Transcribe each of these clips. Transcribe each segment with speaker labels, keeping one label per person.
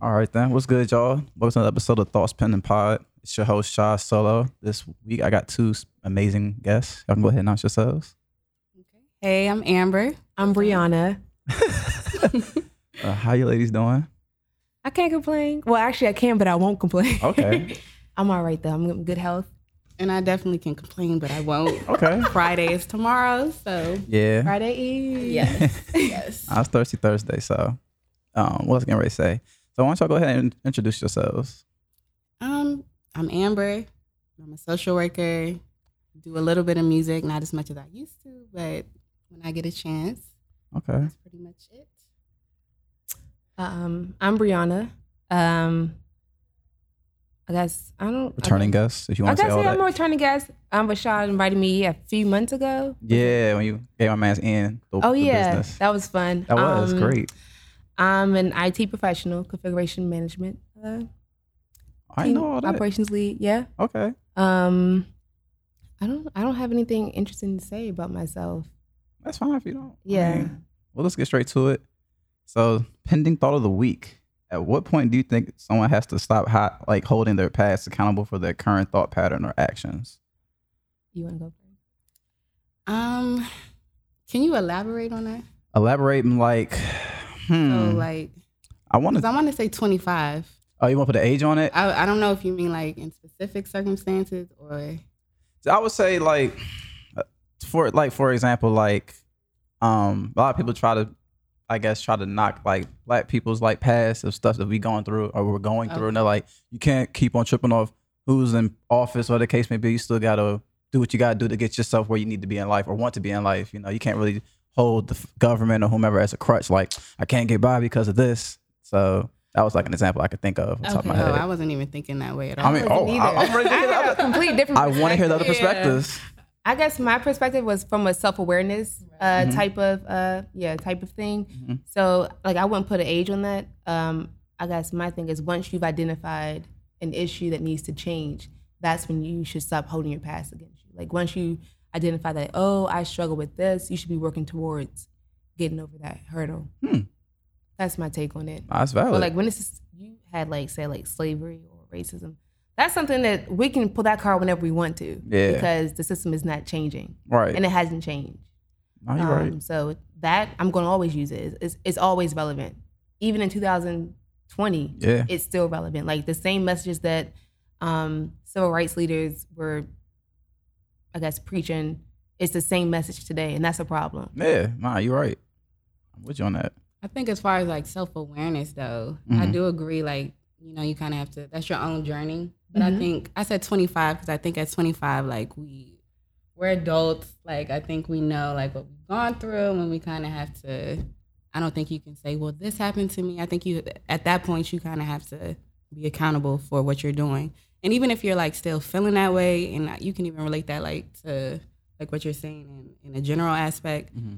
Speaker 1: All right then, what's good, y'all? Welcome to another episode of Thoughts Pen and Pod. It's your host Shaw Solo. This week I got two s- amazing guests. Y'all can go ahead and announce yourselves.
Speaker 2: Hey, I'm Amber.
Speaker 3: I'm Brianna.
Speaker 1: Uh, how you ladies doing?
Speaker 3: I can't complain. Well, actually, I can, but I won't complain.
Speaker 1: Okay.
Speaker 3: I'm all right though. I'm in good health.
Speaker 2: And I definitely can complain, but I won't.
Speaker 1: Okay.
Speaker 2: Friday is tomorrow, so
Speaker 1: Yeah.
Speaker 3: Friday Eve.
Speaker 2: yes, yes.
Speaker 1: I was thirsty Thursday, so um, what was I getting ready to say? So why don't y'all go ahead and introduce yourselves?
Speaker 2: Um, I'm Amber. I'm a social worker. Do a little bit of music, not as much as I used to, but when I get a chance,
Speaker 1: Okay.
Speaker 2: that's pretty much it.
Speaker 3: Um, I'm Brianna. Um, I guess I don't.
Speaker 1: Returning guests, if you
Speaker 3: I, I
Speaker 1: want to
Speaker 3: guess
Speaker 1: say all
Speaker 3: yeah,
Speaker 1: that.
Speaker 3: I'm a returning guest. Um, Rashad invited me a few months ago.
Speaker 1: yeah, when you gave my man's in the,
Speaker 3: Oh
Speaker 1: the
Speaker 3: yeah,
Speaker 1: business.
Speaker 3: that was fun.
Speaker 1: That was
Speaker 3: Um,
Speaker 1: great.
Speaker 3: I'm an IT professional, configuration management. Uh,
Speaker 1: I
Speaker 3: team
Speaker 1: know all that.
Speaker 3: Operations lead. Yeah.
Speaker 1: Okay.
Speaker 3: Um, I don't. I don't have anything interesting to say about myself.
Speaker 1: That's fine if you don't. I
Speaker 3: Yeah.
Speaker 1: mean, well, let's get straight to it. So, pending thought of the week. At what point do you think someone has to stop hot, like holding their past accountable for their current thought pattern or actions?
Speaker 3: You want to go first?
Speaker 2: Um, can you elaborate on that?
Speaker 1: Elaborate and like, hmm.
Speaker 2: So, like,
Speaker 1: I want
Speaker 2: because
Speaker 1: to.
Speaker 2: I want to say 25.
Speaker 1: Oh, you want to put an age on it?
Speaker 2: I, I don't know if you mean like in specific circumstances or
Speaker 1: I would say like uh, for like for example like um a lot of people try to I guess try to knock like black people's like past of stuff that we going through or we're going through and they're like you can't keep on tripping off who's in office or the case may be you still gotta do what you gotta do to get yourself where you need to be in life or want to be in life you know you can't really hold the f- government or whomever as a crutch like I can't get by because of this so that was like an example I could think of off the top of my
Speaker 2: no,
Speaker 1: head
Speaker 2: I wasn't even thinking that way at all.
Speaker 1: I mean oh I, I'm ready to hear the
Speaker 3: I have a
Speaker 1: other-
Speaker 3: complete different.
Speaker 1: I want to hear the other
Speaker 3: perspective.
Speaker 1: perspectives.
Speaker 3: I guess my perspective was from a self awareness uh,
Speaker 1: Mhm.
Speaker 3: type of uh, yeah type of thing.
Speaker 1: Mhm.
Speaker 3: So like I wouldn't put an age on that. Um, I guess my thing is once you've identified an issue that needs to change, that's when you should stop holding your past against you. Like once you identify that oh I struggle with this, you should be working towards getting over that hurdle.
Speaker 1: Hmm.
Speaker 3: That's my take on it.
Speaker 1: That's valid.
Speaker 3: But like when it's you had like say like slavery or racism, that's something that we can pull that card whenever we want to.
Speaker 1: Yeah.
Speaker 3: Because the system is not changing.
Speaker 1: right.
Speaker 3: And it hasn't changed. Um,
Speaker 1: Are you Oh, right?
Speaker 3: So that I'm gonna always use it. It's, it's, it's always relevant. Even in 2020,
Speaker 1: Yeah.
Speaker 3: it's still relevant. Like the same messages that um, civil rights leaders were, I guess, preaching. It's the same message today, and that's a problem.
Speaker 1: Yeah. Nah, you're right. I'm with you on that.
Speaker 2: I think as far as like self awareness though, I
Speaker 1: Mhm.
Speaker 2: do agree. Like you know, you kind of have to. That's your own journey. But I
Speaker 3: Mhm.
Speaker 2: think I said twenty five because I think at twenty five, like we we're adults. Like I think we know like what we've gone through, and we kind of have to. I don't think you can say, "Well, this happened to me." I think you at that point you kind of have to be accountable for what you're doing. And even if you're like still feeling that way, and you can even relate that like to like what you're saying in, in a general aspect,
Speaker 3: Mm-hmm.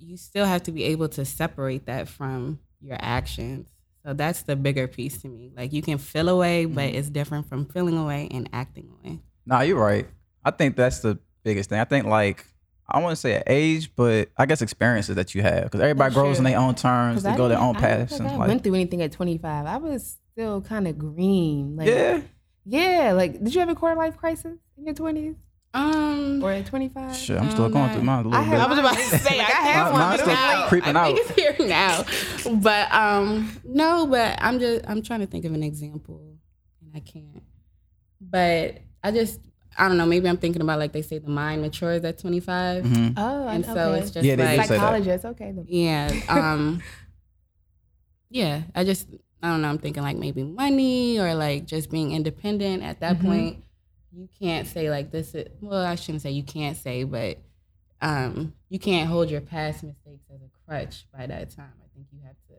Speaker 2: you still have to be able to separate that from your actions. So that's the bigger piece to me. Like you can feel away, but
Speaker 1: Mm-hmm.
Speaker 2: it's different from feeling away and acting away.
Speaker 1: Nah, you're right. I think that's the biggest thing. I think like I wouldn't say an age, but I guess experiences that you have because everybody
Speaker 3: That's
Speaker 1: grows in
Speaker 3: true.
Speaker 1: their own terms.
Speaker 3: 'Cause
Speaker 1: They
Speaker 3: I
Speaker 1: go their
Speaker 3: didn't-
Speaker 1: own
Speaker 3: I don't
Speaker 1: paths
Speaker 3: think
Speaker 1: and
Speaker 3: I
Speaker 1: like
Speaker 3: went through anything at 25. I was still kind of green. Like,
Speaker 1: yeah.
Speaker 3: yeah, Like, did you have a quarter life crisis in your 20s
Speaker 2: Um,
Speaker 3: or at 25?
Speaker 1: Shit, I'm still
Speaker 2: Um,
Speaker 1: going through mine a little
Speaker 3: I
Speaker 1: bit.
Speaker 3: have-
Speaker 2: I was about to say like, I have
Speaker 1: Mine-
Speaker 2: one,
Speaker 1: mine's
Speaker 2: but it's
Speaker 1: still
Speaker 2: now.
Speaker 1: creeping
Speaker 2: I
Speaker 1: out.
Speaker 2: think it's here now. But um, no, but I'm just I'm trying to think of an example, and I can't. But I just I don't know. Maybe I'm thinking about like they say the mind matures at 25,
Speaker 1: Mhm.
Speaker 3: Oh, I-
Speaker 2: and so
Speaker 3: okay.
Speaker 2: it's just
Speaker 1: Yeah, they do
Speaker 2: like
Speaker 1: say that.
Speaker 3: psychologist. Okay. the-
Speaker 2: Yeah. Um Yeah. I just I don't know, I'm thinking like maybe money or like just being independent at that
Speaker 3: Mhm.
Speaker 2: point. You can't say like this is well, I shouldn't say you can't say, but um you can't hold your past mistakes as a crutch by that time. I think you have to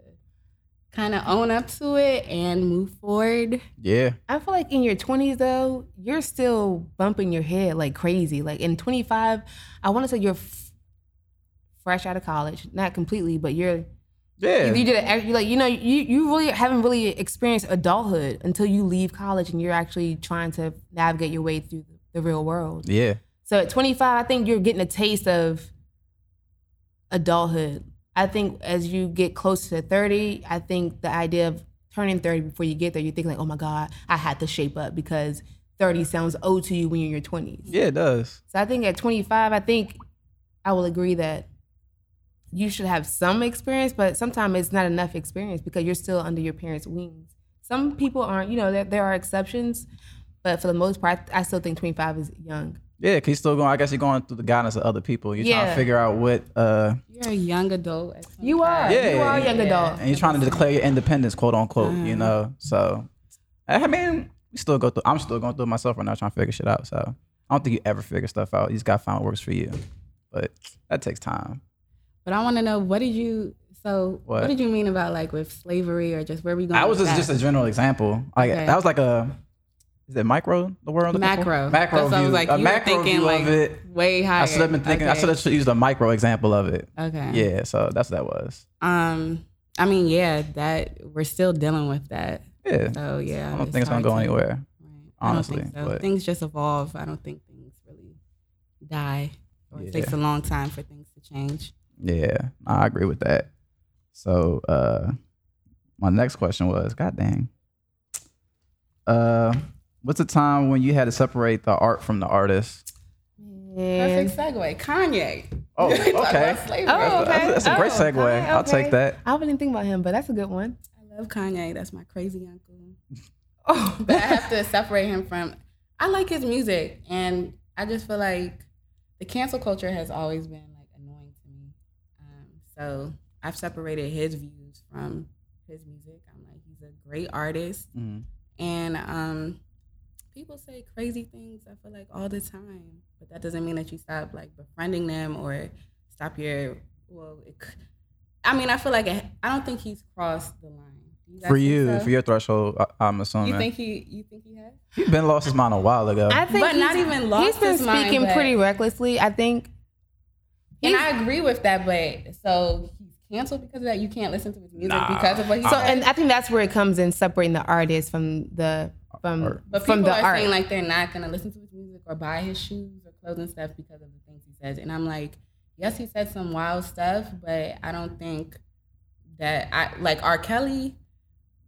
Speaker 2: kind of own up to it and move forward.
Speaker 1: Yeah.
Speaker 3: I feel like in your 20s though, you're still bumping your head like crazy. Like in 25, I want to say you're f- fresh out of college, not completely, but you're
Speaker 1: Yeah.
Speaker 3: You, you did it. You like you know you you really haven't really experienced adulthood until you leave college and you're actually trying to navigate your way through the real world.
Speaker 1: yeah.
Speaker 3: So at 25, I think you're getting a taste of adulthood. I think as you get closer to 30, I think the idea of turning 30 before you get there, you think like, oh my God, I had to shape up because 30 sounds old to you when you're in your 20s.
Speaker 1: Yeah, it does.
Speaker 3: So I think at 25, I think I will agree that you should have some experience, but sometimes it's not enough experience because you're still under your parents' wings. Some people aren't, you know, there, there are exceptions, but for the most part, I still think 25 is young.
Speaker 1: Yeah, cause you're still going. I guess you're going through the guidance of other people. You're trying
Speaker 3: Yeah.
Speaker 1: to figure out what, uh,
Speaker 2: You're a young adult. at
Speaker 3: You are.
Speaker 2: 25.
Speaker 1: Yeah.
Speaker 3: You are a young
Speaker 2: Yeah.
Speaker 3: adult.
Speaker 1: and you're trying to declare your independence, quote unquote.
Speaker 2: Mm.
Speaker 1: You know, so I mean, we still go through. I'm still going through it myself right now, trying to figure shit out. So I don't think you ever figure stuff out. You just got to find what works for you, but that takes time.
Speaker 2: But I want to know what did you so what?
Speaker 1: What?
Speaker 2: did you mean about like with slavery or just where we going?
Speaker 1: I was
Speaker 2: with
Speaker 1: just, just
Speaker 2: that?
Speaker 1: a general example. Like
Speaker 2: Okay.
Speaker 1: that was like a is it micro the world
Speaker 2: macro.
Speaker 1: macro
Speaker 2: So I
Speaker 1: view
Speaker 2: was like,
Speaker 1: a
Speaker 2: you were
Speaker 1: macro
Speaker 2: thinking
Speaker 1: view
Speaker 2: like
Speaker 1: of it.
Speaker 2: way higher.
Speaker 1: I should have been thinking. I
Speaker 2: Okay.
Speaker 1: should have used a micro example of it.
Speaker 2: Okay.
Speaker 1: Yeah, so that's what that was.
Speaker 2: Um. I mean, yeah, that we're still dealing with that.
Speaker 1: Yeah,
Speaker 2: So yeah,
Speaker 1: I don't think it's gonna
Speaker 2: hard
Speaker 1: go
Speaker 2: to-
Speaker 1: anywhere.
Speaker 2: Right. I don't think
Speaker 1: honestly,
Speaker 2: so.
Speaker 1: but-
Speaker 2: things just evolve. I don't think things really die. Or It
Speaker 1: Yeah.
Speaker 2: takes a long time for things to change.
Speaker 1: Yeah, I agree with that. So uh my next question was, God dang. Uh what's the time when you had to separate the art from the artist?
Speaker 3: And-
Speaker 2: segue. Kanye.
Speaker 1: Oh, okay. That's,
Speaker 2: slavery.
Speaker 3: Oh, okay.
Speaker 1: that's a great
Speaker 3: Oh,
Speaker 1: segue.
Speaker 3: okay,
Speaker 1: I'll
Speaker 3: okay.
Speaker 1: take that.
Speaker 3: I wouldn't think about him, but that's a good one.
Speaker 2: I love Kanye. That's my crazy uncle. but I have to separate him from. I like his music, and I just feel like the cancel culture has always been like annoying to me. Um, so I've separated his views from his music. I'm like, he's a great artist,
Speaker 1: Mhm.
Speaker 2: and um, people say crazy things. I feel like all the time, but that doesn't mean that you stop like befriending them or stop your. Well, it, c- I mean, I feel like it, I don't think he's crossed the line. Do guys
Speaker 1: For
Speaker 2: think
Speaker 1: you,
Speaker 2: so?
Speaker 1: for your threshold, I, am assuming.
Speaker 2: You think he? You think he has?
Speaker 1: You've been lost his mind a while ago.
Speaker 3: I think
Speaker 2: But
Speaker 3: he's-
Speaker 2: not even lost
Speaker 3: He's been
Speaker 2: his mind,
Speaker 3: speaking
Speaker 2: but-
Speaker 3: pretty recklessly. I think
Speaker 2: And
Speaker 3: He's-
Speaker 2: I agree with that, but so he's canceled because of that. You can't listen to his music
Speaker 1: Nah.
Speaker 2: because of what he
Speaker 3: so,
Speaker 2: said.
Speaker 3: and I think that's where it comes in separating the artist from the from
Speaker 1: Art.
Speaker 2: but
Speaker 3: from
Speaker 2: people
Speaker 3: the
Speaker 2: are
Speaker 3: art.
Speaker 2: saying like they're not gonna listen to his music or buy his shoes or clothes and stuff because of the things he says. And I'm like, yes, he said some wild stuff, but I don't think that I like R. Kelly.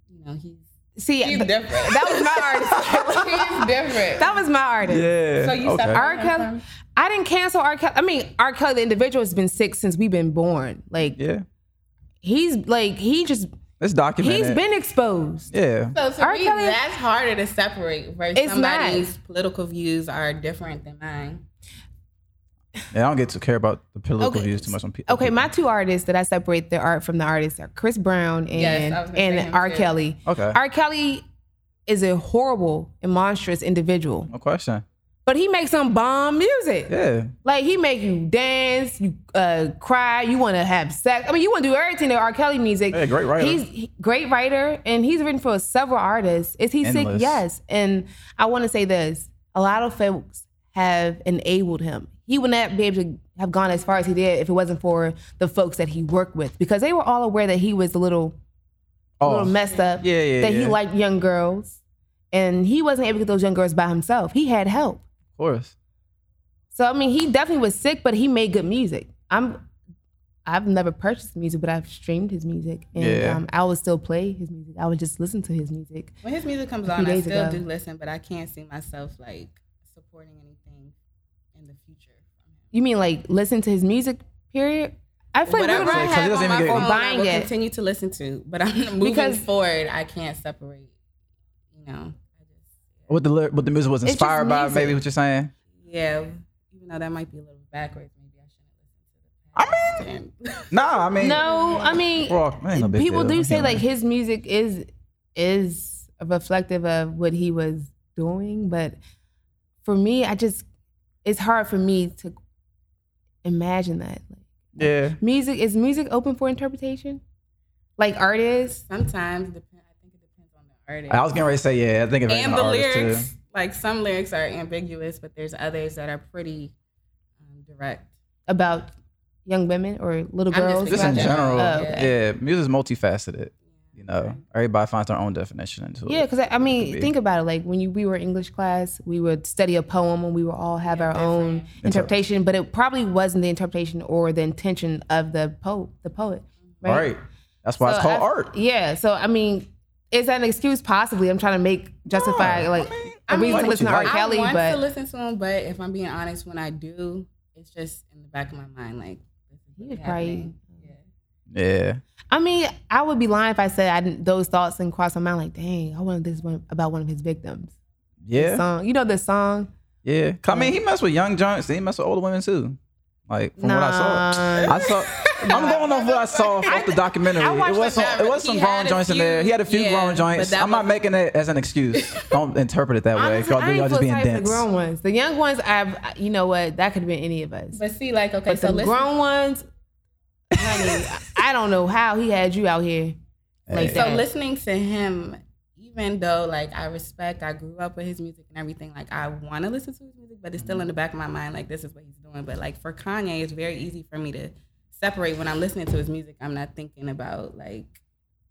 Speaker 2: You know, he's
Speaker 3: See,
Speaker 2: he's
Speaker 3: th-
Speaker 2: different.
Speaker 3: that was my artist.
Speaker 2: he's different.
Speaker 3: that was my artist.
Speaker 1: yeah.
Speaker 2: so you
Speaker 1: okay.
Speaker 2: separate
Speaker 3: R.
Speaker 2: him
Speaker 3: Kelly.
Speaker 2: from-
Speaker 3: I didn't cancel R. Kelly. I mean, R. Kelly, the individual, has been sick since we've been born. Like
Speaker 1: Yeah.
Speaker 3: he's like he just
Speaker 1: It's documented.
Speaker 3: he's been exposed.
Speaker 1: Yeah.
Speaker 2: So to
Speaker 3: R.
Speaker 2: me,
Speaker 3: Kelly-
Speaker 2: that's harder to separate versus
Speaker 3: It's not.
Speaker 2: somebody's political views are different than mine.
Speaker 1: Yeah, I don't get to care about the political
Speaker 3: Okay.
Speaker 1: views too much on people.
Speaker 3: Okay, my two artists that I separate their art from the artists are Chris Brown and
Speaker 2: Yes, I was gonna say him
Speaker 3: and R.
Speaker 2: too.
Speaker 3: Kelly.
Speaker 1: Okay.
Speaker 3: R. Kelly is a horrible and monstrous individual,
Speaker 1: No question.
Speaker 3: but he makes some bomb music.
Speaker 1: Yeah.
Speaker 3: Like he make you dance, you uh, cry, you want to have sex. I mean, you want to do everything to R. Kelly music.
Speaker 1: Yeah, great writer.
Speaker 3: He's he- great writer, and he's written for several artists. Is he sick?
Speaker 1: Endless.
Speaker 3: Yes. And I want to say this: a lot of folks have enabled him. He would not be able to have gone as far as he did if it wasn't for the folks that he worked with, because they were all aware that he was a little, a
Speaker 1: Oh,
Speaker 3: little messed up.
Speaker 1: Yeah, yeah,
Speaker 3: That he
Speaker 1: yeah.
Speaker 3: liked young girls, and he wasn't able to get those young girls by himself. He had help.
Speaker 1: Of course.
Speaker 3: So I mean, he definitely was sick, but he made good music. I'm, I've never purchased music, but I've streamed his music, and
Speaker 1: Yeah.
Speaker 3: um, I would still play his music. I would just listen to his music.
Speaker 2: When his music comes
Speaker 3: A few
Speaker 2: on, I
Speaker 3: days
Speaker 2: still
Speaker 3: ago.
Speaker 2: do listen, but I can't see myself like supporting anything in the future.
Speaker 3: You mean like listen to his music? Period. I feel like
Speaker 2: Whatever
Speaker 3: we're
Speaker 2: I
Speaker 3: gonna-
Speaker 1: Because it
Speaker 2: have
Speaker 1: doesn't
Speaker 2: on my
Speaker 1: even get-
Speaker 2: phone,
Speaker 3: Or
Speaker 2: I
Speaker 3: buying
Speaker 2: will
Speaker 3: it.
Speaker 2: continue to listen to, but I'm moving
Speaker 3: Because-
Speaker 2: forward. I can't separate. You know, I just
Speaker 1: What the lyri- what the music was
Speaker 3: It's just
Speaker 1: inspired by,
Speaker 3: music.
Speaker 1: maybe what you're saying.
Speaker 2: yeah, even though that might be a little backwards, maybe I shouldn't listen to the past.
Speaker 1: No, I mean,
Speaker 3: no, I mean,
Speaker 1: we're all- ain't no big
Speaker 3: people
Speaker 1: deal.
Speaker 3: do say
Speaker 1: Yeah.
Speaker 3: like his music is is reflective of what he was doing, but for me, I just it's hard for me to imagine that. Like,
Speaker 1: yeah,
Speaker 3: music is music open for interpretation like artists
Speaker 2: And sometimes depend. I think it depends on the artist.
Speaker 1: I was getting ready to say yeah. I think it depends
Speaker 2: and
Speaker 1: on
Speaker 2: the
Speaker 1: artist,
Speaker 2: lyrics like some lyrics are ambiguous but there's others that are pretty um, direct
Speaker 3: about young women or little
Speaker 2: I'm just
Speaker 3: girls
Speaker 1: too. Just in
Speaker 2: Yeah.
Speaker 1: general,
Speaker 3: Oh, okay.
Speaker 1: yeah, music's multifaceted. You know, everybody finds their own definition into it.
Speaker 3: yeah because I, I mean
Speaker 1: be.
Speaker 3: think about it like when you, we were english class we would study a poem and we would all have our own interpretation but it probably wasn't the interpretation or the intention of the poet the poet
Speaker 1: right.
Speaker 3: right,
Speaker 1: That's why it's
Speaker 3: So
Speaker 1: called
Speaker 3: I-
Speaker 1: art.
Speaker 3: yeah so i mean is that an excuse? Possibly. I'm trying to make justify
Speaker 1: No, I
Speaker 3: like
Speaker 1: mean,
Speaker 3: a reason
Speaker 1: like what
Speaker 3: to listen
Speaker 1: you
Speaker 3: to R.
Speaker 1: like.
Speaker 3: Kelly,
Speaker 2: I want
Speaker 3: but
Speaker 2: to listen to him, but if I'm being honest, when I do, it's just in the back of my mind, like this is
Speaker 3: He
Speaker 2: really
Speaker 3: was probably-
Speaker 2: happening. Yeah.
Speaker 1: Yeah.
Speaker 3: I mean, I would be lying if I said I didn't, those thoughts didn't cross my mind. Like, dang, I wanted this one about one of his victims.
Speaker 1: Yeah.
Speaker 3: Song, you know the song.
Speaker 1: Yeah. 'Cause, I mean, he messed with young junks. He messed with older women too. Like from what I saw,
Speaker 3: Nah.
Speaker 1: I saw. I'm going off what I saw off the documentary.
Speaker 3: I watched
Speaker 1: It was some,
Speaker 3: the-
Speaker 1: it was
Speaker 2: he
Speaker 1: some
Speaker 2: had
Speaker 1: grown
Speaker 2: a
Speaker 1: joints in
Speaker 2: few-
Speaker 1: there. He had a few
Speaker 2: yeah,
Speaker 1: grown
Speaker 2: but
Speaker 1: joints.
Speaker 2: that
Speaker 1: I'm not
Speaker 2: was-
Speaker 1: making it as an excuse. Don't interpret it that way.
Speaker 3: Honestly,
Speaker 1: Cause
Speaker 3: I
Speaker 1: y'all
Speaker 3: ain't
Speaker 1: just
Speaker 3: feel
Speaker 1: being
Speaker 3: sorry for the
Speaker 1: dense.
Speaker 3: grown ones. The young ones, I've you know what that could have been any of us.
Speaker 2: But see, like okay,
Speaker 3: But
Speaker 2: so
Speaker 3: the
Speaker 2: listen,
Speaker 3: grown ones, honey, I don't know how he had you out here
Speaker 1: Hey.
Speaker 3: like
Speaker 2: so
Speaker 3: that.
Speaker 2: listening to him, even though like I respect, I grew up with his music and everything. Like I want to listen to his music, but it's still in the back of my mind. Like this is what he's doing. But like for Kanye, it's very easy for me to separate when I'm listening to his music. I'm not thinking about like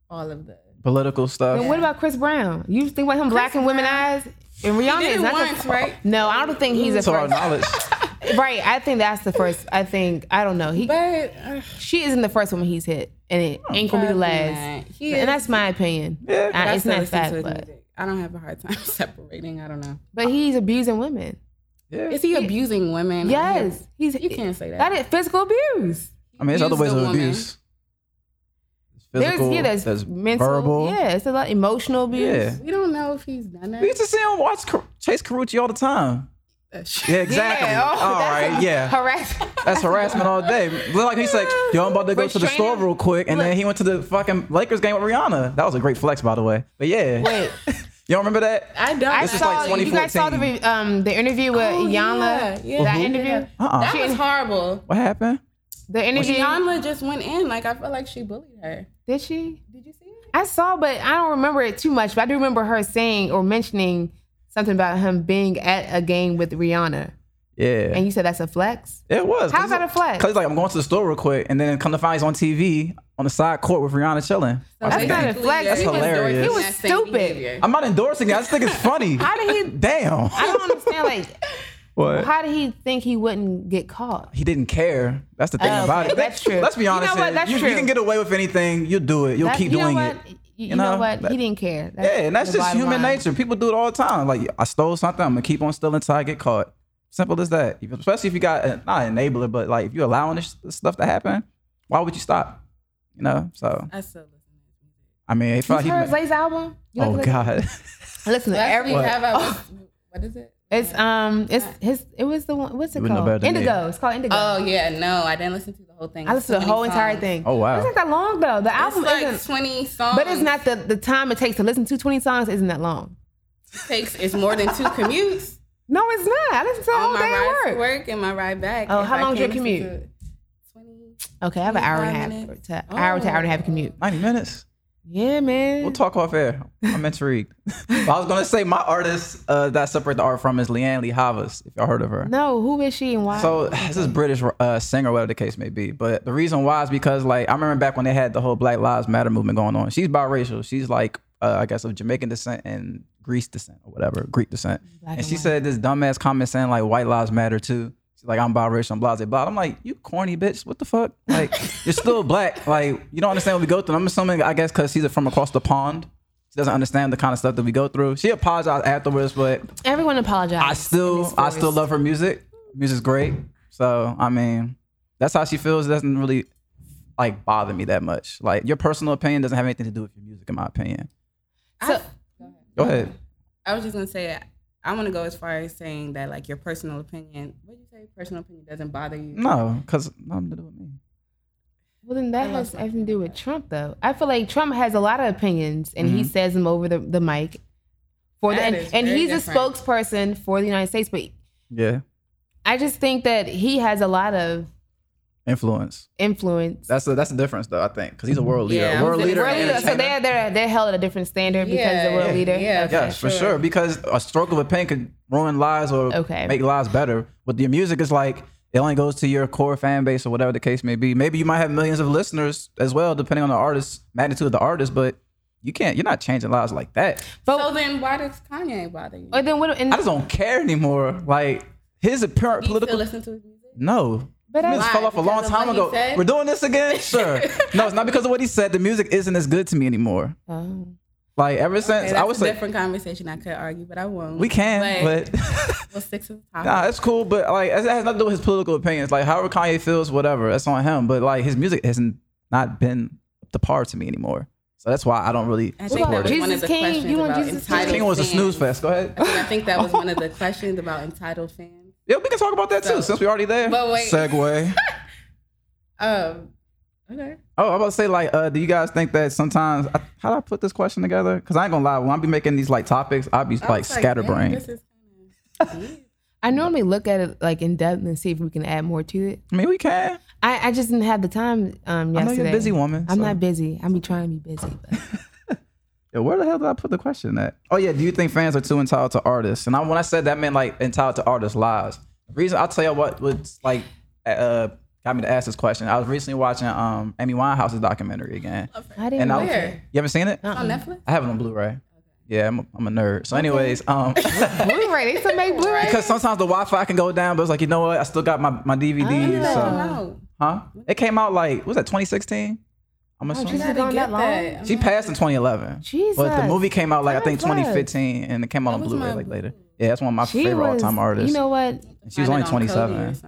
Speaker 2: all of the.
Speaker 1: Political stuff.
Speaker 3: And what about Chris Brown? You think about him blacking women's eyes? And Rihanna
Speaker 2: did
Speaker 3: is
Speaker 2: it
Speaker 3: not the-
Speaker 2: once, right?
Speaker 3: No, I don't think he's a
Speaker 1: to our
Speaker 3: first.
Speaker 1: knowledge,
Speaker 3: Right, I think that's the first. I think I don't know. He
Speaker 2: But uh,
Speaker 3: she isn't the first woman he's hit, and it ain't gonna be the
Speaker 2: Probably
Speaker 3: last.
Speaker 2: not. He
Speaker 3: and
Speaker 2: is-
Speaker 3: that's my opinion.
Speaker 1: Oh. Yeah.
Speaker 3: I-
Speaker 2: I
Speaker 3: it's
Speaker 2: still
Speaker 3: not
Speaker 2: listen to
Speaker 3: fact,
Speaker 2: his
Speaker 3: but,
Speaker 2: music. I don't have a hard time separating. I don't know.
Speaker 3: but he's abusing women.
Speaker 1: yeah.
Speaker 2: Is he abusing women?
Speaker 3: Yes, he's
Speaker 2: You can't say that.
Speaker 3: that is physical abuse.
Speaker 1: I mean, there's other
Speaker 2: Abuse
Speaker 1: ways
Speaker 2: the
Speaker 1: of
Speaker 2: woman.
Speaker 1: abuse. There's
Speaker 3: There's
Speaker 1: physical.
Speaker 3: yeah, there's,
Speaker 1: there's,
Speaker 3: mental,
Speaker 1: verbal.
Speaker 3: Yeah, it's a lot emotional abuse.
Speaker 1: Yeah.
Speaker 2: We don't know if he's done
Speaker 1: We
Speaker 2: that.
Speaker 1: used to see him watch Car- Chase Carucci all the time. Yeah, exactly.
Speaker 3: Yeah, oh,
Speaker 1: all
Speaker 3: that's
Speaker 1: right, yeah.
Speaker 3: harassment.
Speaker 1: That's harassment all day. Look like he's like, yo, I'm about to go to the store
Speaker 3: Restraining-
Speaker 1: real quick, and then he went to the fucking Lakers game with Rihanna. That was a great flex, by the way. But yeah,
Speaker 3: Wait,
Speaker 1: you don't remember that?
Speaker 2: I don't.
Speaker 3: I
Speaker 1: This is
Speaker 3: saw
Speaker 1: like
Speaker 3: you guys saw the re- um the interview with
Speaker 2: Oh, yeah,
Speaker 3: Yana.
Speaker 2: yeah, yeah,
Speaker 3: that interview.
Speaker 2: yeah.
Speaker 1: Uh-uh.
Speaker 2: that was horrible.
Speaker 1: What happened?
Speaker 3: The interview.
Speaker 2: Gianna just went in. Like I felt like she bullied her.
Speaker 3: Did she?
Speaker 2: Did you see it?
Speaker 3: I saw, but I don't remember it too much. But I do remember her saying or mentioning something about him being at a game with Rihanna.
Speaker 1: Yeah,
Speaker 3: And you said that's a flex.
Speaker 1: it was.
Speaker 3: How's that a flex?
Speaker 1: Because like, I'm going to the store real quick, and then come to find he's on TV on the side court with Rihanna chilling.
Speaker 3: That's not a flex.
Speaker 1: That's
Speaker 2: He was doing
Speaker 1: hilarious.
Speaker 2: that
Speaker 3: He was
Speaker 2: same
Speaker 3: stupid.
Speaker 2: behavior.
Speaker 1: I'm not endorsing it. I just think it's funny.
Speaker 3: How did he?
Speaker 1: Damn.
Speaker 3: I don't understand. Like,
Speaker 1: What?
Speaker 3: how did he think he wouldn't get caught?
Speaker 1: he didn't care. That's the thing
Speaker 3: Oh,
Speaker 1: about it.
Speaker 3: that's true.
Speaker 1: Let's be
Speaker 3: You know
Speaker 1: honest.
Speaker 3: what?
Speaker 1: here.
Speaker 3: That's
Speaker 1: you,
Speaker 3: true.
Speaker 1: you can get away with anything. You'll do it. You'll
Speaker 3: That-
Speaker 1: keep
Speaker 3: you
Speaker 1: doing
Speaker 3: know what?
Speaker 1: it.
Speaker 3: You, you know,
Speaker 1: know?
Speaker 3: what?
Speaker 1: That-
Speaker 3: he didn't care.
Speaker 1: Yeah, and that's
Speaker 3: the
Speaker 1: just
Speaker 3: bottom
Speaker 1: human
Speaker 3: line.
Speaker 1: nature. People do it all the time. Like I stole something, I'm gonna keep on stealing until I get caught. Simple as that. If- Especially if you got a, not an enabler, but like if you're allowing this this stuff to happen, why would you stop? You know. So
Speaker 2: I still listen.
Speaker 1: I mean, he
Speaker 3: You
Speaker 1: probably.
Speaker 3: heard his latest album? You
Speaker 1: oh
Speaker 3: like-
Speaker 1: God.
Speaker 3: Listen, to
Speaker 2: Every
Speaker 3: every Oh.
Speaker 2: have I was, what is it?
Speaker 3: it's um it's his it was the one what's it
Speaker 1: You wouldn't know
Speaker 3: called
Speaker 1: better than me.
Speaker 3: Indigo. It's called Indigo.
Speaker 2: Oh yeah, no, I didn't listen to the whole thing.
Speaker 3: I listened to the whole
Speaker 2: 20
Speaker 3: entire
Speaker 2: songs.
Speaker 3: thing.
Speaker 1: Oh, wow.
Speaker 3: It's not that long though. The
Speaker 2: It's
Speaker 3: album
Speaker 2: like
Speaker 3: isn't,
Speaker 2: twenty songs,
Speaker 3: but it's not the the time it takes to listen to twenty songs isn't that long.
Speaker 2: takes. It's more than two commutes.
Speaker 3: No, it's not. I listened to the
Speaker 2: on
Speaker 3: whole
Speaker 2: Oh, my
Speaker 3: day
Speaker 2: ride
Speaker 3: at
Speaker 2: to
Speaker 3: Oh, work.
Speaker 2: work and my ride back.
Speaker 3: Oh,
Speaker 2: If
Speaker 3: how
Speaker 2: I
Speaker 3: long's your
Speaker 2: can't
Speaker 3: commute?
Speaker 2: listen to- Twenty.
Speaker 3: Okay, I have an hour and a
Speaker 2: 25
Speaker 3: half
Speaker 2: minutes.
Speaker 3: to hour to hour and a half commute.
Speaker 2: Oh.
Speaker 1: Ninety minutes.
Speaker 3: Yeah, man.
Speaker 1: We'll talk off air. I'm intrigued. But I was gonna say my artist uh, that I separate the art from is Leanne Lee Havas. If y'all heard of her.
Speaker 3: no, who is she and why?
Speaker 1: So this is British uh, singer, whatever the case may be. But the reason why is because like I remember back when they had the whole Black Lives Matter movement going on. She's biracial. She's like uh, I guess of Jamaican descent and Greece descent or whatever, Greek descent.
Speaker 3: Black
Speaker 1: and
Speaker 3: and
Speaker 1: she
Speaker 3: white.
Speaker 1: said this dumbass comment saying like White Lives Matter too. She's like I'm biracial, I'm blah blah blah. I'm like you corny bitch. What the fuck? Like you're still black. Like you don't understand what we go through. I'm assuming I guess because she's from across the pond. She doesn't understand the kind of stuff that we go through. She apologized afterwards, but
Speaker 3: Everyone apologized.
Speaker 1: I still I still love her music. Music's great. So I mean, that's how she feels. It doesn't really like bother me that much. Like your personal opinion doesn't have anything to do with your music, in my opinion.
Speaker 2: So,
Speaker 1: Go ahead.
Speaker 2: I was just gonna say, I want to go as far as saying that like your personal opinion. What you say? Personal opinion doesn't bother you.
Speaker 1: No, because nothing to do with me.
Speaker 3: Well, then that has everything to do with Trump, though. I feel like Trump has a lot of opinions, and
Speaker 1: Mm-hmm.
Speaker 3: he says them over the, the mic. For the,
Speaker 2: That
Speaker 3: and,
Speaker 2: is
Speaker 3: and
Speaker 2: very
Speaker 3: he's a
Speaker 2: different.
Speaker 3: spokesperson for the United States, but
Speaker 1: Yeah,
Speaker 3: I just think that he has a lot of
Speaker 1: influence.
Speaker 3: influence.
Speaker 1: That's the that's the difference, though. I think because he's a world leader.
Speaker 2: Yeah,
Speaker 1: a world
Speaker 2: he's a
Speaker 1: leader.
Speaker 3: World
Speaker 1: and
Speaker 3: leader. So
Speaker 1: entertainer.
Speaker 3: they're, they're, they're held at a different standard because the
Speaker 2: Yeah,
Speaker 3: world
Speaker 2: yeah,
Speaker 3: leader.
Speaker 2: yeah.
Speaker 3: Okay.
Speaker 1: Yes, for sure. Because a stroke of a pen could ruin lives or
Speaker 3: Okay.
Speaker 1: make lives better. But your music is like it only goes to your core fan base or whatever the case may be. Maybe you might have millions of listeners as well, depending on the artist magnitude of the artist. But you can't. You're not changing lives like that.
Speaker 2: So then, why does Kanye bother you?
Speaker 3: But then what? And,
Speaker 1: I just don't care anymore. Like his apparent
Speaker 2: Do you still
Speaker 1: political.
Speaker 2: listen to his music?
Speaker 1: No.
Speaker 3: But
Speaker 1: But
Speaker 3: I-
Speaker 1: this fell off a long
Speaker 2: Because of
Speaker 1: time
Speaker 2: what he
Speaker 1: ago.
Speaker 2: said?
Speaker 1: We're doing this again? Sure. no, it's not because of what he said. The music isn't as good to me anymore.
Speaker 3: Oh.
Speaker 1: Like ever since
Speaker 2: that's
Speaker 1: I would
Speaker 2: a
Speaker 1: say
Speaker 2: different conversation. I could argue, but I won't.
Speaker 1: we can,
Speaker 2: Like,
Speaker 1: but
Speaker 2: we'll stick to the topic.
Speaker 1: Nah, that's cool, but like it has nothing to do with his political opinions. Like however Kanye feels, whatever, that's on him. But like his music hasn't not been up to par to me anymore. So that's why I don't really
Speaker 2: I think
Speaker 1: support
Speaker 2: that was
Speaker 1: it.
Speaker 2: one of
Speaker 3: Jesus
Speaker 2: the
Speaker 3: King,
Speaker 2: questions
Speaker 3: you want
Speaker 2: about
Speaker 3: Jesus King?
Speaker 2: entitled
Speaker 1: King was a
Speaker 2: fans.
Speaker 1: snooze fest. Go ahead.
Speaker 2: I think- I think that was one of the questions about entitled fans.
Speaker 1: Yeah, we can talk about that too,
Speaker 2: So-
Speaker 1: since we're already there.
Speaker 2: But wait.
Speaker 1: Segway.
Speaker 2: Um, okay.
Speaker 1: Oh, I'm about to say, like, uh, do you guys think that sometimes I, how do I put this question together? Because I ain't gonna lie, when I be making these like topics, I'll be
Speaker 2: I
Speaker 1: like
Speaker 2: was damn,
Speaker 1: scatterbrained.
Speaker 2: This is kind of
Speaker 3: I normally look at it like in depth and see if we can add more to it.
Speaker 1: I mean, we can.
Speaker 3: I, I just didn't have the time um,
Speaker 1: I know
Speaker 3: yesterday.
Speaker 1: you're a busy woman.
Speaker 3: I'm
Speaker 1: so-
Speaker 3: not busy. I be trying to be busy. But
Speaker 1: Yeah, where the hell did I put the question at? Oh yeah, do you think fans are too entitled to artists? And I, when I said that, I meant like entitled to artists' lives. The reason I'll tell you what was like uh, got me to ask this question. I was recently watching um Amy Winehouse's documentary again,
Speaker 3: I
Speaker 1: and
Speaker 3: didn't.
Speaker 1: I
Speaker 3: know Uh-uh.
Speaker 1: was,
Speaker 2: Where?
Speaker 1: you haven't seen it?
Speaker 2: on Netflix.
Speaker 1: I have it on Blu-ray. Yeah, I'm a, I'm a nerd. So, anyways, um.
Speaker 3: Blu-ray. They still make Blu-ray.
Speaker 1: Because sometimes the Wi-Fi can go down, but it's like you know what? I still got my, my DVD.
Speaker 3: Oh.
Speaker 1: so
Speaker 2: No.
Speaker 1: huh? It came out like what was that 2016? I'm
Speaker 3: she's
Speaker 1: assuming
Speaker 3: Is it gone that long?
Speaker 1: she passed in 2011.
Speaker 3: Jesus.
Speaker 1: But the movie came out like I
Speaker 3: Time
Speaker 1: think
Speaker 3: flies.
Speaker 1: 2015, and it came out
Speaker 2: That
Speaker 1: on
Speaker 2: was
Speaker 1: Blu-ray
Speaker 2: my
Speaker 1: like
Speaker 2: boo.
Speaker 1: later. Yeah, that's one of my favorite all-time artists.
Speaker 3: You know what?
Speaker 1: she was only 27.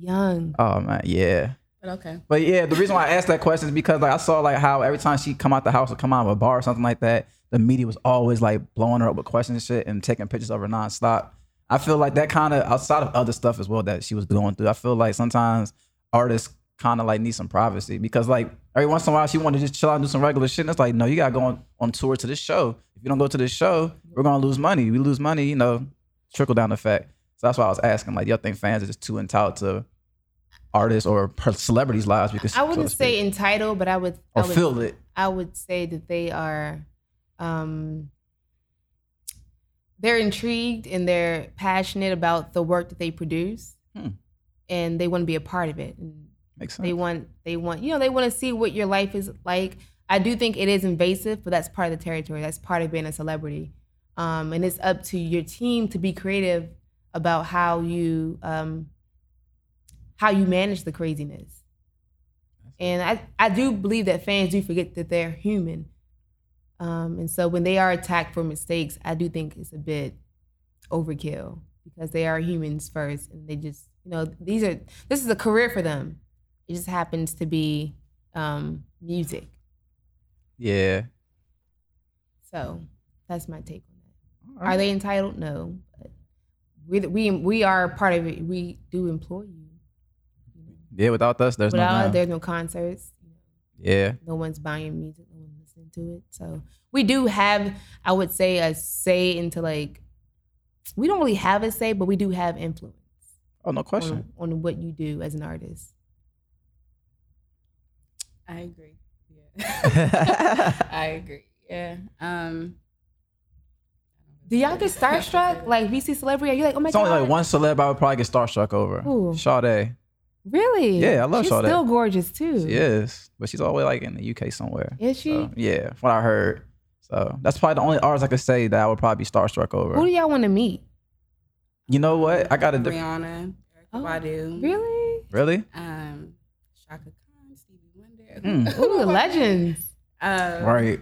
Speaker 3: Young.
Speaker 1: Oh man, yeah.
Speaker 2: But okay.
Speaker 1: But yeah, the reason why I asked that question is because like I saw like how every time she come out the house or come out of a bar or something like that, the media was always like blowing her up with questions and shit and taking pictures of her nonstop. I feel like that kind of outside of other stuff as well that she was going through. I feel like sometimes artists kind of like need some privacy because like every once in a while she wanted to just chill out and do some regular shit. And it's like no, you gotta go on, on tour to this show. If you don't go to this show, we're gonna lose money. We lose money, you know, trickle down effect. So that's why I was asking like, y'all think fans are just too entitled to artists or per- celebrities' lives because
Speaker 3: I wouldn't say entitled, but I would.
Speaker 1: or
Speaker 3: I would,
Speaker 1: Oh, feel it.
Speaker 3: I would say that they are. Um, they're intrigued and they're passionate about the work that they produce,
Speaker 1: Hmm.
Speaker 3: and they want to be a part of it. And
Speaker 1: Makes sense.
Speaker 3: They want they want you know they want to see what your life is like. I do think it is invasive, but that's part of the territory. That's part of being a celebrity, um, and it's up to your team to be creative about how you um, how you manage the craziness. And I I do believe that fans do forget that they're human, um, and so when they are attacked for mistakes, I do think it's a bit overkill because they are humans first, and they just you know these are this is a career for them it just happens to be um, music.
Speaker 1: yeah.
Speaker 3: So that's my take on that. Are they entitled? No. But we, we we are part of it. We do employ you.
Speaker 1: Yeah, without us, there's
Speaker 3: Without
Speaker 1: no.
Speaker 3: there's no concerts.
Speaker 1: Yeah.
Speaker 3: No one's buying your music. No one's listening to it. So we do have, I would say, a say into like. We don't really have a say, but we do have influence
Speaker 1: Oh, no question.
Speaker 3: on, on what you do as an artist.
Speaker 2: I agree. Yeah. I agree. Yeah. Um.
Speaker 3: Do y'all get starstruck? like we see celebrity, are you like, oh my
Speaker 1: it's
Speaker 3: god?
Speaker 1: only like one celeb I would probably get starstruck over.
Speaker 3: Who?
Speaker 1: Sade.
Speaker 3: Really?
Speaker 1: Yeah, I love
Speaker 3: She's
Speaker 1: Sade.
Speaker 3: still gorgeous too.
Speaker 1: She is, but she's always like in the UK somewhere.
Speaker 3: Is she?
Speaker 1: So, yeah, from what I heard. So that's probably the only artist I could say that I would probably be starstruck over.
Speaker 3: Who do y'all want to meet?
Speaker 1: you know what? I got a different.
Speaker 2: Rihanna, Erykah
Speaker 3: Oh,
Speaker 2: Badu,
Speaker 3: Really?
Speaker 1: Really?
Speaker 2: um, Shaka Khan, Stevie Wonder.
Speaker 1: Mm.
Speaker 3: Ooh, legends. Uh,
Speaker 2: Um,
Speaker 1: Right.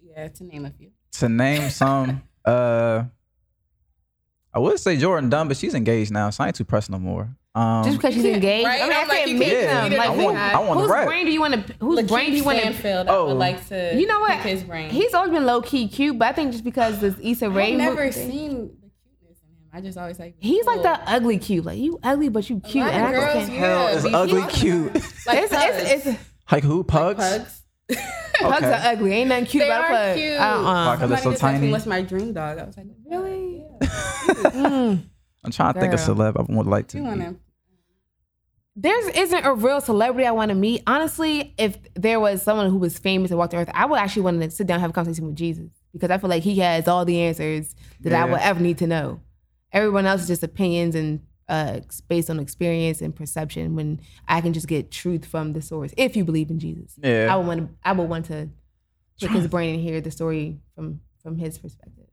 Speaker 2: Yeah, to name a few.
Speaker 1: To name some, uh, I would say Jordan Dunn, but she's engaged now, so I ain't too pressed no more. Um,
Speaker 3: Just because she's
Speaker 2: can't,
Speaker 3: engaged,
Speaker 2: right?
Speaker 3: I mean,
Speaker 2: I'm
Speaker 3: I
Speaker 2: like,
Speaker 3: can't
Speaker 2: you
Speaker 3: meet
Speaker 2: can't
Speaker 1: yeah,
Speaker 3: them.
Speaker 2: meet
Speaker 3: Like,
Speaker 1: I want, I want to
Speaker 3: whose
Speaker 1: rap.
Speaker 3: brain do you want to? Whose brain do you want to?
Speaker 2: Stanfield, I
Speaker 1: Oh.
Speaker 2: would like to.
Speaker 3: You know what?
Speaker 2: pick His brain.
Speaker 3: He's always been low key cute, but I think just because this Issa Rae
Speaker 2: I've never
Speaker 3: movie-
Speaker 2: seen the cuteness in him. I just always like.
Speaker 3: He's like
Speaker 2: cool.
Speaker 3: the ugly cute. Like you ugly, but you
Speaker 2: A
Speaker 3: cute.
Speaker 2: lot
Speaker 3: And I
Speaker 2: of
Speaker 3: just
Speaker 2: girls,
Speaker 3: can't.
Speaker 2: yeah,
Speaker 1: It's
Speaker 2: be
Speaker 1: ugly
Speaker 2: talking
Speaker 1: cute.
Speaker 2: about- Like
Speaker 3: it's, it's, it's,
Speaker 1: Like who? Pugs?
Speaker 2: pugs.
Speaker 3: Pugs
Speaker 1: Okay.
Speaker 3: are ugly. Ain't nothing cute
Speaker 2: They
Speaker 3: about a
Speaker 2: are
Speaker 3: pug.
Speaker 2: cute.
Speaker 3: Uh-uh.
Speaker 1: Fuck. 'cause they're
Speaker 2: Somebody
Speaker 1: so
Speaker 2: just asked me,
Speaker 1: tiny.
Speaker 2: What's my dream dog? I was like, really?
Speaker 3: Mm.
Speaker 1: I'm trying to think of
Speaker 3: Girl.
Speaker 1: celeb I would like to.
Speaker 2: You
Speaker 1: meet.
Speaker 2: wanna?
Speaker 3: There's isn't a real celebrity I want to meet. Honestly, if there was someone who was famous and walked the earth, I would actually want to sit down and have a conversation with Jesus because I feel like he has all the answers that
Speaker 1: Yeah.
Speaker 3: I would ever need to know. Everyone else is just opinions and uh, ex- based on experience and perception. When I can just get truth from the source, if you believe in Jesus,
Speaker 1: Yeah.
Speaker 3: I would want to. I would want to pick his brain and hear the story from from his perspective.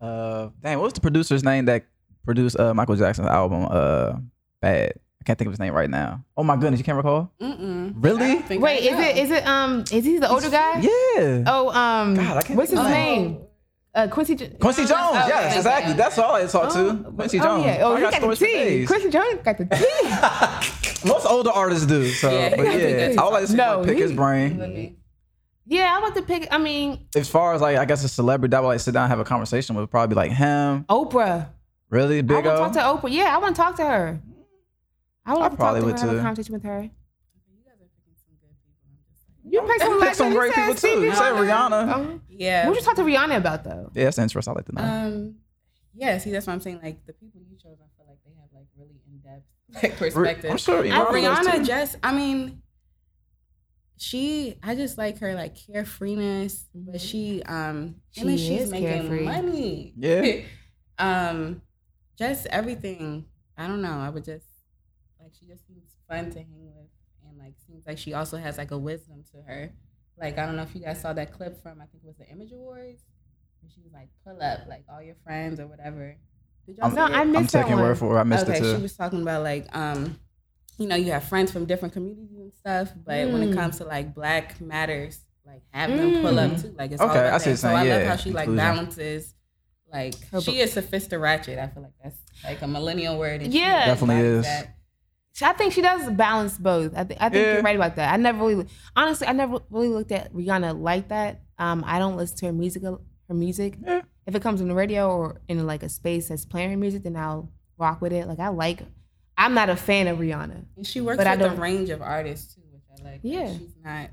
Speaker 1: uh, dang, what was the producer's name that produced uh, Michael Jackson's album? Uh, Bad. I can't think of his name right now. Oh my goodness, you can't recall?
Speaker 2: Mm-mm. I
Speaker 1: Really?
Speaker 2: don't think I
Speaker 3: Wait, is
Speaker 2: know.
Speaker 3: it is it um is he the older guy?
Speaker 1: Yeah.
Speaker 3: Oh um
Speaker 1: God, I can't think
Speaker 3: what's his
Speaker 1: of his
Speaker 2: name.
Speaker 3: name? Uh Quincy jo-
Speaker 1: Quincy Jones.
Speaker 2: oh,
Speaker 1: yes,
Speaker 2: okay.
Speaker 1: exactly. That's all I saw too. Quincy Jones.
Speaker 3: Oh, yeah. oh
Speaker 1: I
Speaker 3: he
Speaker 1: got
Speaker 3: got,
Speaker 1: stories
Speaker 3: the
Speaker 1: for
Speaker 3: T.
Speaker 1: days.
Speaker 3: Quincy Jones got the T.
Speaker 1: Most older artists do. So,
Speaker 2: Yeah,
Speaker 1: but
Speaker 2: he got the
Speaker 1: yeah,
Speaker 2: good
Speaker 1: I would like to see,
Speaker 3: No,
Speaker 1: like, pick his
Speaker 3: he-
Speaker 1: brain.
Speaker 3: yeah, I like to pick I mean
Speaker 1: As far as like, I guess a celebrity that I would like sit down and have a conversation with, would probably be like him.
Speaker 3: Oprah.
Speaker 1: Really,
Speaker 3: I
Speaker 1: Big
Speaker 3: want to talk to
Speaker 1: O.
Speaker 3: Oprah. Yeah, I want to talk to her. I would
Speaker 1: I
Speaker 3: like to talk
Speaker 1: probably
Speaker 3: to her.
Speaker 1: would,
Speaker 3: Have
Speaker 1: too.
Speaker 3: a conversation with her. You pick some,
Speaker 1: Pick some great people too. You say Rihanna.
Speaker 3: uh
Speaker 2: Yeah.
Speaker 3: What you talk to Rihanna about though?
Speaker 1: Yeah, that's interesting. I like to know.
Speaker 3: Uh,
Speaker 2: Um, yeah, see, that's what I'm saying. Like the people you chose, I feel like they have like really in depth like perspective.
Speaker 1: I'm sure you
Speaker 3: I-
Speaker 1: know
Speaker 2: But
Speaker 1: those
Speaker 2: Rihanna
Speaker 1: too.
Speaker 2: just, I mean, she, I just like her like carefreeness, but she, um,
Speaker 3: She
Speaker 2: and then
Speaker 3: is
Speaker 2: she's making
Speaker 3: carefree.
Speaker 2: money.
Speaker 1: Yeah.
Speaker 2: um, just everything. I don't know. I would just like she just seems fun to hang with, and like seems like she also has like a wisdom to her. Like I don't know if you guys saw that clip from I think it was the Image Awards, and she was like, "Pull up, like all your friends or whatever." Did y'all
Speaker 1: I'm-
Speaker 2: see
Speaker 3: Um, No,
Speaker 2: it?
Speaker 3: I
Speaker 1: I'm
Speaker 3: missed that
Speaker 1: taking
Speaker 3: one.
Speaker 1: word for it. I missed
Speaker 2: okay,
Speaker 1: it
Speaker 2: she
Speaker 1: too.
Speaker 2: was talking about like um, you know, you have friends from different communities and stuff, but when
Speaker 3: Mm.
Speaker 2: it comes to like Black matters, like have them pull up too. Like it's all
Speaker 1: Okay,
Speaker 2: about
Speaker 1: I see what
Speaker 2: that. So
Speaker 1: you're
Speaker 2: I
Speaker 1: saying,
Speaker 2: love
Speaker 1: yeah,
Speaker 2: how she like
Speaker 1: inclusion.
Speaker 2: balances. Like
Speaker 3: Her
Speaker 2: she is Sophista Ratchet. I feel like that's like a millennial word. and she
Speaker 3: Yeah.
Speaker 1: Definitely
Speaker 2: embodies
Speaker 1: is.
Speaker 2: that.
Speaker 3: She- I think she does balance both. I, think I think
Speaker 1: Yeah.
Speaker 3: you're right about that. I never really, honestly, I never really looked at Rihanna like that. Um, I don't listen to her music. Her music,
Speaker 1: Yeah.
Speaker 3: if it comes on the radio or in like a space that's playing her music, then I'll rock with it. Like I like, I'm not a fan of Rihanna.
Speaker 2: And she works
Speaker 3: But I
Speaker 2: with a
Speaker 3: don't-
Speaker 2: range of artists too, which I like. Like,
Speaker 3: Yeah.
Speaker 2: she's not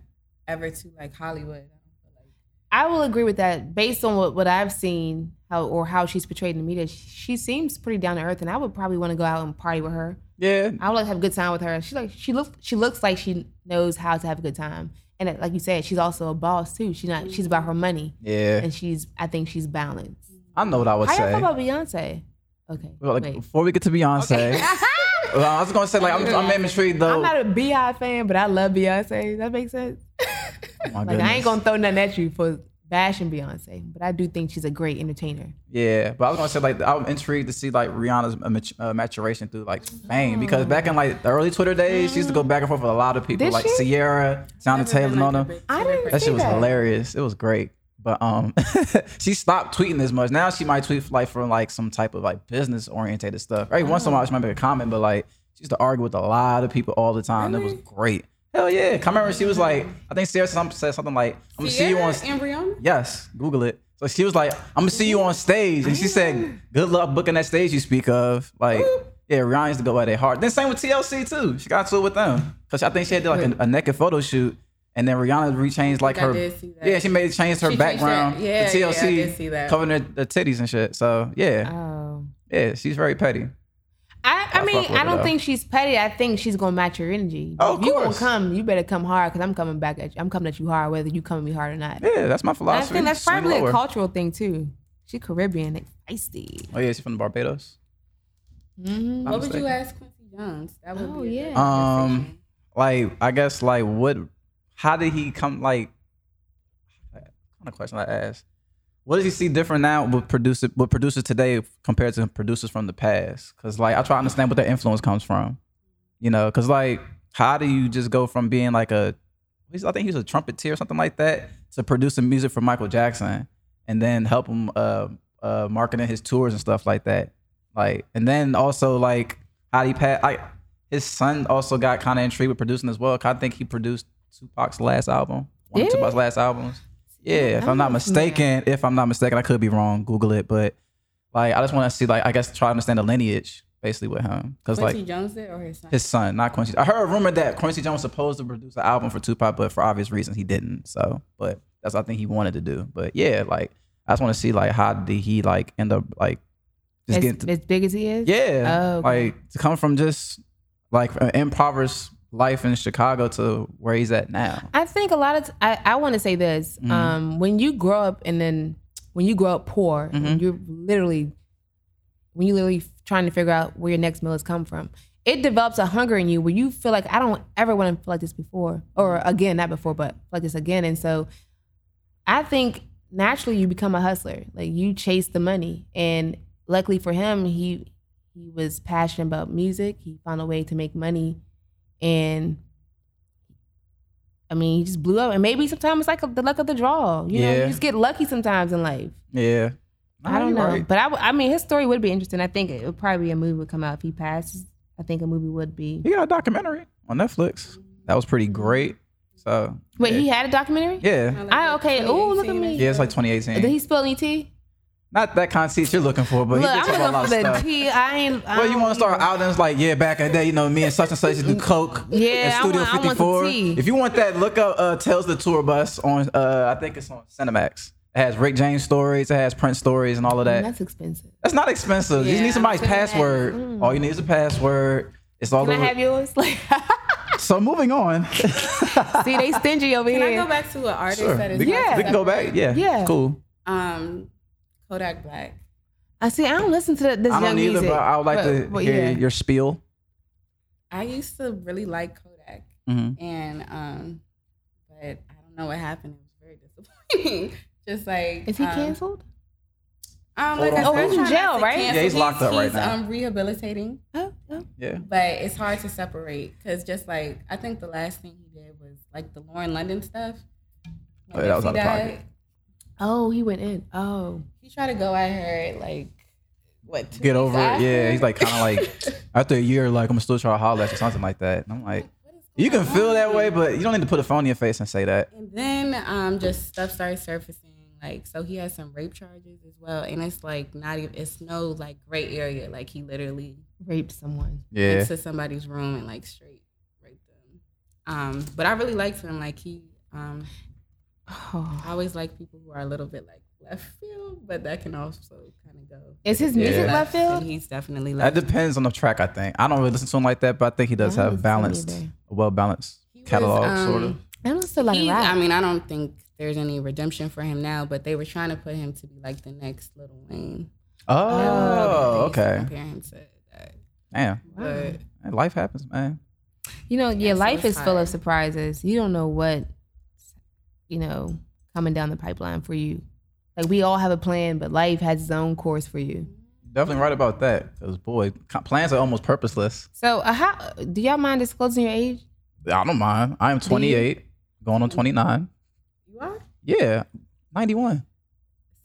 Speaker 2: ever too like Hollywood. I don't feel like
Speaker 3: I will agree with that based on what, what I've seen how or how she's portrayed in the media. She, she seems pretty down to earth, and I would probably want to go out and party with her.
Speaker 1: Yeah.
Speaker 3: I would like to have a good time with her. She like she looks she looks like she knows how to have a good time. And it- like you said, she's also a boss too. She's not she's about her money.
Speaker 1: Yeah.
Speaker 3: And she's I think she's balanced.
Speaker 1: I know what I would
Speaker 3: How you
Speaker 1: say.
Speaker 3: feel about Beyonce? Okay.
Speaker 1: Well, like,
Speaker 3: wait.
Speaker 1: before we get to Beyonce, well, I was gonna say like I'm, I'm intrigued though.
Speaker 3: I'm not a Bi fan, but I love Beyonce. That makes sense.
Speaker 1: oh my
Speaker 3: Like
Speaker 1: goodness.
Speaker 3: I ain't gonna throw nothing at you for bashing Beyonce, but I do think she's a great entertainer.
Speaker 1: Yeah, but I was gonna say like I'm intrigued to see like Rihanna's uh, mat- uh, maturation through like fame because back in like the early Twitter days, she used to go back and forth with a lot of people
Speaker 3: Did
Speaker 1: like
Speaker 3: she?
Speaker 1: Sierra, Sound
Speaker 2: Never been,
Speaker 1: Taylor, and
Speaker 2: like,
Speaker 1: all
Speaker 2: a
Speaker 1: them.
Speaker 2: big
Speaker 3: I
Speaker 2: celebrity.
Speaker 3: didn't
Speaker 1: That
Speaker 3: see
Speaker 1: shit was
Speaker 3: that.
Speaker 1: hilarious. It was great. But um, she stopped tweeting as much. Now she might tweet like from like some type of like business oriented stuff. Every once in a
Speaker 3: Oh.
Speaker 1: while she might make a comment, but like she used to argue with a lot of people all the time. That was great. Hell yeah! 'Cause I remember she was like, I think Sierra some- said something like, "I'm gonna see you on."
Speaker 2: Sierra and Rihanna?
Speaker 1: Yes, Google it. So she was like, I'm gonna see you on stage. And she said, Good luck booking that stage you speak of. Like, yeah, Rihanna used to go by their heart. Then same with TLC too. She got to it with them. Cause I think she had did like a, a naked photo shoot. And then Rihanna rechanged like
Speaker 2: I
Speaker 1: her.
Speaker 2: did see that.
Speaker 1: Yeah, she made change her
Speaker 2: She changed
Speaker 1: background
Speaker 2: that. Yeah,
Speaker 1: to
Speaker 2: yeah, I
Speaker 1: TLC,
Speaker 2: did see that.
Speaker 1: covering their, their titties and shit. So yeah,
Speaker 3: Oh.
Speaker 1: yeah, she's very petty.
Speaker 3: I, I,
Speaker 1: I
Speaker 3: mean,
Speaker 1: fuck with
Speaker 3: I
Speaker 1: her,
Speaker 3: don't
Speaker 1: though.
Speaker 3: think she's petty. I think she's gonna match your energy.
Speaker 1: Oh, of
Speaker 3: if you gonna
Speaker 1: course.
Speaker 3: come, you better come hard because I'm coming back at you. I'm coming at you hard, whether you come at me hard or not.
Speaker 1: Yeah, that's my
Speaker 3: I
Speaker 1: philosophy.
Speaker 3: think that's
Speaker 1: Swing
Speaker 3: probably
Speaker 1: lower.
Speaker 3: a cultural thing too. She Caribbean, like feisty.
Speaker 1: Oh yeah, she's from Barbados.
Speaker 3: Mm-hmm.
Speaker 1: I'm
Speaker 2: What would you
Speaker 1: mistaken.
Speaker 2: ask Quincy Jones? That would
Speaker 3: Oh,
Speaker 2: be a
Speaker 3: yeah.
Speaker 2: good
Speaker 1: Um,
Speaker 2: conversation.
Speaker 1: like I guess like what how did he come like what kind of question I asked. What does he see different now with producer with producers today compared to producers from the past? Cause like I try to understand what their influence comes from. You know, cause like how do you just go from being like a he's- I think he was a trumpeter or something like that to producing music for Michael Jackson and then help him uh uh marketing his tours and stuff like that. Like and then also like how he pass like his son also got kind of intrigued with producing as well. 'cause I think he produced Tupac's last album, one of
Speaker 3: Did he?
Speaker 1: Tupac's last albums. Yeah, if I'm not
Speaker 3: Oh, snap.
Speaker 1: mistaken, if I'm not mistaken, I could be wrong. Google it, but like I just want to see like I guess try to understand the lineage basically with him because
Speaker 2: Quincy
Speaker 1: like
Speaker 2: Jones did or his son?
Speaker 1: his son, not Quincy. I heard a rumor that Quincy Jones was supposed to produce an album for Tupac, but for obvious reasons he didn't. So, but that's what I think he wanted to do. But yeah, like I just want to see like how did he like end up like just
Speaker 3: As,
Speaker 1: getting to
Speaker 3: as big as he is.
Speaker 1: yeah.
Speaker 3: Oh, okay.
Speaker 1: Like to come from just like an impoverished life in Chicago to where he's at now.
Speaker 3: I think a lot of t- I, I want to say this.
Speaker 1: Mm-hmm.
Speaker 3: Um, when you grow up and then when you grow up poor,
Speaker 1: Mm-hmm.
Speaker 3: and you're literally when you literally trying to figure out where your next meal has come from. It develops a hunger in you where you feel like I don't ever want to feel like this before, or again, not before, but like this again. And so, I think naturally you become a hustler. Like you chase the money, and luckily for him, he He was passionate about music. He found a way to make money, and I mean, he just blew up. And maybe sometimes it's like the luck of the draw. You know,
Speaker 1: Yeah.
Speaker 3: you just get lucky sometimes in life.
Speaker 1: Yeah.
Speaker 3: I don't
Speaker 1: You're
Speaker 3: know,
Speaker 1: right.
Speaker 3: but I, w- I mean, his story would be interesting. I think it would probably be a movie would come out if he passes. I think a movie would be.
Speaker 1: He got a documentary on Netflix. That was pretty great. So
Speaker 3: Wait,
Speaker 1: yeah.
Speaker 3: he had a documentary.
Speaker 1: Yeah.
Speaker 3: I- okay, ooh, look at me.
Speaker 1: Yeah, it's like 2018.
Speaker 3: Did he spill any tea?
Speaker 1: Not that kind of seats you're looking for, but
Speaker 3: Look,
Speaker 1: he did
Speaker 3: I'm
Speaker 1: talk about a lot
Speaker 3: looking
Speaker 1: of
Speaker 3: for the
Speaker 1: stuff.
Speaker 3: tea. I ain't. um, I
Speaker 1: Well, you
Speaker 3: don't
Speaker 1: want to start out and it's like, yeah, back in the day, you know, me and such and such used to do coke.
Speaker 3: Yeah, I
Speaker 1: in Studio
Speaker 3: want- I want the
Speaker 1: 54.
Speaker 3: tea.
Speaker 1: If you want that, look up uh, Tales the Tour Bus on, uh, I think it's on Cinemax. It has Rick James stories, it has Prince stories, and all of that.
Speaker 3: That's expensive.
Speaker 1: That's not expensive. you just
Speaker 2: Yeah,
Speaker 1: need somebody's
Speaker 2: Cinemax.
Speaker 1: password. All you need is a password. It's all
Speaker 3: Mm. Can I
Speaker 1: over.
Speaker 3: have yours? Like,
Speaker 1: so moving on.
Speaker 3: see, they stingy over
Speaker 2: Can I
Speaker 3: here.
Speaker 2: go back to an artist
Speaker 1: Sure.
Speaker 2: that is
Speaker 1: We, can-
Speaker 2: hard to
Speaker 1: we can go
Speaker 2: separate?
Speaker 1: back. Yeah.
Speaker 3: Yeah.
Speaker 1: Cool.
Speaker 2: Um, Kodak Black.
Speaker 3: I see. I don't listen to the, this
Speaker 1: I don't
Speaker 3: young
Speaker 1: either,
Speaker 3: music.
Speaker 1: but I would like to
Speaker 3: But- but
Speaker 1: hear
Speaker 3: yeah.
Speaker 1: your spiel.
Speaker 2: I used to really like Kodak,
Speaker 3: Mm-hmm.
Speaker 1: Mhm.
Speaker 2: and um, but I don't know what happened. It was very disappointing. Just like
Speaker 3: Is he
Speaker 2: um,
Speaker 3: canceled?
Speaker 2: Um,
Speaker 1: Hold
Speaker 2: like
Speaker 1: on.
Speaker 2: I said,
Speaker 1: Oh, he's in
Speaker 2: I'm trying not
Speaker 3: jail,
Speaker 2: to
Speaker 3: right?
Speaker 2: cancel.
Speaker 1: Yeah, he's locked up right
Speaker 2: he's,
Speaker 1: now.
Speaker 2: Um, rehabilitating,
Speaker 3: Oh, oh.
Speaker 1: Yeah.
Speaker 2: but it's hard to separate because just like I think the last thing he did was like the Lauren London stuff.
Speaker 1: Oh, yeah, that was
Speaker 2: When
Speaker 1: out of
Speaker 2: Nipsey
Speaker 1: pocket.
Speaker 2: died,
Speaker 3: Oh, he went in. Oh,
Speaker 2: He tried to go at her like what? two
Speaker 1: Get
Speaker 2: weeks
Speaker 1: over it.
Speaker 2: after?
Speaker 1: Yeah. He's like, kind of like, after a year, like, I'm still trying to holler at you, something like that. And I'm like, you can feel that way, but you don't need to put a phone in your face and say that.
Speaker 2: And then um, just stuff started surfacing. Like, so he has some rape charges as well. And it's like not even, it's no like gray area. Like, he literally
Speaker 3: raped someone.
Speaker 1: Yeah.
Speaker 2: went to somebody's room and like straight raped them. Um, but I really liked him. Like, he, um,
Speaker 3: Oh.
Speaker 2: I always like people who are a little bit like left field, but that can also kind of go.
Speaker 3: Is his
Speaker 1: Yeah.
Speaker 3: music left
Speaker 2: And
Speaker 3: field?
Speaker 2: he's definitely
Speaker 1: That
Speaker 2: left.
Speaker 1: depends on the track, I think. I don't really listen to him like that, but I think he does
Speaker 3: I don't
Speaker 1: have
Speaker 3: listen
Speaker 1: balanced,
Speaker 3: either.
Speaker 1: a well balanced
Speaker 2: He was,
Speaker 1: catalog,
Speaker 2: um,
Speaker 1: sort of.
Speaker 3: I don't still like
Speaker 2: He- I
Speaker 3: rap.
Speaker 2: mean, I don't think there's any redemption for him now, but they were trying to put him to be like the next Little Wayne.
Speaker 1: Oh,
Speaker 2: They used to
Speaker 1: okay.
Speaker 2: Compare him to that.
Speaker 1: Damn.
Speaker 2: But
Speaker 1: Man, life happens, man.
Speaker 3: You know, yeah,
Speaker 2: so
Speaker 3: life
Speaker 2: it's
Speaker 3: is full
Speaker 2: hard.
Speaker 3: of surprises. You don't know what, you know, coming down the pipeline for you. Like we all have a plan, but life has its own course for you.
Speaker 1: Definitely right about that. Because, boy, co- plans are almost purposeless.
Speaker 3: So, uh, how do y'all mind disclosing your age?
Speaker 1: I don't mind. I am 28, going on 29.
Speaker 2: you are?
Speaker 1: Yeah, 91.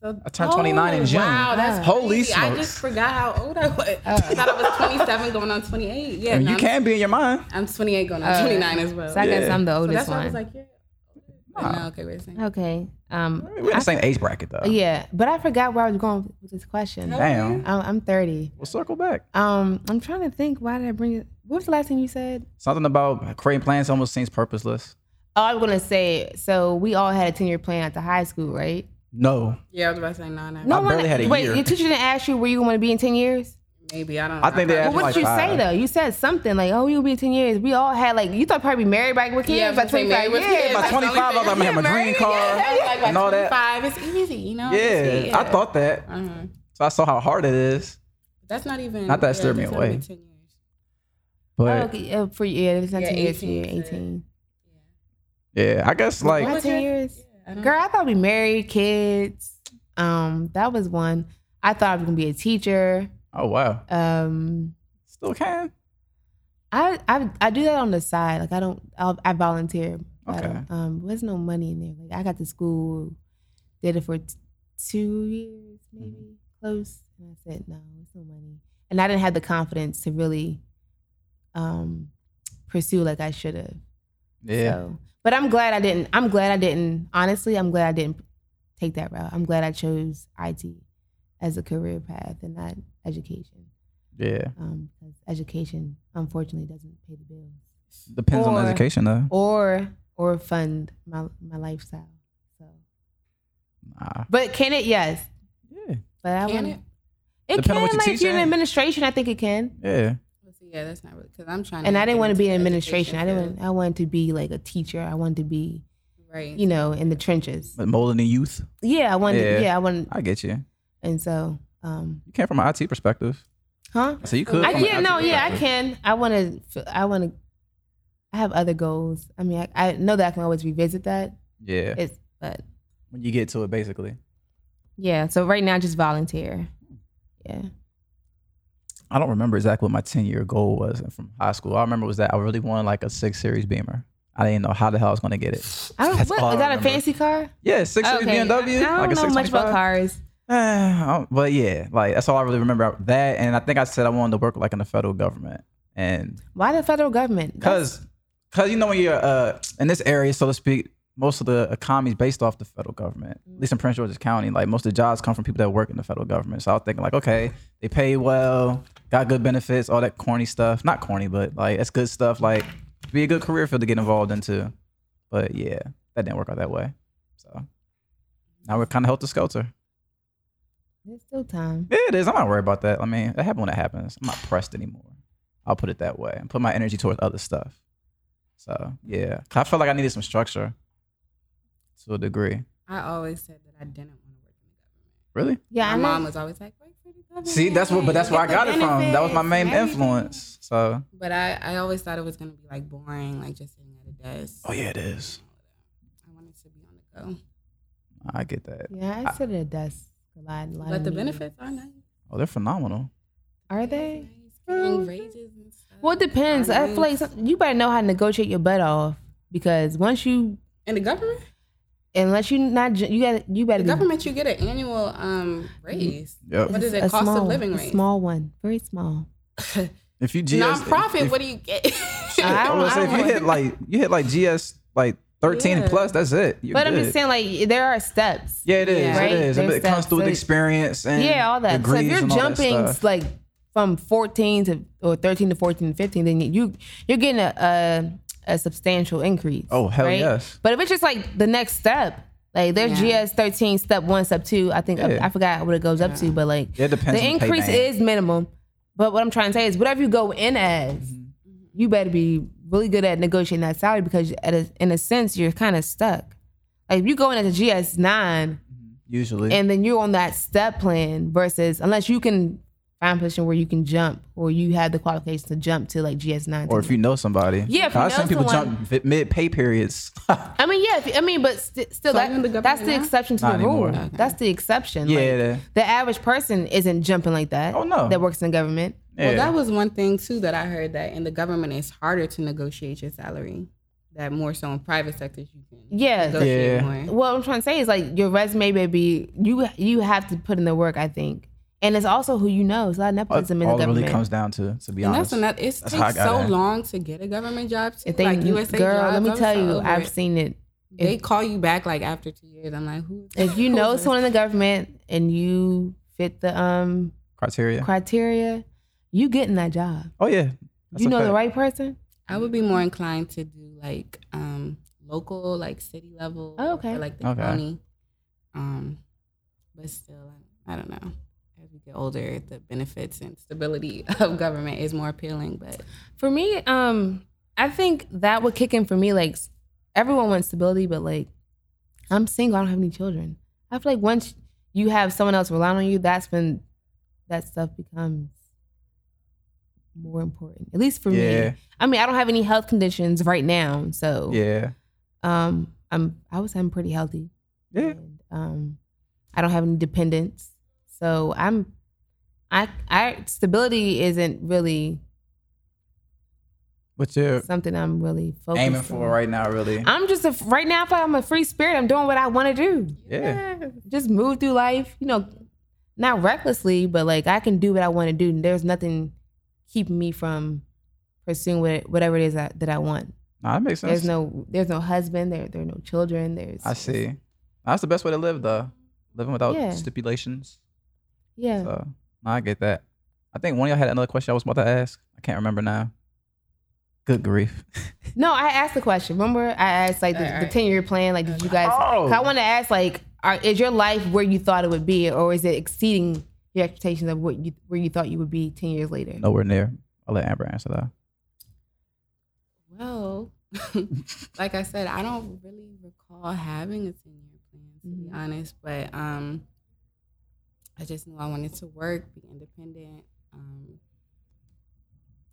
Speaker 2: So, oh,
Speaker 1: I turned 29 in June.
Speaker 2: Wow, that's
Speaker 1: Holy
Speaker 2: crazy. I just
Speaker 1: smokes.
Speaker 2: forgot how old I was. I thought I was 27 going on 28. Yeah,
Speaker 1: I mean,
Speaker 2: no,
Speaker 1: you
Speaker 2: I'm-
Speaker 1: can be in your mind.
Speaker 2: I'm 28 going on
Speaker 3: Oh.
Speaker 2: 29 as well.
Speaker 3: So I guess
Speaker 1: Yeah.
Speaker 3: I'm the
Speaker 2: So
Speaker 3: oldest
Speaker 2: that's why I was
Speaker 3: one.
Speaker 2: like, yeah.
Speaker 1: Nah.
Speaker 2: No, okay, wait a second.
Speaker 3: okay. Um.
Speaker 1: We're in the same age bracket, though.
Speaker 3: Oh, Yeah, but I forgot where I was going with this question. I'm,
Speaker 1: Damn.
Speaker 3: I'm 30.
Speaker 1: We'll circle back.
Speaker 3: Um, I'm trying to think. Why did I bring it? What was the last thing you said?
Speaker 1: Something about creating plans almost seems purposeless.
Speaker 3: Oh, I was gonna say. So we all had a 10 year plan after high school, right?
Speaker 1: No.
Speaker 2: Yeah, I was about to say, no, no.
Speaker 1: I barely had a
Speaker 3: wait,
Speaker 1: year.
Speaker 3: your teacher didn't ask you where you want to be in 10 years.
Speaker 2: Maybe, I don't
Speaker 1: I think they
Speaker 2: probably-
Speaker 1: asked
Speaker 3: Well, what
Speaker 1: like
Speaker 3: did you say
Speaker 1: five.
Speaker 3: though? You said something like, "Oh, you'll be in 10 years." We all had like you thought probably married back with kids
Speaker 2: Yeah, I was
Speaker 3: by
Speaker 2: gonna say
Speaker 3: 25
Speaker 2: married with
Speaker 3: years.
Speaker 2: kids.
Speaker 1: By
Speaker 2: That's the only
Speaker 1: 25, I was like, I'm gonna have my dream car
Speaker 2: Yeah,
Speaker 1: and all that.
Speaker 2: Five, it's easy, you know?
Speaker 1: Yeah, I thought that.
Speaker 2: uh
Speaker 1: So I saw how hard it is.
Speaker 2: That's not even.
Speaker 1: Not that
Speaker 2: yeah,
Speaker 1: stirred me
Speaker 2: that's not even
Speaker 1: away.
Speaker 2: 10 years.
Speaker 3: Oh,
Speaker 1: But
Speaker 3: okay, uh, for yeah, it's not
Speaker 2: Yeah,
Speaker 3: 10 years.
Speaker 2: 18,
Speaker 3: Yeah,
Speaker 2: you said.
Speaker 3: 18.
Speaker 1: yeah, I guess like
Speaker 3: What, 10 years?
Speaker 2: Yeah, I don't-
Speaker 3: Girl, I thought we married, kids. Um, that was one. I thought I was gonna be a teacher.
Speaker 1: oh wow,
Speaker 3: Um,
Speaker 1: still can.
Speaker 3: I I, I do that on the side. Like I don't. I'll, I volunteer. I
Speaker 1: Okay.
Speaker 3: don't- um, there's no money in there. Like I got to school, did it for t- two years
Speaker 1: Mm-hmm.
Speaker 3: maybe close, and I said no, there's no money, and I didn't have the confidence to really, um, pursue like I should have.
Speaker 1: Yeah,
Speaker 3: So, but I'm glad I didn't. I'm glad I didn't. Honestly, I'm glad I didn't take that route. I'm glad I chose IT as a career path and not education.
Speaker 1: yeah.
Speaker 3: Um, because education unfortunately doesn't pay the bills
Speaker 1: Depends on
Speaker 3: Or-
Speaker 1: education though.
Speaker 3: or or fund my my lifestyle. So,
Speaker 1: Nah.
Speaker 3: but can it? Yes.
Speaker 1: Yeah,
Speaker 3: But I
Speaker 2: Can
Speaker 3: wouldn't-
Speaker 2: it?
Speaker 3: It
Speaker 1: Depending on
Speaker 3: can.
Speaker 1: what you're
Speaker 3: Like if you're in
Speaker 1: teaching.
Speaker 3: administration, I think it can.
Speaker 1: yeah.
Speaker 2: Well, see, yeah, that's not really because I'm trying.
Speaker 3: And I didn't
Speaker 2: get
Speaker 3: want to
Speaker 2: into
Speaker 3: be in
Speaker 2: the
Speaker 3: administration. I didn't.
Speaker 2: education
Speaker 3: Want, I wanted to be like a teacher. I wanted to be,
Speaker 2: field. Right.
Speaker 3: you know, in the trenches.
Speaker 1: But molding the youth,
Speaker 3: Yeah, I wanted.
Speaker 1: Yeah.
Speaker 3: Yeah, I wanted.
Speaker 1: I get you.
Speaker 3: And so, um,
Speaker 1: You came from an IT perspective,
Speaker 3: huh?
Speaker 1: so you could.
Speaker 3: I,
Speaker 1: from an
Speaker 3: yeah,
Speaker 1: IT
Speaker 3: no, yeah, I
Speaker 1: perspective.
Speaker 3: can. I want to. I want to. I have other goals. I mean, I, I know that I can always revisit that.
Speaker 1: Yeah,
Speaker 3: It's but
Speaker 1: when you get to it, basically.
Speaker 3: yeah. So right now, I just volunteer. Yeah.
Speaker 1: I don't remember exactly what my 10 year goal was from high school. All I remember was that I really wanted like a six series Beamer. I didn't know how the hell I was going to get it.
Speaker 3: I don't.
Speaker 1: That's
Speaker 3: Oh, What,
Speaker 1: all I
Speaker 3: is that a
Speaker 1: remember.
Speaker 3: fancy car?
Speaker 1: Yeah, six series
Speaker 3: Okay,
Speaker 1: BMW.
Speaker 3: I, I
Speaker 1: like
Speaker 3: don't
Speaker 1: a
Speaker 3: know much about
Speaker 1: 625.
Speaker 3: cars.
Speaker 1: Eh, I don't- but yeah, like that's all I really remember that. And I think I said I wanted to work like in the federal government, and
Speaker 3: Why the federal government? That's-
Speaker 1: because because you know when you're uh, in this area, so to speak, most of the economy is based off the federal government. At least in Prince George's County, like most of the jobs come from people that work in the federal government. So I was thinking like, okay, they pay well, got good benefits, all that corny stuff. Not corny, but like it's good stuff. Like be a good career field to get involved into. But yeah, that didn't work out that way. So now we're kind of helter skelter.
Speaker 3: there's still time.
Speaker 1: Yeah, it is. I'm not worried about that. I mean, that happened when it happens. I'm not pressed anymore. I'll put it that way and put my energy towards other stuff. So yeah, 'Cause I felt like I needed some structure to a degree.
Speaker 2: I always said that I didn't want to work in the
Speaker 1: Really?
Speaker 2: government.
Speaker 3: Yeah,
Speaker 2: my
Speaker 3: I know.
Speaker 2: mom was always like, work for the government.
Speaker 1: See, that's what, but that's where I
Speaker 2: Get
Speaker 1: got
Speaker 2: the
Speaker 1: it from. That was my
Speaker 2: benefits
Speaker 1: main
Speaker 2: and everything."
Speaker 1: influence. So
Speaker 2: But I, I always thought it was gonna be like boring, like just sitting at a desk.
Speaker 1: Oh, yeah, it is.
Speaker 2: I wanted to be on the go.
Speaker 1: I get that.
Speaker 3: yeah, I sit at a desk a lot. A lot
Speaker 2: But
Speaker 3: of
Speaker 2: the
Speaker 3: meetings.
Speaker 2: benefits are nice.
Speaker 1: Oh, they're phenomenal.
Speaker 3: are they?
Speaker 2: Getting
Speaker 3: Mm.
Speaker 2: raises and stuff.
Speaker 3: Well, it depends. I feel like some, you better know how to negotiate your butt off because once you,
Speaker 2: in the government,
Speaker 3: unless you not, ju- you got you better
Speaker 2: the
Speaker 3: be- Mm-hmm.
Speaker 2: government you get an annual um raise.
Speaker 1: Yep.
Speaker 2: What is
Speaker 3: It's
Speaker 2: it?
Speaker 3: a
Speaker 2: Cost
Speaker 3: small,
Speaker 2: of living
Speaker 3: a
Speaker 2: rate.
Speaker 3: Small one, very small.
Speaker 1: If you GS,
Speaker 2: Nonprofit.
Speaker 1: if-
Speaker 2: What do you get?
Speaker 3: I
Speaker 1: I
Speaker 3: don't-
Speaker 1: would say
Speaker 3: I
Speaker 1: if
Speaker 3: don't
Speaker 1: you hit like you hit like GS like 13
Speaker 2: Yeah.
Speaker 1: plus, that's it. You're
Speaker 3: But
Speaker 1: good.
Speaker 3: I'm just saying, like there are steps.
Speaker 1: Yeah, it is.
Speaker 2: Yeah.
Speaker 3: Right?
Speaker 1: It is. It
Speaker 3: There's
Speaker 1: it comes
Speaker 3: that-
Speaker 1: through with
Speaker 3: so-
Speaker 1: experience and
Speaker 3: yeah, all that. So if
Speaker 1: degrees
Speaker 3: you're
Speaker 1: and all that
Speaker 3: jumping
Speaker 1: stuff.
Speaker 3: s- like from 14 to or 13 to 14 to 15, then you you're getting a a, a substantial increase.
Speaker 1: Oh, hell
Speaker 3: right?
Speaker 1: yes.
Speaker 3: But if it's just like the next step, like there's
Speaker 2: Yeah.
Speaker 3: GS 13 step one, step two. I think
Speaker 1: Yeah.
Speaker 3: I, I forgot what it goes up to, but like
Speaker 1: Yeah, it depends
Speaker 3: The
Speaker 1: on the
Speaker 3: increase
Speaker 1: payback.
Speaker 3: is minimum. But what I'm trying to say is, whatever you go in as,
Speaker 1: Mm-hmm.
Speaker 3: you better be really good at negotiating that salary because, at a, in a sense, you're kind of stuck. Like if you go in as a GS nine,
Speaker 1: usually.
Speaker 3: and then you're on that step plan versus unless you can find a position where you can jump or you have the qualifications to jump to like GS9.
Speaker 1: or if you know somebody.
Speaker 3: Yeah, if you
Speaker 1: I've
Speaker 3: know
Speaker 1: seen people
Speaker 3: someone-
Speaker 1: jump vi- mid pay periods. yeah,
Speaker 3: I mean, yeah, if, I mean, but st- still,
Speaker 2: So
Speaker 3: that,
Speaker 2: even the government
Speaker 3: that's the
Speaker 2: now?
Speaker 3: exception to
Speaker 1: Not
Speaker 3: the rule.
Speaker 1: anymore.
Speaker 3: That's the exception. Like,
Speaker 1: yeah.
Speaker 3: the average person isn't jumping like that.
Speaker 1: Oh, no.
Speaker 3: that works in government.
Speaker 2: Well,
Speaker 1: yeah.
Speaker 2: that was one thing too that I heard that in the government it's harder to negotiate your salary. That more so in private sectors you can
Speaker 3: Yeah.
Speaker 1: Yeah.
Speaker 2: negotiate more.
Speaker 3: What I'm trying to say is like your resume, baby. You you have to put in the work. I think, and it's also who you know. It's a lot of nepotism in
Speaker 1: all
Speaker 3: the
Speaker 1: it really
Speaker 3: government.
Speaker 1: comes down to, to be
Speaker 2: And
Speaker 1: honest.
Speaker 2: that's another. It takes
Speaker 1: That's how I got
Speaker 2: so
Speaker 1: in.
Speaker 2: long to get a government job. Too.
Speaker 3: if they,
Speaker 2: like USA
Speaker 3: girl,
Speaker 2: jobs,
Speaker 3: let me
Speaker 2: I'm
Speaker 3: tell
Speaker 2: so
Speaker 3: you,
Speaker 2: over
Speaker 3: I've
Speaker 2: it.
Speaker 3: seen it.
Speaker 2: They call you back like after two years. I'm like, who?
Speaker 3: If you know someone in the government and you fit the um
Speaker 1: Criteria.
Speaker 3: criteria, you getting that job.
Speaker 1: Oh yeah. That's
Speaker 3: you
Speaker 1: a
Speaker 3: know the
Speaker 1: fact.
Speaker 3: right person.
Speaker 2: I would be more inclined to do like um local, like city level,
Speaker 3: Oh, okay.
Speaker 2: or, like the
Speaker 1: Okay.
Speaker 2: county. Um, but still, I don't know. As we get older, the benefits and stability of government is more appealing. But
Speaker 3: For me, um, I think that would kick in for me. Like everyone wants stability, but like I'm single, I don't have any children. I feel like once you have someone else relying on you, that's when that stuff becomes more important. At least for
Speaker 1: Yeah.
Speaker 3: me. I mean, I don't have any health conditions right now, so
Speaker 1: Yeah.
Speaker 3: um, I'm I would say I'm pretty healthy.
Speaker 1: Yeah.
Speaker 3: And, um, I don't have any dependents, so I'm, I, I stability isn't really
Speaker 1: What you're
Speaker 3: something I'm really focused
Speaker 1: aiming for
Speaker 3: on.
Speaker 1: right now, really.
Speaker 3: I'm just a, right now. I feel like I'm a free spirit. I'm doing what I want to do.
Speaker 1: yeah.
Speaker 3: Just move through life, you know, not recklessly, but like I can do what I want to do. And there's nothing keeping me from pursuing what, whatever it is that, that I want.
Speaker 1: Nah, that makes sense.
Speaker 3: There's no, there's no husband. There, there are no children. There's.
Speaker 1: I see. That's the best way to live though. Living without
Speaker 3: Yeah.
Speaker 1: stipulations.
Speaker 3: Yeah.
Speaker 1: So nah, I get that. I think one of y'all had another question I was about to ask. I can't remember now. Good grief.
Speaker 3: No, I asked the question. Remember, I asked like the,
Speaker 2: All
Speaker 3: the
Speaker 2: right.
Speaker 3: ten year plan. Like, did you guys?
Speaker 1: Oh.
Speaker 3: 'cause I want to ask like, are, is your life where you thought it would be, or is it exceeding your expectations of what you where you thought you would be ten years later?
Speaker 1: Nowhere near. I'll let Amber answer that.
Speaker 2: well, like I said, I don't really recall having a ten year plan to be
Speaker 1: Mm-hmm.
Speaker 3: Mhm.
Speaker 2: honest. But um, I just knew I wanted to work, be independent. Um,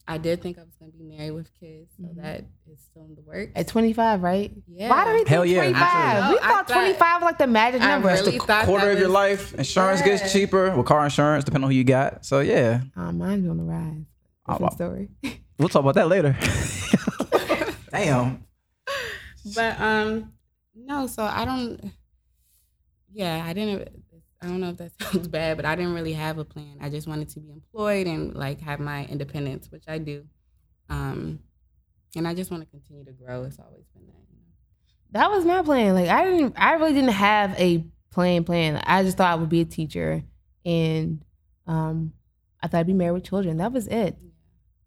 Speaker 2: I did think I was gonna be married with kids, so
Speaker 1: Mm-hmm.
Speaker 2: that is still in the work.
Speaker 3: At 25, right?
Speaker 2: Yeah.
Speaker 3: Why do we think
Speaker 1: Hell yeah, me too.
Speaker 3: 25? We
Speaker 2: No, I
Speaker 3: thought
Speaker 2: thought-
Speaker 3: 25 was like the magic
Speaker 2: I
Speaker 3: number.
Speaker 2: really thought
Speaker 1: Quarter
Speaker 2: that
Speaker 1: of your
Speaker 2: was-
Speaker 1: life, insurance
Speaker 2: Yeah.
Speaker 1: gets cheaper with car insurance, depending on who you got. So yeah,
Speaker 3: Uh, mine's on the rise. Different story.
Speaker 1: we'll talk about that later. Damn.
Speaker 2: But um, no. So I don't. Yeah, I didn't. I don't know if that sounds bad, but I didn't really have a plan. I just wanted to be employed and like have my independence, which I do. Um, and I just want to continue to grow. It's always been that. you know.
Speaker 3: That was my plan. Like I didn't I really didn't have a plan plan. I just thought I would be a teacher and um I thought I'd be married with children. That was it.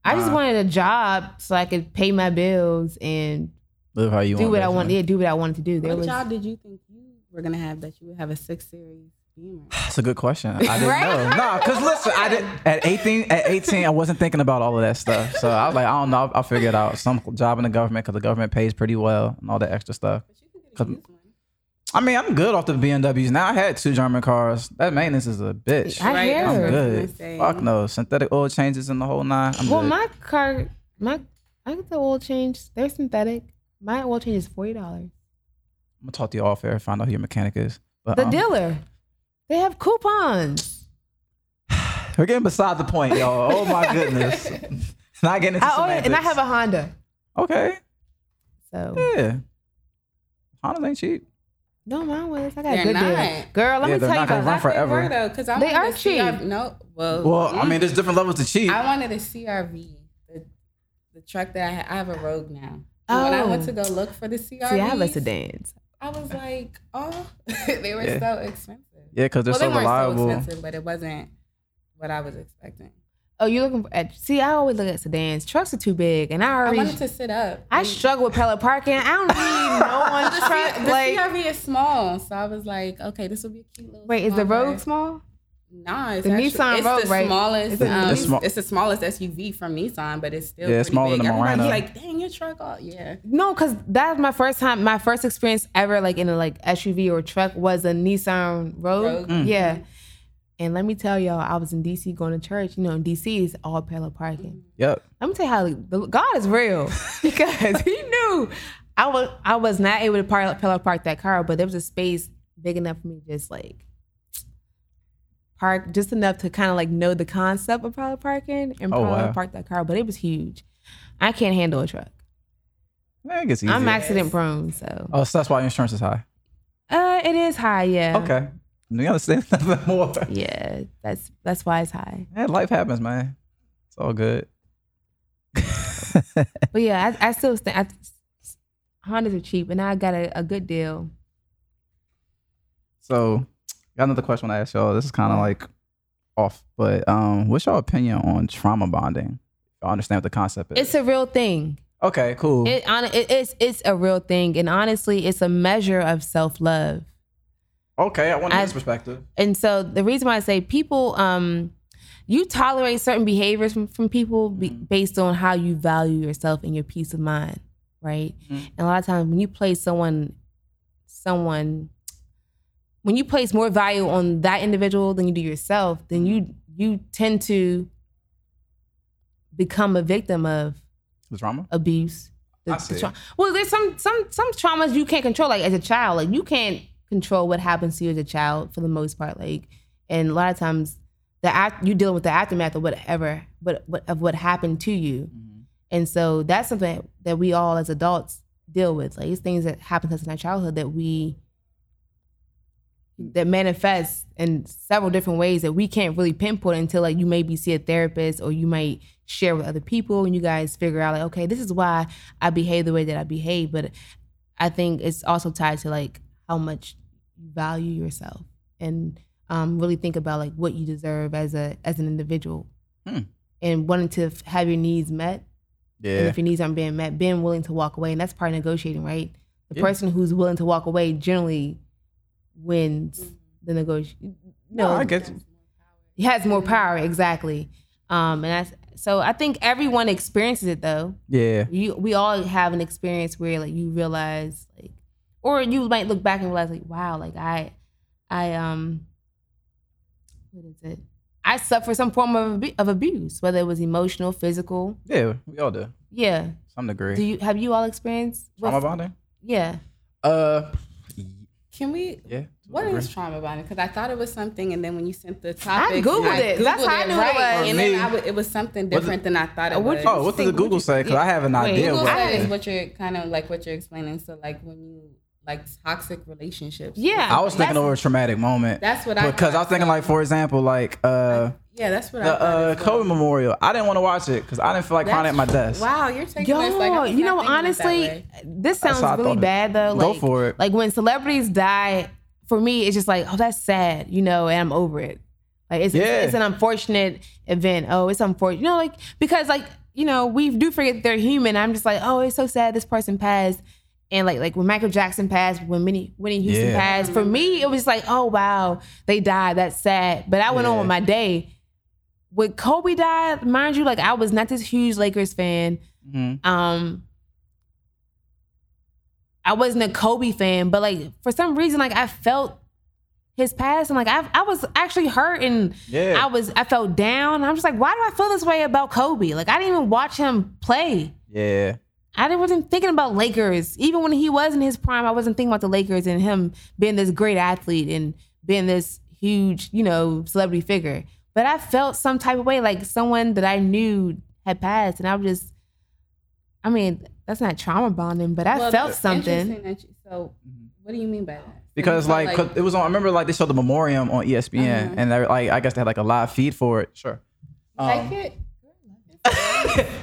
Speaker 3: I just
Speaker 1: Wow.
Speaker 3: wanted a job so I could pay my bills and
Speaker 1: Live how you
Speaker 3: do
Speaker 1: want.
Speaker 3: what I wanted.
Speaker 1: basically.
Speaker 3: Yeah, do what I wanted to do. There
Speaker 2: What
Speaker 3: was
Speaker 2: job did you think you were gonna have that you would have a six series Beamer?
Speaker 1: That's a good question. I didn't know. Nah, cause listen, I didn't at eighteen. At eighteen, I wasn't thinking about all of that stuff. So I was like, I don't know. I'll, I'll figure it out. Some job in the government, cause the government pays pretty well and all that extra stuff.
Speaker 2: But you could get a
Speaker 1: Cause-
Speaker 2: used one.
Speaker 1: I mean, I'm good off the BMWs now. I had two German cars. That maintenance is a bitch.
Speaker 3: I hear
Speaker 1: I'm
Speaker 3: her.
Speaker 1: good.
Speaker 2: Insane.
Speaker 1: Fuck no. Synthetic oil changes in the whole nine. I'm
Speaker 3: Well
Speaker 1: good.
Speaker 3: my car my I get the oil change. They're synthetic. My oil change is forty dollars.
Speaker 1: I'm gonna talk to you off air. Find out who your mechanic is. But
Speaker 3: The
Speaker 1: um,
Speaker 3: dealer. They have coupons.
Speaker 1: we're getting beside the point, y'all. Oh my goodness. Not getting into
Speaker 3: I owe,
Speaker 1: semantics.
Speaker 3: and I have a Honda.
Speaker 1: okay.
Speaker 3: So
Speaker 1: Yeah. Hondas ain't cheap.
Speaker 3: No, mine was. I got
Speaker 2: They're
Speaker 3: a good deal.
Speaker 2: not.
Speaker 3: Girl, let
Speaker 1: Yeah, they're
Speaker 3: me tell you
Speaker 1: not gonna run
Speaker 3: about that.
Speaker 1: for- Forever.
Speaker 2: They, were, though, 'cause I
Speaker 3: They
Speaker 2: wanted
Speaker 3: are
Speaker 2: a CR
Speaker 3: cheap.
Speaker 2: No, well,
Speaker 1: Well, I
Speaker 2: mm,
Speaker 1: mean, there's different levels to cheap.
Speaker 2: I wanted a CRV, the, the truck that I, ha- I have a Rogue now. So When I
Speaker 3: Oh.
Speaker 2: went to go look for the CRV,
Speaker 3: See, I have a sedan.
Speaker 2: I was like, oh, they were
Speaker 1: Yeah.
Speaker 2: so expensive.
Speaker 1: Yeah, because they're
Speaker 2: well,
Speaker 1: so
Speaker 2: they
Speaker 1: reliable.
Speaker 2: weren't so expensive, but it wasn't what I was expecting.
Speaker 3: Oh, you looking for, at? See, I always look at sedans. Trucks are too big, and I
Speaker 2: I
Speaker 3: already. I,
Speaker 2: wanted to sit up. and
Speaker 3: struggle with pellet parking. I don't need no one's
Speaker 2: the
Speaker 3: truck. Like,
Speaker 2: CRV is small, so I was like, okay, this will be a cute little.
Speaker 3: wait, is the
Speaker 2: small
Speaker 3: Rogue
Speaker 2: car.
Speaker 3: small?
Speaker 2: Nah, it's
Speaker 3: The
Speaker 2: actually,
Speaker 3: Nissan
Speaker 2: it's
Speaker 3: Rogue,
Speaker 2: the
Speaker 3: right?
Speaker 2: smallest.
Speaker 3: It's a-
Speaker 2: um,
Speaker 1: It's small-
Speaker 2: it's the smallest SUV from Nissan, but it's still
Speaker 1: Yeah, it's
Speaker 2: pretty
Speaker 1: smaller
Speaker 2: big.
Speaker 1: than a
Speaker 2: Everybody
Speaker 1: Marana.
Speaker 2: like, dang, your truck, all yeah.
Speaker 3: No, because that was my first time, my first experience ever, like in a like SUV or truck, was a Nissan Rogue.
Speaker 2: Rogue. Mm.
Speaker 3: Yeah. And let me tell y'all, I was in DC going to church. You know, in DC is all parallel parking.
Speaker 1: Yep.
Speaker 3: Let me tell you how the- God is real because He knew I was I was not able to parallel, parallel park that car, but there was a space big enough for me to just like park just enough to kind of like know the concept of parallel parking and
Speaker 1: Oh,
Speaker 3: parallel
Speaker 1: wow.
Speaker 3: park that car. But it was huge. I can't handle a truck.
Speaker 1: Man, it gets easier.
Speaker 3: I'm accident prone, so
Speaker 1: oh, so that's why insurance is high.
Speaker 3: uh, it is high. Yeah.
Speaker 1: Okay. You understand nothing more.
Speaker 3: Yeah, that's that's why it's high.
Speaker 1: Man, life happens, man. It's all good.
Speaker 3: But yeah, I, I still think I, Hondas are cheap, and I got a, a good deal.
Speaker 1: So, got another question I want to ask y'all. This is kind of like off, but um, what's your opinion on trauma bonding? I understand what the concept is.
Speaker 3: It's a real thing.
Speaker 1: okay, cool.
Speaker 3: It, hon- it, it's it's a real thing, and honestly, it's a measure of self love.
Speaker 1: okay, I want to
Speaker 3: I-
Speaker 1: hear this perspective.
Speaker 3: And so the reason why I say people, um, you tolerate certain behaviors from, from people be, based on how you value yourself and your peace of mind, right?
Speaker 1: Mhm.
Speaker 3: And a lot of times when you place someone, someone, when you place more value on that individual than you do yourself, then you you tend to become a victim of
Speaker 1: The trauma?
Speaker 3: abuse. The,
Speaker 1: I
Speaker 3: the
Speaker 1: see.
Speaker 3: tra- well, there's some some some traumas you can't control. Like as a child, like you can't control what happens to you as a child for the most part. Like, and a lot of times the act you dealing with the aftermath of whatever, but what of what happened to you.
Speaker 1: Mm-hmm.
Speaker 3: And so that's something that we all as adults deal with. Like it's things that happen to us in our childhood that we that manifest in several different ways that we can't really pinpoint until like you maybe see a therapist or you might share with other people and you guys figure out like, okay, this is why I behave the way that I behave. But I think it's also tied to like how much you value yourself and um, really think about like what you deserve as a as an individual
Speaker 1: Hmm.
Speaker 3: and wanting to f- have your needs met and
Speaker 1: Yeah.
Speaker 3: if your needs aren't being met, being willing to walk away, and that's part of negotiating, right? The
Speaker 1: Yeah.
Speaker 3: person who's willing to walk away generally wins the negotiation.
Speaker 1: No, I get you.
Speaker 3: he has more power, exactly. Um, and that's so I think everyone experiences it though.
Speaker 1: Yeah.
Speaker 3: You, we all have an experience where like you realize like, or you might look back and realize like, wow, like I, I um, what is it? I I suffered from some form of abu- of abuse, whether it was emotional, physical.
Speaker 1: Yeah, we all do.
Speaker 3: Yeah.
Speaker 1: Some degree.
Speaker 3: Do you have you all experienced?
Speaker 1: Trauma
Speaker 3: with-
Speaker 1: bonding?
Speaker 3: yeah.
Speaker 1: Uh
Speaker 2: Can we?
Speaker 1: yeah. to a
Speaker 2: What
Speaker 1: degree.
Speaker 2: is trauma bonding? Because I thought it was something, and then when you sent the
Speaker 3: I
Speaker 2: topic,
Speaker 3: Googled it. That's how I knew what it was.
Speaker 2: And
Speaker 1: Me.
Speaker 2: then I w- it was something
Speaker 1: it-
Speaker 2: different than I thought it
Speaker 3: Oh, what
Speaker 2: was.
Speaker 3: you-
Speaker 1: Oh, what did the
Speaker 3: Think what
Speaker 1: Google
Speaker 3: you-
Speaker 1: say? Because I have an
Speaker 3: Wait,
Speaker 1: idea
Speaker 2: Google
Speaker 1: what
Speaker 2: said
Speaker 1: it
Speaker 2: is
Speaker 1: is.
Speaker 2: what you're kind of like what you're explaining. So like when you like toxic relationships.
Speaker 3: Yeah.
Speaker 1: I was thinking
Speaker 3: That's-
Speaker 1: over a traumatic moment.
Speaker 2: That's what I
Speaker 1: because I
Speaker 2: thought,
Speaker 1: was thinking like for example, like uh
Speaker 2: Yeah, that's what
Speaker 1: the
Speaker 2: I thought.
Speaker 1: uh
Speaker 2: as well.
Speaker 1: Kobe Memorial. I didn't want to watch it because I didn't feel like crying at my desk.
Speaker 2: Wow, you're taking
Speaker 3: Yo,
Speaker 2: this like I was
Speaker 3: you
Speaker 2: not thinking of
Speaker 3: know,
Speaker 2: it that
Speaker 3: honestly,
Speaker 2: way.
Speaker 1: That's
Speaker 3: this sounds
Speaker 1: how I
Speaker 3: really
Speaker 1: thought it-
Speaker 3: bad though.
Speaker 1: Go
Speaker 3: like,
Speaker 1: for it.
Speaker 3: Like when celebrities die, for me, it's just like, oh, that's sad, you know, and I'm over it. Like it's it's-
Speaker 1: Yeah.
Speaker 3: it's, an unfortunate event. Oh, it's unfortunate, you know, like because like you know we do forget they're human. I'm just like, oh, it's so sad this person passed, and like like when Michael Jackson passed, when Minnie Winnie Houston
Speaker 1: Yeah.
Speaker 3: passed, for me it was like, oh wow, they died. That's sad. But I went on
Speaker 1: Yeah.
Speaker 3: with my day. When Kobe died, mind you, like I was not this huge Lakers fan
Speaker 1: Mhm.
Speaker 3: um I wasn't a Kobe fan, but like for some reason, like I felt his past, and like I, I was actually hurt, and
Speaker 1: Yeah.
Speaker 3: I was, I felt down. I'm just like, why do I feel this way about Kobe? Like I didn't even watch him play.
Speaker 1: Yeah.
Speaker 3: I didn't- wasn't thinking about Lakers, even when he was in his prime. I wasn't thinking about the Lakers and him being this great athlete and being this huge, you know, celebrity figure. But I felt some type of way, like someone that I knew had passed, and I was just, I mean, that's not trauma bonding, but I
Speaker 2: Well,
Speaker 3: felt
Speaker 2: it's
Speaker 3: something.
Speaker 2: interesting that you- so, what do you mean by that?
Speaker 1: Mm-hmm. Because
Speaker 2: So,
Speaker 1: like, 'cause it was on, I remember like they showed the memoriam on E ESPN,
Speaker 2: Uh-huh.
Speaker 1: and they were, like I guess they had like a live feed for it. Sure. Um,
Speaker 2: like it.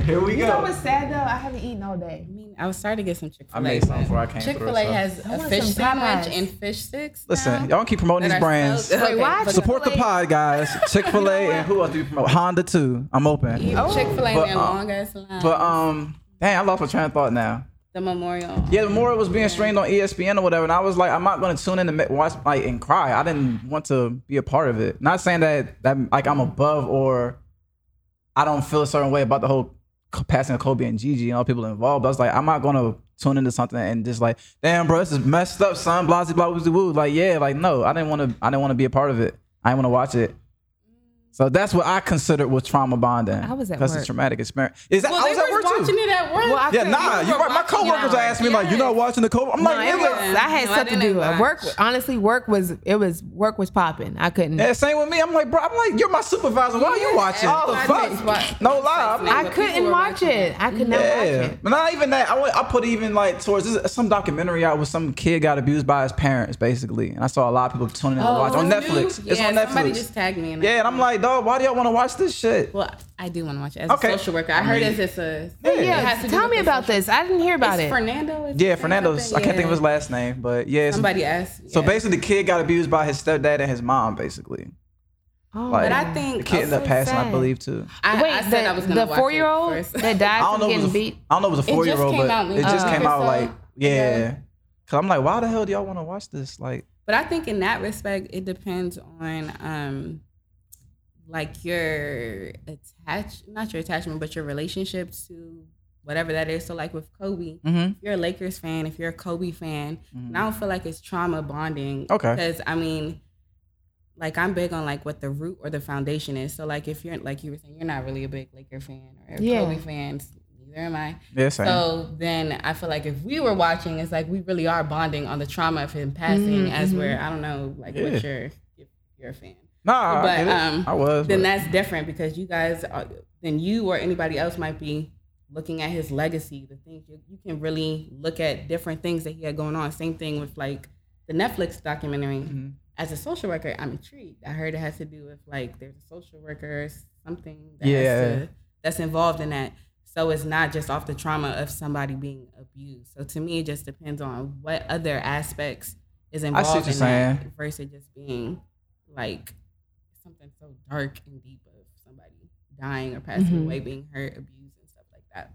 Speaker 1: Here we go.
Speaker 3: sad though? I haven't eaten all day.
Speaker 2: I mean, I was starting to get some Chick
Speaker 1: I
Speaker 2: Fil A.
Speaker 1: made something before I came
Speaker 2: Chick
Speaker 1: through.
Speaker 2: Fil A
Speaker 1: so.
Speaker 2: has a
Speaker 3: want
Speaker 2: fish
Speaker 3: some
Speaker 2: sandwich
Speaker 3: Popeyes.
Speaker 2: and fish sticks.
Speaker 1: Listen,
Speaker 2: now
Speaker 1: y'all keep promoting
Speaker 2: that
Speaker 1: these
Speaker 2: are
Speaker 1: brands.
Speaker 2: so-
Speaker 3: Wait, why?
Speaker 2: but-
Speaker 1: Support the pod, guys. Chick Fil A and who else do you promote? Honda too. I'm open.
Speaker 2: Oh, Chick Fil A
Speaker 1: But,
Speaker 2: and
Speaker 1: um,
Speaker 2: long ass line.
Speaker 1: But um, dang, I lost my train of thought now.
Speaker 2: the memorial.
Speaker 1: Yeah, the more it was being streamed on E ESPN or whatever, and I was like, I'm not gonna tune in and ma- watch like and cry. I didn't want to be a part of it. Not saying that that like I'm above or I don't feel a certain way about the whole c- passing of Kobe and Gigi and all the people involved. But I was like, I'm not gonna tune into something and just like, damn, bro, this is messed up, son. Blah blah blah woo, woo. Like, yeah, like no, I didn't want to. I didn't want to be a part of it. I didn't want to watch it. So that's what I considered was trauma bonding.
Speaker 3: I was at
Speaker 1: That's a
Speaker 3: work.
Speaker 1: traumatic experience. Is that
Speaker 2: Well,
Speaker 1: I
Speaker 2: they
Speaker 1: was at
Speaker 2: were
Speaker 1: work too.
Speaker 2: watching it at work.
Speaker 3: Well, I
Speaker 1: Yeah,
Speaker 3: couldn't-
Speaker 1: nah.
Speaker 3: we
Speaker 1: You
Speaker 3: were
Speaker 1: right. My
Speaker 3: watching it
Speaker 1: coworkers
Speaker 3: at
Speaker 1: asked me like, "You're not watching the Kobe." I'm
Speaker 3: No,
Speaker 1: like,
Speaker 3: it was,
Speaker 1: "Nigga."
Speaker 3: I had
Speaker 2: No, I
Speaker 3: something to
Speaker 2: didn't
Speaker 3: do.
Speaker 2: watch.
Speaker 3: Work, honestly, work was it was work was popping. I couldn't.
Speaker 1: Yeah, same with me. I'm like, bro. I'm like, you're my supervisor. Why are you watching?
Speaker 2: Yeah,
Speaker 1: What the
Speaker 2: everybody's
Speaker 1: fuck?
Speaker 2: watching.
Speaker 1: No lie. I'm
Speaker 3: I
Speaker 1: like,
Speaker 2: but people
Speaker 3: couldn't
Speaker 2: were
Speaker 3: watch
Speaker 2: watching
Speaker 3: it. I could not watch
Speaker 1: yeah,
Speaker 3: it.
Speaker 1: but not even that. I, went, I put even like towards this, is some documentary out with some kid got abused by his parents, basically, and I saw a lot of people tuning in to watch on
Speaker 3: Oh.
Speaker 1: Netflix. It's
Speaker 2: yeah,
Speaker 1: on
Speaker 2: Oh, Somebody
Speaker 1: Netflix.
Speaker 2: just tagged me. In it.
Speaker 1: yeah, and I'm like, dog, why do y'all want to watch this shit?
Speaker 2: well, I do want to watch it as
Speaker 1: Okay.
Speaker 2: a social worker. I heard it's, it's a.
Speaker 1: Yeah.
Speaker 2: it has
Speaker 3: Yeah,
Speaker 2: to do
Speaker 3: tell
Speaker 2: with
Speaker 3: me
Speaker 2: the
Speaker 3: about
Speaker 2: social-
Speaker 3: this. I didn't hear about
Speaker 2: It's
Speaker 3: it.
Speaker 2: Fernando. is
Speaker 1: Yeah,
Speaker 2: his name,
Speaker 1: Fernando's. I
Speaker 2: something?
Speaker 1: can't think of
Speaker 2: Yeah.
Speaker 1: his last name, but yeah. it's-
Speaker 2: Somebody asked.
Speaker 1: So
Speaker 2: yeah.
Speaker 1: basically, the kid got abused by his stepdad and his mom, basically.
Speaker 3: Oh,
Speaker 1: Like,
Speaker 2: But I
Speaker 1: The
Speaker 2: think
Speaker 1: kid ended up
Speaker 3: so
Speaker 1: passing, I
Speaker 3: sad.
Speaker 1: believe, too.
Speaker 2: I,
Speaker 3: wait,
Speaker 2: I said
Speaker 3: the,
Speaker 2: I was gonna watch it
Speaker 3: four year old
Speaker 2: first.
Speaker 3: that died
Speaker 1: I don't
Speaker 3: from
Speaker 1: know. If it
Speaker 3: getting
Speaker 1: was,
Speaker 3: beat.
Speaker 1: I don't know. If it was a
Speaker 2: It
Speaker 1: four
Speaker 2: just
Speaker 1: year old,
Speaker 2: came
Speaker 1: but
Speaker 2: out
Speaker 1: it
Speaker 2: maybe
Speaker 1: just
Speaker 3: a
Speaker 1: came
Speaker 2: week or
Speaker 1: out
Speaker 2: so.
Speaker 1: like yeah.
Speaker 2: Yeah.
Speaker 1: Cause I'm like, why the hell do y'all want to watch this? Like,
Speaker 2: But I think in that respect, it depends on um like your attach not your attachment, but your relationship to whatever that is. So like with Kobe,
Speaker 1: Mm-hmm.
Speaker 2: if you're a Lakers fan, if you're a Kobe fan, and I don't feel like it's trauma bonding.
Speaker 1: Okay.
Speaker 2: Because I mean like I'm big on like what the root or the foundation is. So like if you're like you were saying, you're not really a big Laker fan or a
Speaker 3: Yeah.
Speaker 2: Kobe fan, neither am I.
Speaker 1: yeah, same.
Speaker 2: So then I feel like if we were watching, it's like we really are bonding on the trauma of him passing as we're, I don't know, like
Speaker 1: Yeah.
Speaker 2: what you're, if you're a fan.
Speaker 1: nah, I,
Speaker 2: but,
Speaker 1: get it.
Speaker 2: um,
Speaker 1: I was.
Speaker 2: Then
Speaker 1: but-
Speaker 2: that's different because you guys, are, then you or anybody else might be looking at his legacy, the things you, you can really look at different things that he had going on. Same thing with like the Netflix documentary.
Speaker 1: Mm-hmm.
Speaker 2: As a social worker, I'm intrigued. I heard it has to do with like there's a social worker, or something that has
Speaker 1: Yeah.
Speaker 2: to- that's involved in that. So it's not just off the trauma of somebody being abused. So to me, it just depends on what other aspects is
Speaker 1: what
Speaker 2: involved
Speaker 1: you're
Speaker 2: in that
Speaker 1: saying.
Speaker 2: versus just being like something so dark and deep of somebody dying or passing
Speaker 3: Mhm.
Speaker 2: away, being hurt, abused, and stuff like that.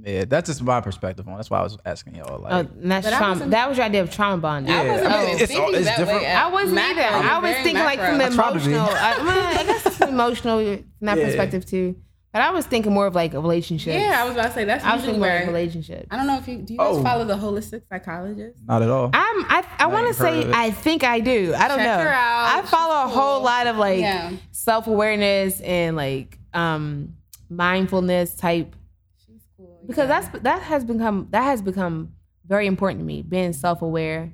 Speaker 1: yeah, that's just my perspective on. it. That's why I was asking y'all. Like,
Speaker 3: Oh, and that's
Speaker 2: But I
Speaker 3: trauma.
Speaker 2: wasn't-
Speaker 3: That was your idea of trauma bonding.
Speaker 1: Yeah.
Speaker 2: I wasn't
Speaker 3: Oh.
Speaker 2: really
Speaker 1: It's
Speaker 2: thinking
Speaker 1: all- it's
Speaker 2: that
Speaker 1: different.
Speaker 2: way.
Speaker 3: I wasn't
Speaker 2: macro,
Speaker 3: either. I
Speaker 2: I'm
Speaker 3: was
Speaker 2: very
Speaker 3: thinking like from the uh,
Speaker 1: I tried to be.
Speaker 3: emotional. I, well, I guess it's emotional from that
Speaker 1: Yeah.
Speaker 3: perspective too. But I was thinking more of like a relationship.
Speaker 2: Yeah, I was about to say that's
Speaker 3: I was
Speaker 2: usually
Speaker 3: thinking more of
Speaker 2: where
Speaker 3: relationships.
Speaker 2: I don't know if you do you guys
Speaker 1: Oh.
Speaker 2: follow the holistic psychologist.
Speaker 1: Not at all.
Speaker 3: I'm I I want to
Speaker 1: you've heard
Speaker 3: say
Speaker 1: of it.
Speaker 3: I think I do. I don't
Speaker 2: Check
Speaker 3: know.
Speaker 2: her out.
Speaker 3: I follow
Speaker 2: She's
Speaker 3: a whole
Speaker 2: cool.
Speaker 3: lot of like
Speaker 2: Yeah.
Speaker 3: self awareness and like um mindfulness type
Speaker 2: She's cool
Speaker 3: because that's that has become that has become very important to me. Being self aware,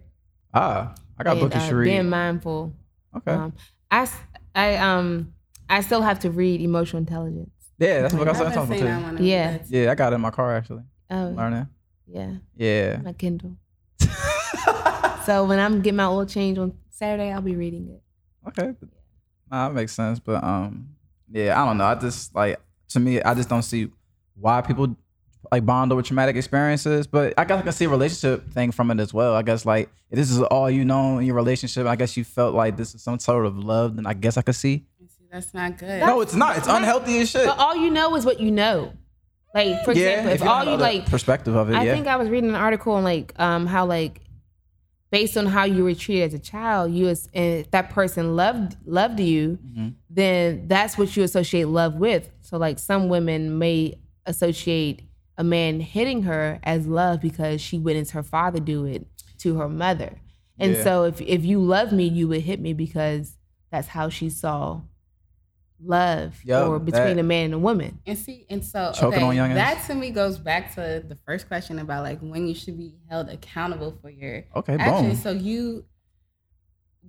Speaker 1: ah, I got
Speaker 3: and,
Speaker 1: bookish
Speaker 3: uh,
Speaker 1: read.
Speaker 3: being mindful.
Speaker 1: okay.
Speaker 3: Um, I s- I um I still have to read emotional intelligence.
Speaker 1: yeah, that's what I
Speaker 2: I've
Speaker 1: was
Speaker 2: been
Speaker 1: talking
Speaker 2: saying I
Speaker 1: to.
Speaker 2: want
Speaker 3: Yeah.
Speaker 1: Yeah, I got it in my car actually.
Speaker 3: Oh
Speaker 1: Learning.
Speaker 3: yeah,
Speaker 1: Yeah.
Speaker 3: my Kindle. so when I'm getting my oil change on Saturday, I'll be reading it.
Speaker 1: Okay. Nah, that makes sense. But um, yeah, I don't know. I just like to me, I just don't see why people like bond over traumatic experiences. But I guess I can see a relationship thing from it as well. I guess like if this is all you know in your relationship, I guess you felt like this is some sort of love. Then I guess I could see.
Speaker 2: That's not good.
Speaker 1: no, it's not. It's unhealthy as shit.
Speaker 3: But all you know is what you know. Like for
Speaker 1: yeah,
Speaker 3: example, if,
Speaker 1: you don't
Speaker 3: all
Speaker 1: know
Speaker 3: you
Speaker 1: the
Speaker 3: like,
Speaker 1: perspective of it.
Speaker 3: I
Speaker 1: yeah.
Speaker 3: think I was reading an article on like um how like based on how you were treated as a child, you as and if that person loved loved you,
Speaker 1: Mm-hmm.
Speaker 3: then that's what you associate love with. So like some women may associate a man hitting her as love because she witnessed her father do it to her mother. And
Speaker 1: Yeah.
Speaker 3: so if if you love me, you would hit me because that's how she saw love
Speaker 1: Yo,
Speaker 3: or between
Speaker 1: that-
Speaker 3: a man and a woman.
Speaker 2: And see, and so
Speaker 1: Choking
Speaker 2: okay,
Speaker 1: on young
Speaker 2: that to me goes back to the first question about like when you should be held accountable for your
Speaker 1: Okay,
Speaker 2: actions.
Speaker 1: boom.
Speaker 2: So you,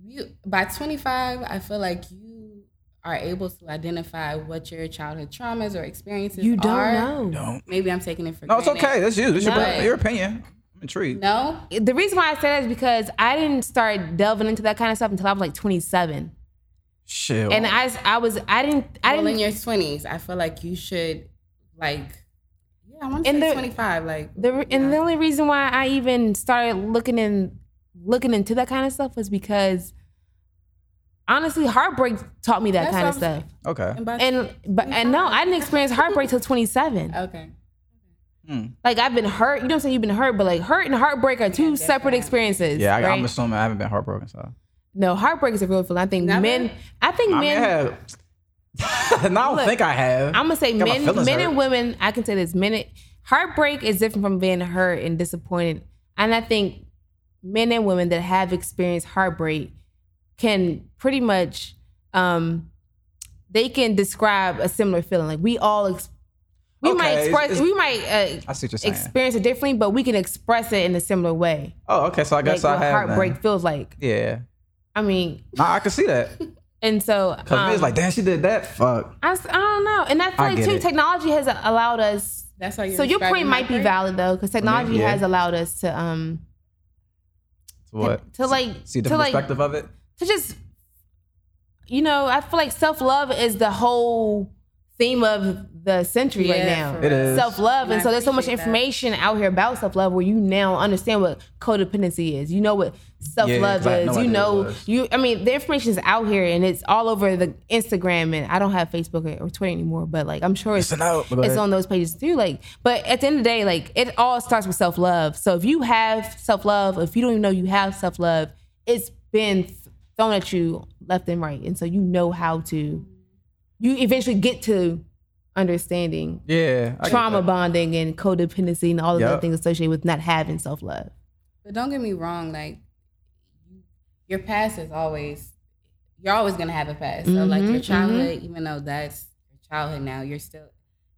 Speaker 2: you by twenty five, I feel like you are able to identify what your childhood traumas or experiences.
Speaker 3: You don't
Speaker 2: are.
Speaker 3: know.
Speaker 1: Don't.
Speaker 2: Maybe I'm taking it for
Speaker 1: No, it's
Speaker 2: granted.
Speaker 1: okay. That's you. That's your,
Speaker 2: No.
Speaker 1: your opinion. I'm intrigued.
Speaker 2: No,
Speaker 3: the reason why I say that is because I didn't start delving into that kind of stuff until I was like 27,
Speaker 1: Shit.
Speaker 3: and I, I was I didn't I
Speaker 2: well, in
Speaker 3: didn't
Speaker 2: your twenties, I feel like you should like. Yeah, I want to
Speaker 3: And
Speaker 2: say
Speaker 3: the-
Speaker 2: twenty five. Like
Speaker 3: the re- and the only reason why I even started looking in looking into that kind of stuff was because honestly heartbreak taught me that
Speaker 2: That's
Speaker 3: kind of
Speaker 2: what I'm
Speaker 3: stuff,
Speaker 1: okay.
Speaker 2: and by-
Speaker 3: and but and no I didn't experience heartbreak till 27.
Speaker 2: okay,
Speaker 3: Like I've been hurt, you know what I'm saying? You've been hurt, but like hurt and heartbreak are two separate experiences.
Speaker 1: Yeah, I,
Speaker 3: right?
Speaker 1: I'm assuming I haven't been heartbroken. So
Speaker 3: no heartbreak is a real feeling. I think
Speaker 2: Never?
Speaker 3: men, I think
Speaker 1: I mean, I
Speaker 3: men.
Speaker 1: have. and I don't
Speaker 3: Look,
Speaker 1: think I have.
Speaker 3: I'm gonna say
Speaker 1: Got my
Speaker 3: men,
Speaker 1: feelings
Speaker 3: men
Speaker 1: hurt.
Speaker 3: and women. I can say this: men, heartbreak is different from being hurt and disappointed. And I think men and women that have experienced heartbreak can pretty much, um, they can describe a similar feeling. Like we all, ex- we
Speaker 1: Okay,
Speaker 3: might
Speaker 1: it's-
Speaker 3: express,
Speaker 1: it's-
Speaker 3: we might
Speaker 1: I
Speaker 3: uh,
Speaker 1: see what you're saying.
Speaker 3: experience it differently, but we can express it in a similar way.
Speaker 1: oh, okay. So I guess
Speaker 3: like
Speaker 1: I
Speaker 3: what
Speaker 1: have. then.
Speaker 3: heartbreak feels like.
Speaker 1: Yeah.
Speaker 3: I mean,
Speaker 1: Nah, I can see that.
Speaker 3: and so
Speaker 1: Cause
Speaker 3: um,
Speaker 1: it's like, damn, she did that. Fuck.
Speaker 3: I, s- I don't know, and I feel
Speaker 1: I
Speaker 3: like
Speaker 1: get
Speaker 3: too,
Speaker 1: it.
Speaker 3: technology has allowed us
Speaker 2: that's how you.
Speaker 3: so your point might be valid though, because technology
Speaker 1: yeah.
Speaker 3: has allowed us to um
Speaker 1: So what?
Speaker 3: to like
Speaker 1: See the
Speaker 3: to like
Speaker 1: perspective of it.
Speaker 3: to just you know I feel like self love is the whole theme of the century right
Speaker 2: Yeah,
Speaker 3: now.
Speaker 2: for
Speaker 1: It is.
Speaker 3: Self love, and
Speaker 2: I
Speaker 3: so there's so much
Speaker 2: appreciate that.
Speaker 3: information out here about self love where you now understand what codependency is. You know what self love
Speaker 1: 'cause I had
Speaker 3: is.
Speaker 1: no
Speaker 3: you
Speaker 1: idea what it
Speaker 3: know
Speaker 1: was.
Speaker 3: you. I mean, the information is out here, and it's all over the Instagram. And I don't have Facebook or- or Twitter anymore, but like I'm sure it's
Speaker 1: Listen out. Go
Speaker 3: it's
Speaker 1: ahead.
Speaker 3: on those pages too. Like, but at the end of the day, like it all starts with self love. So if you have self love, if you don't even know you have self love, it's been th- thrown at you left and right, and so you know how to. You eventually get to understanding
Speaker 1: Yeah. I get
Speaker 3: trauma
Speaker 1: that.
Speaker 3: bonding and codependency and all of the
Speaker 1: Yup.
Speaker 3: things associated with not having self love.
Speaker 2: But don't get me wrong, like your past is always you're always gonna have a past. So like your
Speaker 3: Mhm,
Speaker 2: childhood, even though that's your childhood now, you're still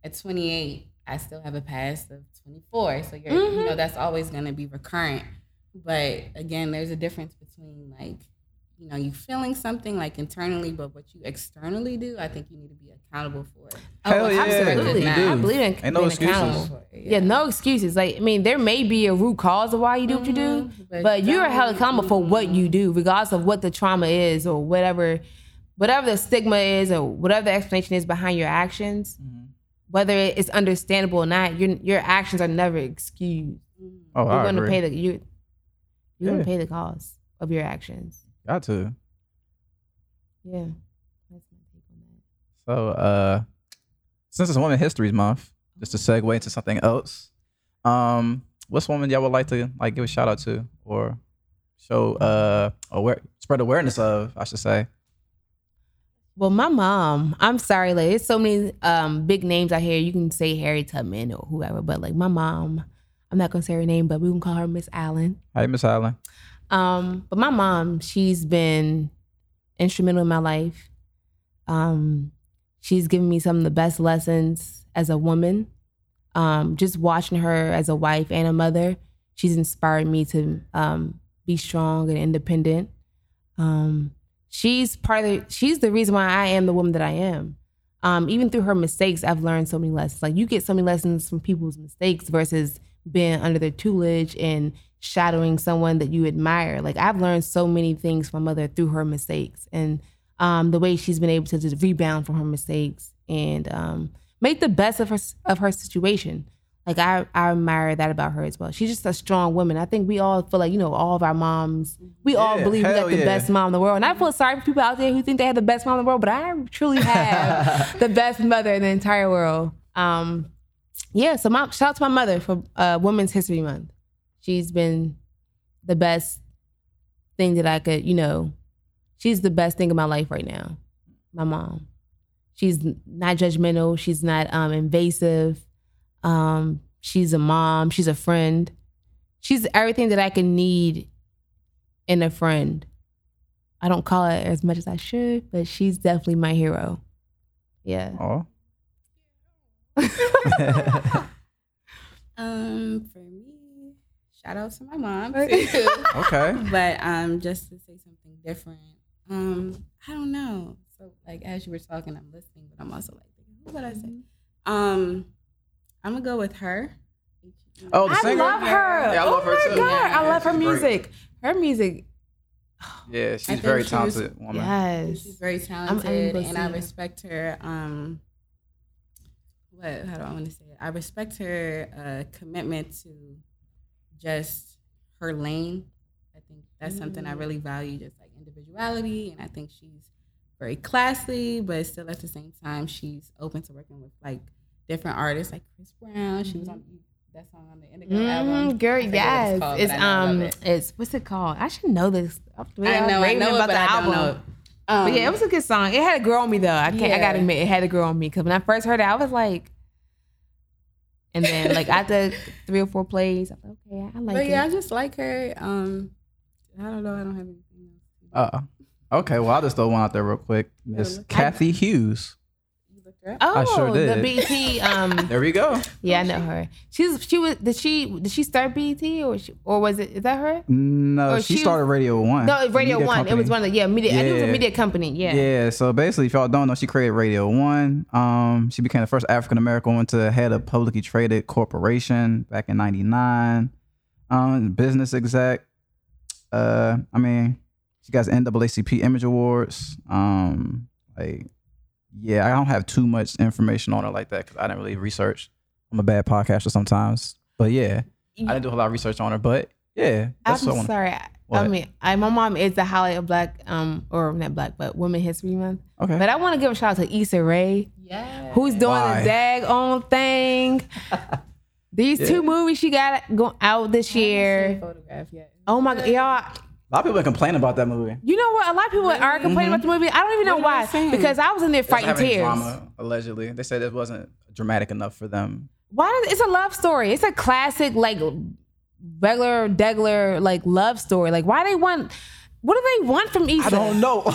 Speaker 2: at 28. I still have a past of 24. So you're you
Speaker 3: Mhm.
Speaker 2: know that's always gonna be recurrent. But again, there's a difference between like you know you feeling something like internally, but what you externally do, I think you need to be accountable for it.
Speaker 1: Hell yeah,
Speaker 3: Oh, absolutely.
Speaker 1: you
Speaker 2: Nah,
Speaker 1: do.
Speaker 3: I believe in
Speaker 1: Ain't no
Speaker 3: being
Speaker 1: excuses.
Speaker 3: accountable.
Speaker 2: For it,
Speaker 3: Oh, Yeah. no excuses. Like, I mean, there may be a root cause of why you do what you do,
Speaker 1: Mm-hmm.
Speaker 2: Mhm, but
Speaker 3: but, you're held
Speaker 2: don't-
Speaker 3: accountable for what you do, regardless of what the trauma is or whatever, whatever the stigma is or whatever the explanation is behind your actions.
Speaker 1: Mm-hmm.
Speaker 3: Whether it's understandable or not, your your actions are never excused.
Speaker 1: Oh,
Speaker 3: You're
Speaker 1: I
Speaker 3: going to
Speaker 1: agree.
Speaker 3: pay the you. You're
Speaker 1: Yeah.
Speaker 3: going to pay the cost of your actions.
Speaker 1: Got to.
Speaker 3: Yeah.
Speaker 1: So, uh, since it's Women History Month, just to segue into something else, um, what's woman y'all would like to like give a shout out to or show uh aware spread awareness of? I should say.
Speaker 3: Well, my mom, I'm sorry, like it's so many um big names out here. You can say Harry Tubman or whoever, but like my mom, I'm not gonna say her name, but we can call her Miss Allen.
Speaker 1: Hey, Miss Allen.
Speaker 3: Um, but my mom, she's been instrumental in my life. Um, she's given me some of the best lessons as a woman. Um, just watching her as a wife and a mother, she's inspired me to um, be strong and independent. Um, she's part of the, she's the reason why I am the woman that I am. Um, even through her mistakes, I've learned so many lessons. Like you get so many lessons from people's mistakes versus being under their tutelage and shadowing someone that you admire. Like I've learned so many things from my mother through her mistakes and um, the way she's been able to just rebound from her mistakes and um, make the best of her of her situation. Like I, I admire that about her as well. She's just a strong woman. I think we all feel like you know all of our moms. We all
Speaker 1: Yeah,
Speaker 3: believe we
Speaker 1: hell
Speaker 3: got the
Speaker 1: yeah.
Speaker 3: best mom in the world, and I feel sorry for people out there who think they have the best mom in the world. But I truly have the best mother in the entire world. Um, yeah. So my shout out to my mother for uh, Women's History Month. She's been the best thing that I could, you know, she's the best thing in my life right now. My mom. She's not judgmental. She's not um, invasive. Um, she's a mom. She's a friend. She's everything that I could need in a friend. I don't call it as much as I should, but she's definitely my hero. Yeah.
Speaker 1: Oh.
Speaker 2: Um, for me, shout out to my mom
Speaker 3: Okay.
Speaker 2: too.
Speaker 1: okay.
Speaker 2: but um, just to say something different. Um, I don't know. So like as you were talking, I'm listening, but I'm also like, who would I say?
Speaker 3: Mm-hmm.
Speaker 2: Um, I'm gonna go with her.
Speaker 1: Oh, the
Speaker 3: I
Speaker 1: singer.
Speaker 3: love her.
Speaker 1: Yeah, I love
Speaker 3: oh
Speaker 1: her
Speaker 3: my
Speaker 1: too.
Speaker 3: God. I
Speaker 1: Yeah,
Speaker 3: love her
Speaker 1: she's great.
Speaker 3: music. Her music.
Speaker 1: Yeah, she's
Speaker 2: think
Speaker 1: very
Speaker 2: she was-
Speaker 1: talented woman.
Speaker 3: Yes.
Speaker 2: She's very
Speaker 3: gonna
Speaker 2: talented,
Speaker 3: go
Speaker 2: and
Speaker 3: see
Speaker 2: I
Speaker 3: her.
Speaker 2: respect her. Um, what? How do I want to say it? I respect her uh, commitment to just her lane. I think that's something I
Speaker 3: Mm.
Speaker 2: really value, just like individuality, and I think she's very classy, but still at the same time, she's open to working with like different artists, like Chris Brown. She was on E, that song on the Indigo album.
Speaker 3: Mm-hmm. Mm, girl,
Speaker 2: I forget what
Speaker 3: yes,
Speaker 2: called,
Speaker 3: it's,
Speaker 2: but I know I love
Speaker 3: um,
Speaker 2: it.
Speaker 3: it's what's it called? I should know this.
Speaker 2: I know, I
Speaker 3: raving
Speaker 2: know it,
Speaker 3: about
Speaker 2: but
Speaker 3: the
Speaker 2: I
Speaker 3: album.
Speaker 2: don't know. it. Um,
Speaker 3: But yeah, it was a good song. It had a girl on me though. I can't. I gotta
Speaker 2: Yeah.
Speaker 3: admit, it had a girl on me because when I first heard it, I was like, and then like after three or four plays, I'm like, okay, I like
Speaker 2: but
Speaker 3: it.
Speaker 2: yeah, I just like her. Um, I don't know. I don't have anything else.
Speaker 1: Uh, okay, well, I just throw one out there real quick. Miss
Speaker 2: look.
Speaker 1: Kathy Hughes.
Speaker 2: You looked her up.
Speaker 3: oh,
Speaker 1: I sure did.
Speaker 3: the BT. Um,
Speaker 1: There we go.
Speaker 3: yeah, I know her. She's she was did she did she start BT or she, or was it is that her?
Speaker 1: No,
Speaker 3: Oh,
Speaker 1: she,
Speaker 3: she
Speaker 1: started Radio One.
Speaker 3: No, Radio
Speaker 1: Media
Speaker 3: One. It was
Speaker 1: company.
Speaker 3: one of the yeah media. I knew it was
Speaker 1: Yeah.
Speaker 3: a media company. Yeah.
Speaker 1: Yeah. so basically, if y'all don't know, she created Radio One. Um, she became the first African American woman to head a publicly traded corporation back in '99. Um, business exec. Uh, I mean, she got NAACP Image Awards. Um, like, yeah, I don't have too much information on her like that because I didn't really research. I'm a bad podcaster sometimes, but yeah, I didn't do a whole lot of research on her. But yeah, that's what I
Speaker 3: I'm
Speaker 1: want.
Speaker 3: sorry. I- I
Speaker 1: What?
Speaker 3: mean, I, my mom is the highlight of Black, um, or not Black, but Women History Month.
Speaker 1: Okay,
Speaker 3: But I want to give a shout out to Issa Rae,
Speaker 2: Yeah.
Speaker 3: who's doing
Speaker 1: Why?
Speaker 3: the daggone thing. These two movies she got go out this year.
Speaker 2: photograph yet?
Speaker 3: Oh my god, y'all!
Speaker 1: a lot of people complain about that movie.
Speaker 3: You know what? A lot of people are complaining about the
Speaker 1: Mm-hmm.
Speaker 3: movie. I don't even know
Speaker 2: What am I
Speaker 3: why
Speaker 2: saying?
Speaker 3: because I was in there
Speaker 1: It's
Speaker 3: fighting
Speaker 1: having
Speaker 3: tears.
Speaker 1: Drama, allegedly, they said it wasn't dramatic enough for them.
Speaker 3: Why? Does, it's a love story. It's a classic, like regular, degular, like love story. Like why they want? What do they want from Issa?
Speaker 1: I don't know.
Speaker 2: Well,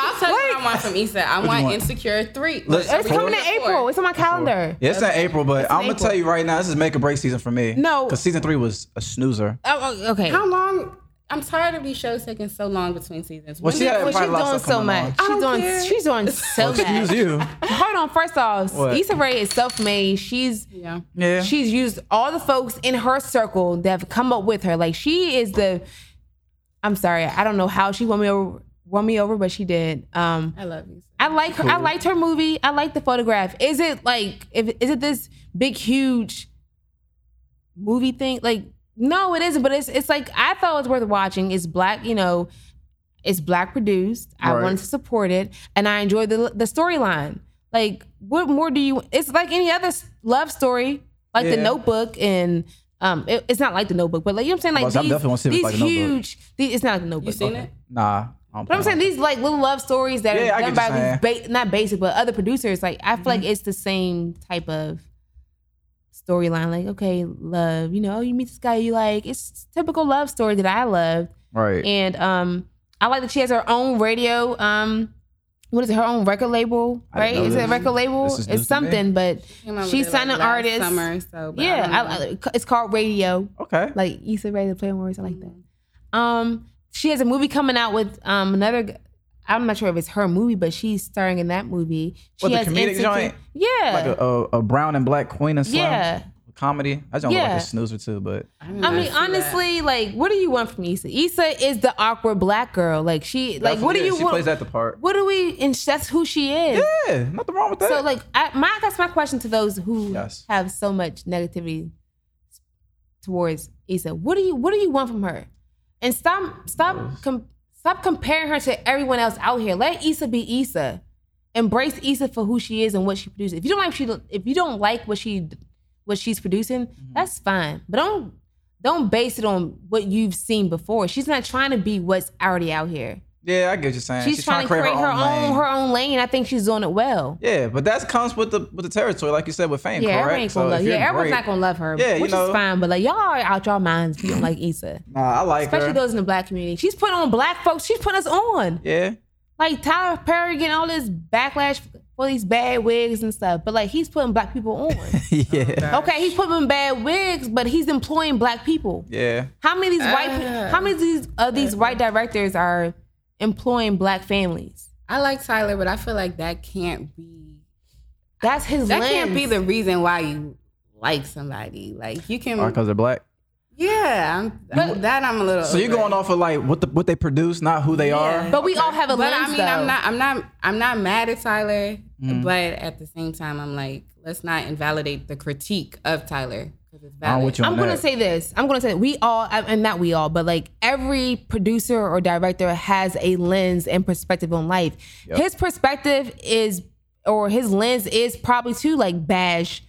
Speaker 2: I'll tell you what I want from Issa. I want,
Speaker 1: want?
Speaker 2: Insecure three.
Speaker 1: Let's-
Speaker 3: It's coming in
Speaker 1: Four.
Speaker 3: April. It's on my calendar.
Speaker 1: yeah, it's in April, but I'm gonna
Speaker 3: April.
Speaker 1: tell you right now, this is make or break season for me.
Speaker 3: No.
Speaker 1: because season three was a snoozer.
Speaker 3: Oh, oh, okay.
Speaker 2: How long? I'm tired of these shows taking so long between seasons.
Speaker 1: Well,
Speaker 2: When
Speaker 1: she
Speaker 2: did-
Speaker 1: had
Speaker 3: Well, she's
Speaker 1: probably a lot
Speaker 3: doing
Speaker 1: of stuff
Speaker 3: so
Speaker 1: coming
Speaker 3: much.
Speaker 1: on.
Speaker 2: I
Speaker 3: She's
Speaker 2: don't
Speaker 3: doing.
Speaker 2: care.
Speaker 3: She's doing so
Speaker 1: Excuse
Speaker 3: much.
Speaker 1: you.
Speaker 3: Hold on. First off,
Speaker 1: What?
Speaker 3: Issa Rae is self-made. She's
Speaker 2: yeah.
Speaker 1: Yeah,
Speaker 3: she's used all the folks in her circle that have come up with her. Like she is the. I'm sorry. I don't know how she won me over. Won me over, but she did. Um,
Speaker 2: I love Issa.
Speaker 3: I like her. I liked her movie. I like the photograph. Is it like if is it this big huge movie thing? Like no, it isn't. But it's it's like I thought it was worth watching. It's black, you know. It's black produced. I
Speaker 1: Right.
Speaker 3: wanted to support it, and I enjoyed the the storyline. Like what more do you? It's like any other s- love story, like The
Speaker 1: Yeah.
Speaker 3: Notebook and. Um, it- it's not like the Notebook, but like you know what I'm saying, like
Speaker 1: Well, so I'm
Speaker 3: these,
Speaker 1: definitely wanna see if it's
Speaker 3: these
Speaker 1: like The Notebook.
Speaker 3: huge, these, it's not the Notebook.
Speaker 2: You seen
Speaker 3: okay.
Speaker 2: it?
Speaker 1: nah, I on
Speaker 3: But I'm saying
Speaker 1: point.
Speaker 3: these like little love stories that
Speaker 1: Yeah, I
Speaker 3: are
Speaker 1: get
Speaker 3: done
Speaker 1: what Mm-hmm.
Speaker 3: by these ba- not basic but other producers. Like I feel like it's the same type of storyline. Like okay, love, you know, oh, you meet this guy you like. It's typical love story that I loved,
Speaker 1: right.
Speaker 3: and um, I like that she has her own radio. Um, what is it? Her own record label,
Speaker 1: I didn't
Speaker 3: right?
Speaker 1: know
Speaker 3: Is it a
Speaker 1: this.
Speaker 3: record label?
Speaker 1: This is new to me.
Speaker 3: It's something, but
Speaker 2: Came out with
Speaker 3: She's
Speaker 2: it, like,
Speaker 3: signed an
Speaker 2: last
Speaker 3: artist.
Speaker 2: Summer, so but
Speaker 3: yeah,
Speaker 2: I don't know.
Speaker 3: I, I, it's called radio.
Speaker 1: okay.
Speaker 3: Like you said, radio play on words. I like that. Um, she has a movie coming out with um another. g- I'm not sure if it's her movie, but she's starring in that movie. She
Speaker 1: What, the
Speaker 3: has
Speaker 1: comedic
Speaker 3: Insecure-
Speaker 1: joint?
Speaker 3: Yeah,
Speaker 1: Like a, a, a brown and black queen and slim
Speaker 3: yeah.
Speaker 1: comedy. I don't
Speaker 3: Yeah.
Speaker 1: like a snoozer too, but
Speaker 2: didn't
Speaker 3: I
Speaker 2: know
Speaker 3: mean,
Speaker 2: she
Speaker 3: honestly, like, what do you want from Issa? Issa is the awkward black girl. Like she, like, what do
Speaker 1: Yeah,
Speaker 3: you
Speaker 1: She
Speaker 3: want?
Speaker 1: plays at the part.
Speaker 3: What do we? And that's who she is.
Speaker 1: Yeah, nothing wrong with that.
Speaker 3: So, like, I, my that's my question to those who
Speaker 1: Yes.
Speaker 3: have so much negativity towards Issa. What do you What do you want from her? And stop stop com, stop comparing her to everyone else out here. Let Issa be Issa. Embrace Issa for who she is and what she produces. If you don't like she if you don't like what she what she's producing, that's fine. But don't don't base it on what you've seen before. She's not trying to be what's already out here.
Speaker 1: yeah, I get what you're saying.
Speaker 3: She's, trying, to create her own,
Speaker 1: lane.
Speaker 3: her own lane. I think she's doing it well.
Speaker 1: Yeah, but that comes with the with the territory, like you said, with fame, correct?
Speaker 3: Yeah, everyone ain't gonna
Speaker 1: So
Speaker 3: love.
Speaker 1: if
Speaker 3: Yeah,
Speaker 1: you're
Speaker 3: everyone's
Speaker 1: great-
Speaker 3: not gonna love her,
Speaker 1: Yeah, you
Speaker 3: which
Speaker 1: know.
Speaker 3: is fine. But like y'all are out your minds if you don't like Issa,
Speaker 1: Nah, I like
Speaker 3: especially
Speaker 1: her.
Speaker 3: those in the black community. She's putting on black folks. She's putting us on.
Speaker 1: yeah,
Speaker 3: Like Tyler Perry getting all this backlash for these bad wigs and stuff. But like he's putting black people on.
Speaker 1: yeah,
Speaker 3: okay, he's putting bad wigs, but he's employing black people.
Speaker 1: yeah.
Speaker 3: How many of these white? How
Speaker 1: Ah.
Speaker 3: many of these of these white directors are employing black families?
Speaker 2: I like Tyler, but I feel like that can't be
Speaker 3: That's his.
Speaker 2: that
Speaker 3: lens.
Speaker 2: can't be the reason why you like somebody. Like you can,
Speaker 1: because they're black.
Speaker 2: yeah. I'm, but that I'm a little.
Speaker 1: So you're
Speaker 2: over.
Speaker 1: going off of like what the what they produce, not who they are.
Speaker 3: But we all have a
Speaker 2: But
Speaker 3: lens.
Speaker 2: I mean,
Speaker 3: though.
Speaker 2: I'm not, I'm not, I'm not mad at Tyler.
Speaker 1: Mm.
Speaker 2: But at the same time, I'm like, let's not invalidate the critique of Tyler because it's valid.
Speaker 1: I'm with you on
Speaker 3: I'm gonna
Speaker 1: that.
Speaker 3: say this. I'm gonna say we all, I- and not we all, but like every producer or director has a lens and perspective on life. His perspective is, or his lens is probably to like bash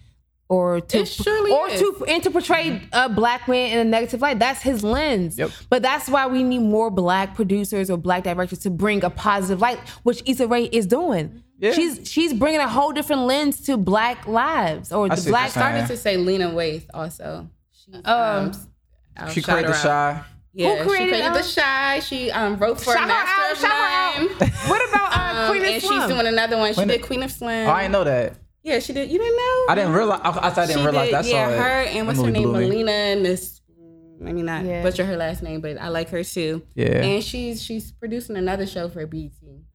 Speaker 3: or to
Speaker 2: It surely
Speaker 3: or
Speaker 2: is.
Speaker 3: to and to portray a black man in a negative light. That's his lens.
Speaker 1: Yep.
Speaker 3: But that's why we need more black producers or black directors to bring a positive light, which Issa Rae is doing.
Speaker 1: Yeah.
Speaker 3: She's she's bringing a whole different lens to black lives or
Speaker 1: I
Speaker 3: the
Speaker 1: see what
Speaker 3: black
Speaker 1: you're saying.
Speaker 2: Started to say Lena Waithe also. She's, um, I'll
Speaker 1: She created
Speaker 2: shout her
Speaker 1: the
Speaker 2: out.
Speaker 1: shy.
Speaker 2: Yeah,
Speaker 3: created
Speaker 2: she created
Speaker 3: them?
Speaker 2: the shy. She um, wrote for
Speaker 3: Shout her out,
Speaker 2: Master
Speaker 3: shout her
Speaker 2: of None.
Speaker 3: What about uh,
Speaker 2: Um,
Speaker 3: Queen of
Speaker 2: and she's
Speaker 3: Slum?
Speaker 2: doing another one. She
Speaker 1: Queen
Speaker 2: did
Speaker 1: of-
Speaker 2: Queen of Slim.
Speaker 1: Oh, I didn't know that.
Speaker 2: Yeah, she did. You didn't know?
Speaker 1: I didn't realize. I, I, thought I didn't
Speaker 2: Mm-hmm. she
Speaker 1: realize.
Speaker 2: did,
Speaker 1: that's
Speaker 2: yeah,
Speaker 1: all.
Speaker 2: her and what's her name, Melina Miss. Let me not
Speaker 3: Yeah.
Speaker 2: butcher her last name, but I like her too.
Speaker 1: Yeah.
Speaker 2: and she's she's producing another show for BET.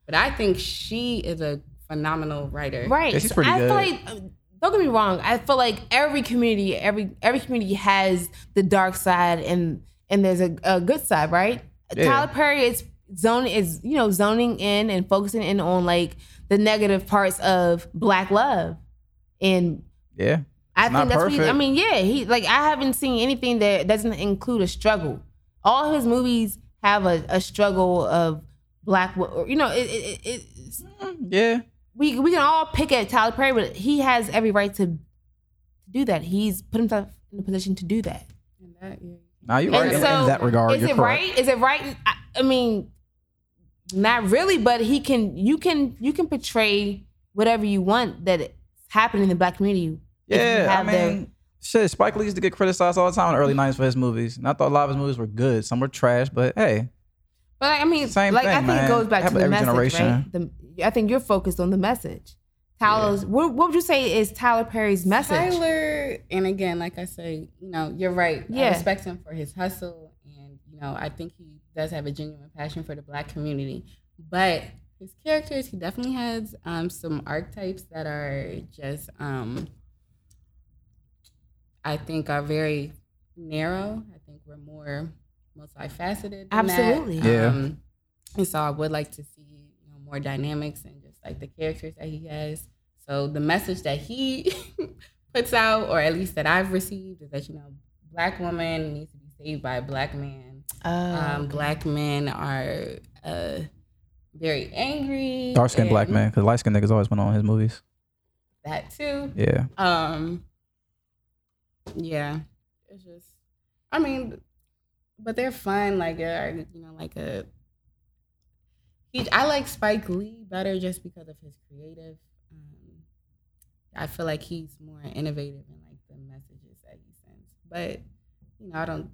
Speaker 2: But I think she is a phenomenal writer.
Speaker 3: right?
Speaker 1: Yeah, she's
Speaker 3: so
Speaker 1: pretty
Speaker 3: I
Speaker 1: good.
Speaker 3: feel like um, don't get me wrong. I feel like every community, every every community has the dark side and and there's a, a good side, right?
Speaker 1: Yeah.
Speaker 3: Tyler Perry is zoning is you know zoning in and focusing in on like the negative parts of black love and
Speaker 1: Yeah,
Speaker 3: I
Speaker 1: It's
Speaker 3: think
Speaker 1: not
Speaker 3: that's what he, I
Speaker 1: perfect.
Speaker 3: mean, yeah, he like I haven't seen anything that doesn't include a struggle. All his movies have a, a struggle of black, wo- or, you know, it, it, it, it's,
Speaker 1: Mm, yeah.
Speaker 3: we we can all pick at Tyler Perry, but he has every right to do that. He's put himself in a position to do that.
Speaker 2: And that, yeah.
Speaker 1: Now you're
Speaker 3: And
Speaker 1: right in-
Speaker 3: so,
Speaker 1: in that regard.
Speaker 3: is
Speaker 1: you're
Speaker 3: it
Speaker 1: correct.
Speaker 3: right? Is it right? I, I mean, not really, but he can. You can you can portray whatever you want that's happening in the black community. if you
Speaker 1: Yeah, I
Speaker 3: have the-
Speaker 1: mean, shit. Spike Lee used to get criticized all the time in the early '90s for his movies, and I thought a lot of his movies were good. Some were trash, but hey,
Speaker 3: But like, I mean,
Speaker 1: Same
Speaker 3: like I
Speaker 1: thing,
Speaker 3: think
Speaker 1: man.
Speaker 3: it goes back to
Speaker 1: Happen
Speaker 3: the
Speaker 1: every
Speaker 3: message,
Speaker 1: generation.
Speaker 3: right? The, I think you're focused on the message. Tyler's. What, what would you say is Tyler Perry's message?
Speaker 2: Tyler, and again, like I say, you know, you're right. I
Speaker 3: Yeah.
Speaker 2: respect him for his hustle, and you know, I think he does have a genuine passion for the black community. But his characters, he definitely has um, some archetypes that are just, um, I think, are very narrow. I think we're more multifaceted. Than that.
Speaker 3: Absolutely.
Speaker 1: Yeah.
Speaker 2: Um, and so I would like to see you know, more dynamics and just like the characters that he has. So the message that he puts out, or at least that I've received, is that you know, black woman needs to be saved by a black man.
Speaker 3: Oh,
Speaker 2: Um, Black men are uh, very angry.
Speaker 1: dark skinned black
Speaker 2: and
Speaker 1: man, because light skinned niggas always went on his movies.
Speaker 2: That too.
Speaker 1: Yeah,
Speaker 2: Um, yeah, it's just, I mean, but they're fun. Like, uh, you know, like a He, I like Spike Lee better just because of his creative. Um, I feel like he's more innovative in like the messages that he sends. But you know, I don't.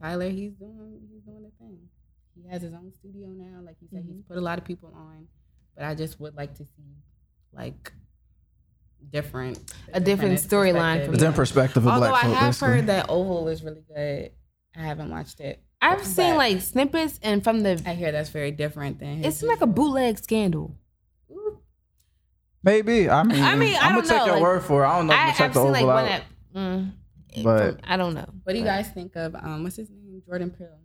Speaker 2: Tyler, he's doing he's doing the thing. He has his own studio now. Like you said, he's put a lot of people on. But I just would like to see like different
Speaker 3: A different storyline
Speaker 2: perspective.
Speaker 3: from
Speaker 1: It's in perspective of
Speaker 2: Although
Speaker 1: black
Speaker 2: I
Speaker 1: folk.
Speaker 2: have
Speaker 1: basically.
Speaker 2: heard that Oval is really good. I haven't watched it.
Speaker 3: I've seen
Speaker 2: But-
Speaker 3: like snippets and from the
Speaker 2: I hear that's very different than his
Speaker 3: it's like a bootleg scandal.
Speaker 2: Ooh,
Speaker 1: Maybe. I mean,
Speaker 3: I mean, I
Speaker 1: am
Speaker 3: don't
Speaker 1: gonna take
Speaker 3: know,
Speaker 1: your
Speaker 3: like,
Speaker 1: word for it. I don't know if
Speaker 3: I,
Speaker 1: you
Speaker 3: I've
Speaker 1: check the
Speaker 3: seen
Speaker 1: oval
Speaker 3: like one
Speaker 1: out.
Speaker 3: that, mm,
Speaker 1: But-
Speaker 3: from- I don't know.
Speaker 2: What do you
Speaker 3: But-
Speaker 2: guys think of um what's his name? Jordan Peele.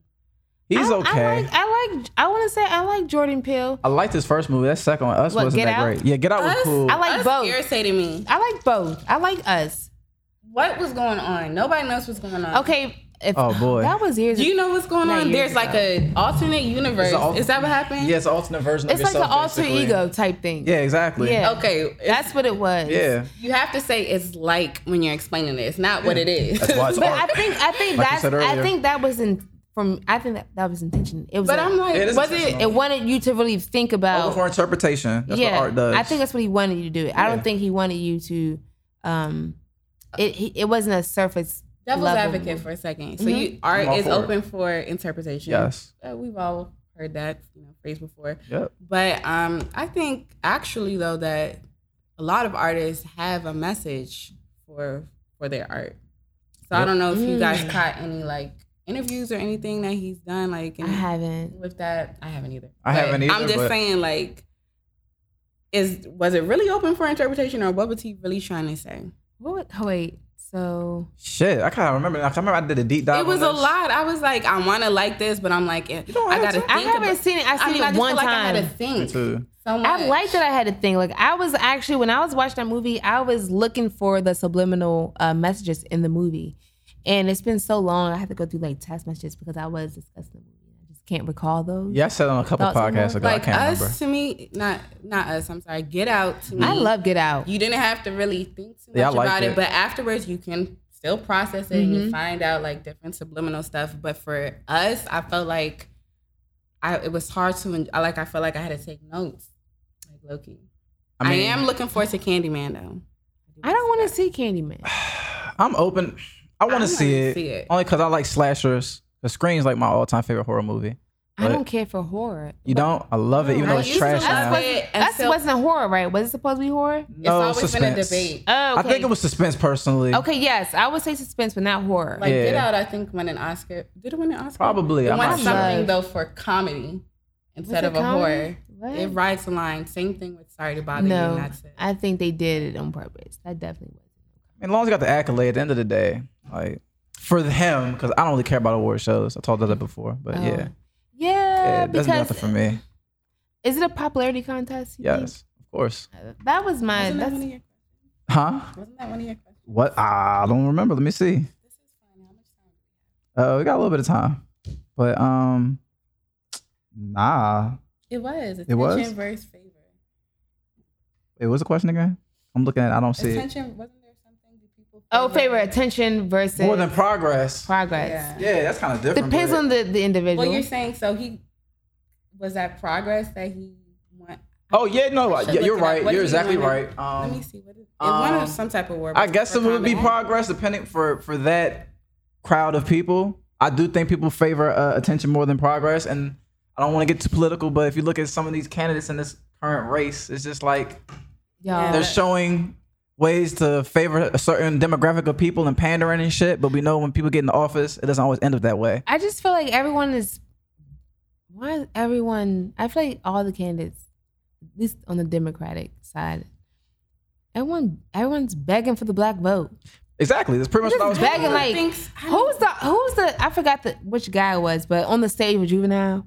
Speaker 1: He's
Speaker 3: I,
Speaker 1: okay.
Speaker 3: I like I like I want to say I like Jordan Peele.
Speaker 1: I liked his first movie. That second one, Us
Speaker 3: What,
Speaker 1: wasn't
Speaker 3: Get
Speaker 1: that
Speaker 3: Out?
Speaker 1: great. Yeah, Get Out was
Speaker 2: Us?
Speaker 1: cool.
Speaker 3: I like
Speaker 2: Us
Speaker 3: both.
Speaker 2: irritated me.
Speaker 3: I like both. I like us.
Speaker 2: What was going on? Nobody knows what's going on.
Speaker 3: Okay. If,
Speaker 1: Oh, boy.
Speaker 3: that was years.
Speaker 2: Do you know what's going
Speaker 3: Not
Speaker 2: on?
Speaker 3: years
Speaker 2: There's like
Speaker 3: ago.
Speaker 2: a alternate universe.
Speaker 1: It's a al-
Speaker 2: Is that what happened?
Speaker 1: yeah, it's an alternate version
Speaker 3: it's
Speaker 1: of
Speaker 3: like
Speaker 1: yourself.
Speaker 3: an alter
Speaker 1: basically.
Speaker 3: ego type thing.
Speaker 1: Yeah, exactly.
Speaker 3: Yeah.
Speaker 2: Okay. it's-
Speaker 3: That's what it was.
Speaker 1: Yeah.
Speaker 2: you have to say it's like when you're explaining it. It's not what it is.
Speaker 1: That's why it's
Speaker 3: But I
Speaker 1: art.
Speaker 3: think I think
Speaker 1: Like I
Speaker 3: that's
Speaker 1: said
Speaker 3: I,
Speaker 1: earlier.
Speaker 3: think that was in from I think that, that was intentional. It was.
Speaker 2: but
Speaker 3: a-
Speaker 2: I'm like,
Speaker 1: It is
Speaker 2: was
Speaker 1: intentional.
Speaker 2: it?
Speaker 3: it wanted you to really think
Speaker 1: Over
Speaker 3: about.
Speaker 1: for interpretation. That's
Speaker 3: yeah,
Speaker 1: what art does.
Speaker 3: I think that's what he wanted you to do. I
Speaker 1: Yeah.
Speaker 3: don't think he wanted you to. Um, it he, it wasn't a surface.
Speaker 2: Devil's
Speaker 3: level.
Speaker 2: advocate for a second. So you
Speaker 1: I'm all
Speaker 2: art is
Speaker 1: for it.
Speaker 2: open for interpretation.
Speaker 1: Yes.
Speaker 2: Uh, we've all heard that you know, phrase before.
Speaker 1: Yep.
Speaker 2: But um, I think actually though that a lot of artists have a message for for their art. So I
Speaker 1: Yep.
Speaker 2: don't know if you guys caught any like interviews or anything that he's done like
Speaker 3: I
Speaker 2: any-
Speaker 3: haven't.
Speaker 2: with that. I haven't either.
Speaker 1: I haven't either,
Speaker 2: I'm just
Speaker 1: but-
Speaker 2: saying like is was it really open for interpretation or what was he really trying to say?
Speaker 3: What? would- oh, wait. So
Speaker 1: Shit, I kind of remember. I remember I did a deep dive.
Speaker 2: It was
Speaker 1: on
Speaker 2: a
Speaker 1: this.
Speaker 2: lot. I was like, I want to like this, but I'm like, eh,
Speaker 1: don't
Speaker 2: I
Speaker 1: have
Speaker 2: gotta.
Speaker 1: to.
Speaker 2: Think
Speaker 3: I haven't
Speaker 2: about-
Speaker 3: seen it. I've seen
Speaker 2: I mean,
Speaker 3: it
Speaker 2: I just
Speaker 3: one
Speaker 2: feel like I
Speaker 3: time.
Speaker 2: had to think.
Speaker 1: Me too.
Speaker 2: So much.
Speaker 3: I like that I had to think. Like I was actually when I was watching that movie, I was looking for the subliminal uh, messages in the movie, and it's been so long. I had to go through like test messages because I was discussing the movie. I just can't recall those.
Speaker 1: Yeah, I said on a couple
Speaker 3: Thoughts on
Speaker 1: podcasts
Speaker 3: that?
Speaker 1: ago. I
Speaker 2: Like
Speaker 1: can't
Speaker 2: us
Speaker 1: remember.
Speaker 2: to me, not not us. I'm sorry. Get out. To me,
Speaker 3: I love Get Out.
Speaker 2: You didn't have to really think too much
Speaker 1: Yeah, I liked
Speaker 2: about it,
Speaker 1: it.
Speaker 2: but afterwards you can still process it and
Speaker 3: Mm-hmm.
Speaker 2: you find out like different subliminal stuff. But for us, I felt like I it was hard to en- I like I felt like I had to take notes. Like Loki. I,
Speaker 1: mean,
Speaker 2: am looking forward to Candyman though.
Speaker 3: I don't want to see Candyman.
Speaker 1: I'm open. I want
Speaker 2: wanna
Speaker 1: to see it, Oh,
Speaker 2: see it.
Speaker 1: only because I like slashers. The Screen's like my all-time favorite horror movie.
Speaker 3: I
Speaker 1: But-
Speaker 3: don't care for horror.
Speaker 1: You don't? I love it, even
Speaker 2: I
Speaker 1: though it's
Speaker 2: used to
Speaker 1: trash
Speaker 2: love
Speaker 1: now.
Speaker 2: it.
Speaker 3: Us
Speaker 2: and so-
Speaker 3: wasn't a horror, right? Was it supposed to be horror?
Speaker 2: It's
Speaker 1: No,
Speaker 2: always been a
Speaker 1: suspense.
Speaker 2: debate.
Speaker 3: Oh,
Speaker 1: I think it was suspense personally.
Speaker 3: Okay, yes, I would say suspense, but not horror.
Speaker 2: Like Get
Speaker 1: Yeah.
Speaker 2: Out, I think won an Oscar. Did it win an Oscar?
Speaker 1: Probably,
Speaker 2: It
Speaker 1: I'm
Speaker 2: won
Speaker 1: not
Speaker 2: something
Speaker 3: sure.
Speaker 2: though for comedy instead
Speaker 3: it
Speaker 2: of a
Speaker 3: comedy?
Speaker 2: horror.
Speaker 3: What?
Speaker 2: It rides the line. Same thing with Sorry to Bother You. And
Speaker 3: no,
Speaker 2: that's it.
Speaker 3: I think they did it on purpose. That definitely was.
Speaker 1: I mean, as long as you got the accolade at the end of the day, like for him, because I don't really care about award shows. I told that before, but
Speaker 2: Uh,
Speaker 3: Oh.
Speaker 1: yeah,
Speaker 3: Yeah,
Speaker 1: yeah, it
Speaker 3: because
Speaker 1: doesn't matter for me.
Speaker 3: is it a popularity contest? you think?
Speaker 1: Yes, of course.
Speaker 3: That was my.
Speaker 2: Wasn't that,
Speaker 3: That's,
Speaker 2: one of your,
Speaker 1: Huh?
Speaker 2: wasn't that one of your questions?
Speaker 1: What? I don't remember. Let me see. Uh, we got a little bit of time, but um, nah.
Speaker 2: It was. Attention
Speaker 1: It was?
Speaker 2: versus favor.
Speaker 1: Wait, what's the question again? I'm looking at. it. I don't see it.
Speaker 2: Attention, wasn't there something that people
Speaker 3: oh, favor attention versus
Speaker 1: More than progress.
Speaker 3: progress.
Speaker 2: Yeah.
Speaker 1: Yeah, that's kind of different.
Speaker 3: Depends
Speaker 1: but-
Speaker 3: on the, the individual.
Speaker 2: Well, you're saying so he was that progress that he won.
Speaker 1: Oh yeah, no,
Speaker 2: I
Speaker 1: yeah,
Speaker 2: should look
Speaker 1: you're
Speaker 2: it up.
Speaker 1: right.
Speaker 2: What
Speaker 1: You're
Speaker 2: did he
Speaker 1: exactly
Speaker 2: win?
Speaker 1: right.
Speaker 2: Let me
Speaker 1: Um,
Speaker 2: see what is, it won
Speaker 1: um,
Speaker 2: some type of award.
Speaker 1: I
Speaker 2: but
Speaker 1: guess
Speaker 2: for
Speaker 1: it would be
Speaker 2: comedy.
Speaker 1: progress depending for for that crowd of people. I do think people favor uh, attention more than progress, and I don't want to get too political, but if you look at some of these candidates in this current race, it's just like
Speaker 3: Y'all.
Speaker 1: they're showing ways to favor a certain demographic of people and pandering and shit. But we know when people get into office, it doesn't always end up that way.
Speaker 3: I just feel like everyone is. Why is everyone? I feel like all the candidates, at least on the Democratic side, everyone everyone's begging for the black vote.
Speaker 1: Exactly, that's pretty much what I was.
Speaker 3: Just begging
Speaker 2: Who
Speaker 3: like
Speaker 2: thinks- I don't-
Speaker 3: who's the who's the I forgot the which guy it was, but on the stage with juvenile.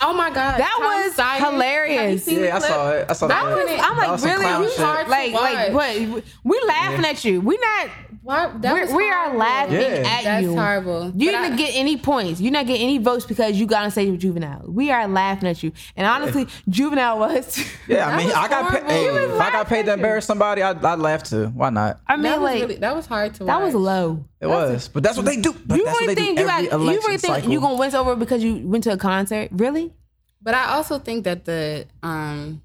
Speaker 2: Oh my god,
Speaker 3: That
Speaker 2: Tom
Speaker 3: was
Speaker 2: Sykes. Have you
Speaker 3: hilarious.
Speaker 2: seen the
Speaker 1: Yeah, I
Speaker 2: clip?
Speaker 1: saw it. I saw
Speaker 3: That
Speaker 1: that.
Speaker 3: was I'm
Speaker 1: That was
Speaker 3: like
Speaker 1: some clown
Speaker 3: really
Speaker 1: shit.
Speaker 2: hard to
Speaker 3: like like what we laughing at you. We not
Speaker 2: Why, that
Speaker 3: We're-
Speaker 2: was
Speaker 3: we are
Speaker 2: horrible.
Speaker 3: laughing
Speaker 1: Yeah.
Speaker 3: at
Speaker 2: That's
Speaker 3: you.
Speaker 2: horrible.
Speaker 3: You
Speaker 2: But I-
Speaker 3: didn't get any points. You're not getting any votes because you got on stage with juvenile. We are laughing at you. And honestly, juvenile was.
Speaker 1: Yeah, I
Speaker 2: That
Speaker 1: mean,
Speaker 2: was
Speaker 1: I got paid.
Speaker 2: horrible.
Speaker 1: Hey,
Speaker 2: You was
Speaker 1: if I got paid to embarrass somebody, I'd, I'd laugh too. Why not?
Speaker 3: I mean,
Speaker 2: that was
Speaker 3: like
Speaker 2: really, that was hard to.
Speaker 3: that was
Speaker 2: watch.
Speaker 3: low.
Speaker 1: It was, but that's what they do. But
Speaker 3: You
Speaker 1: that's
Speaker 3: really
Speaker 1: what they
Speaker 3: think
Speaker 1: do
Speaker 3: you
Speaker 1: every
Speaker 3: got? You
Speaker 1: election
Speaker 3: really think
Speaker 1: cycle.
Speaker 3: you gonna win us over because you went to a concert? Really?
Speaker 2: But I also think that the um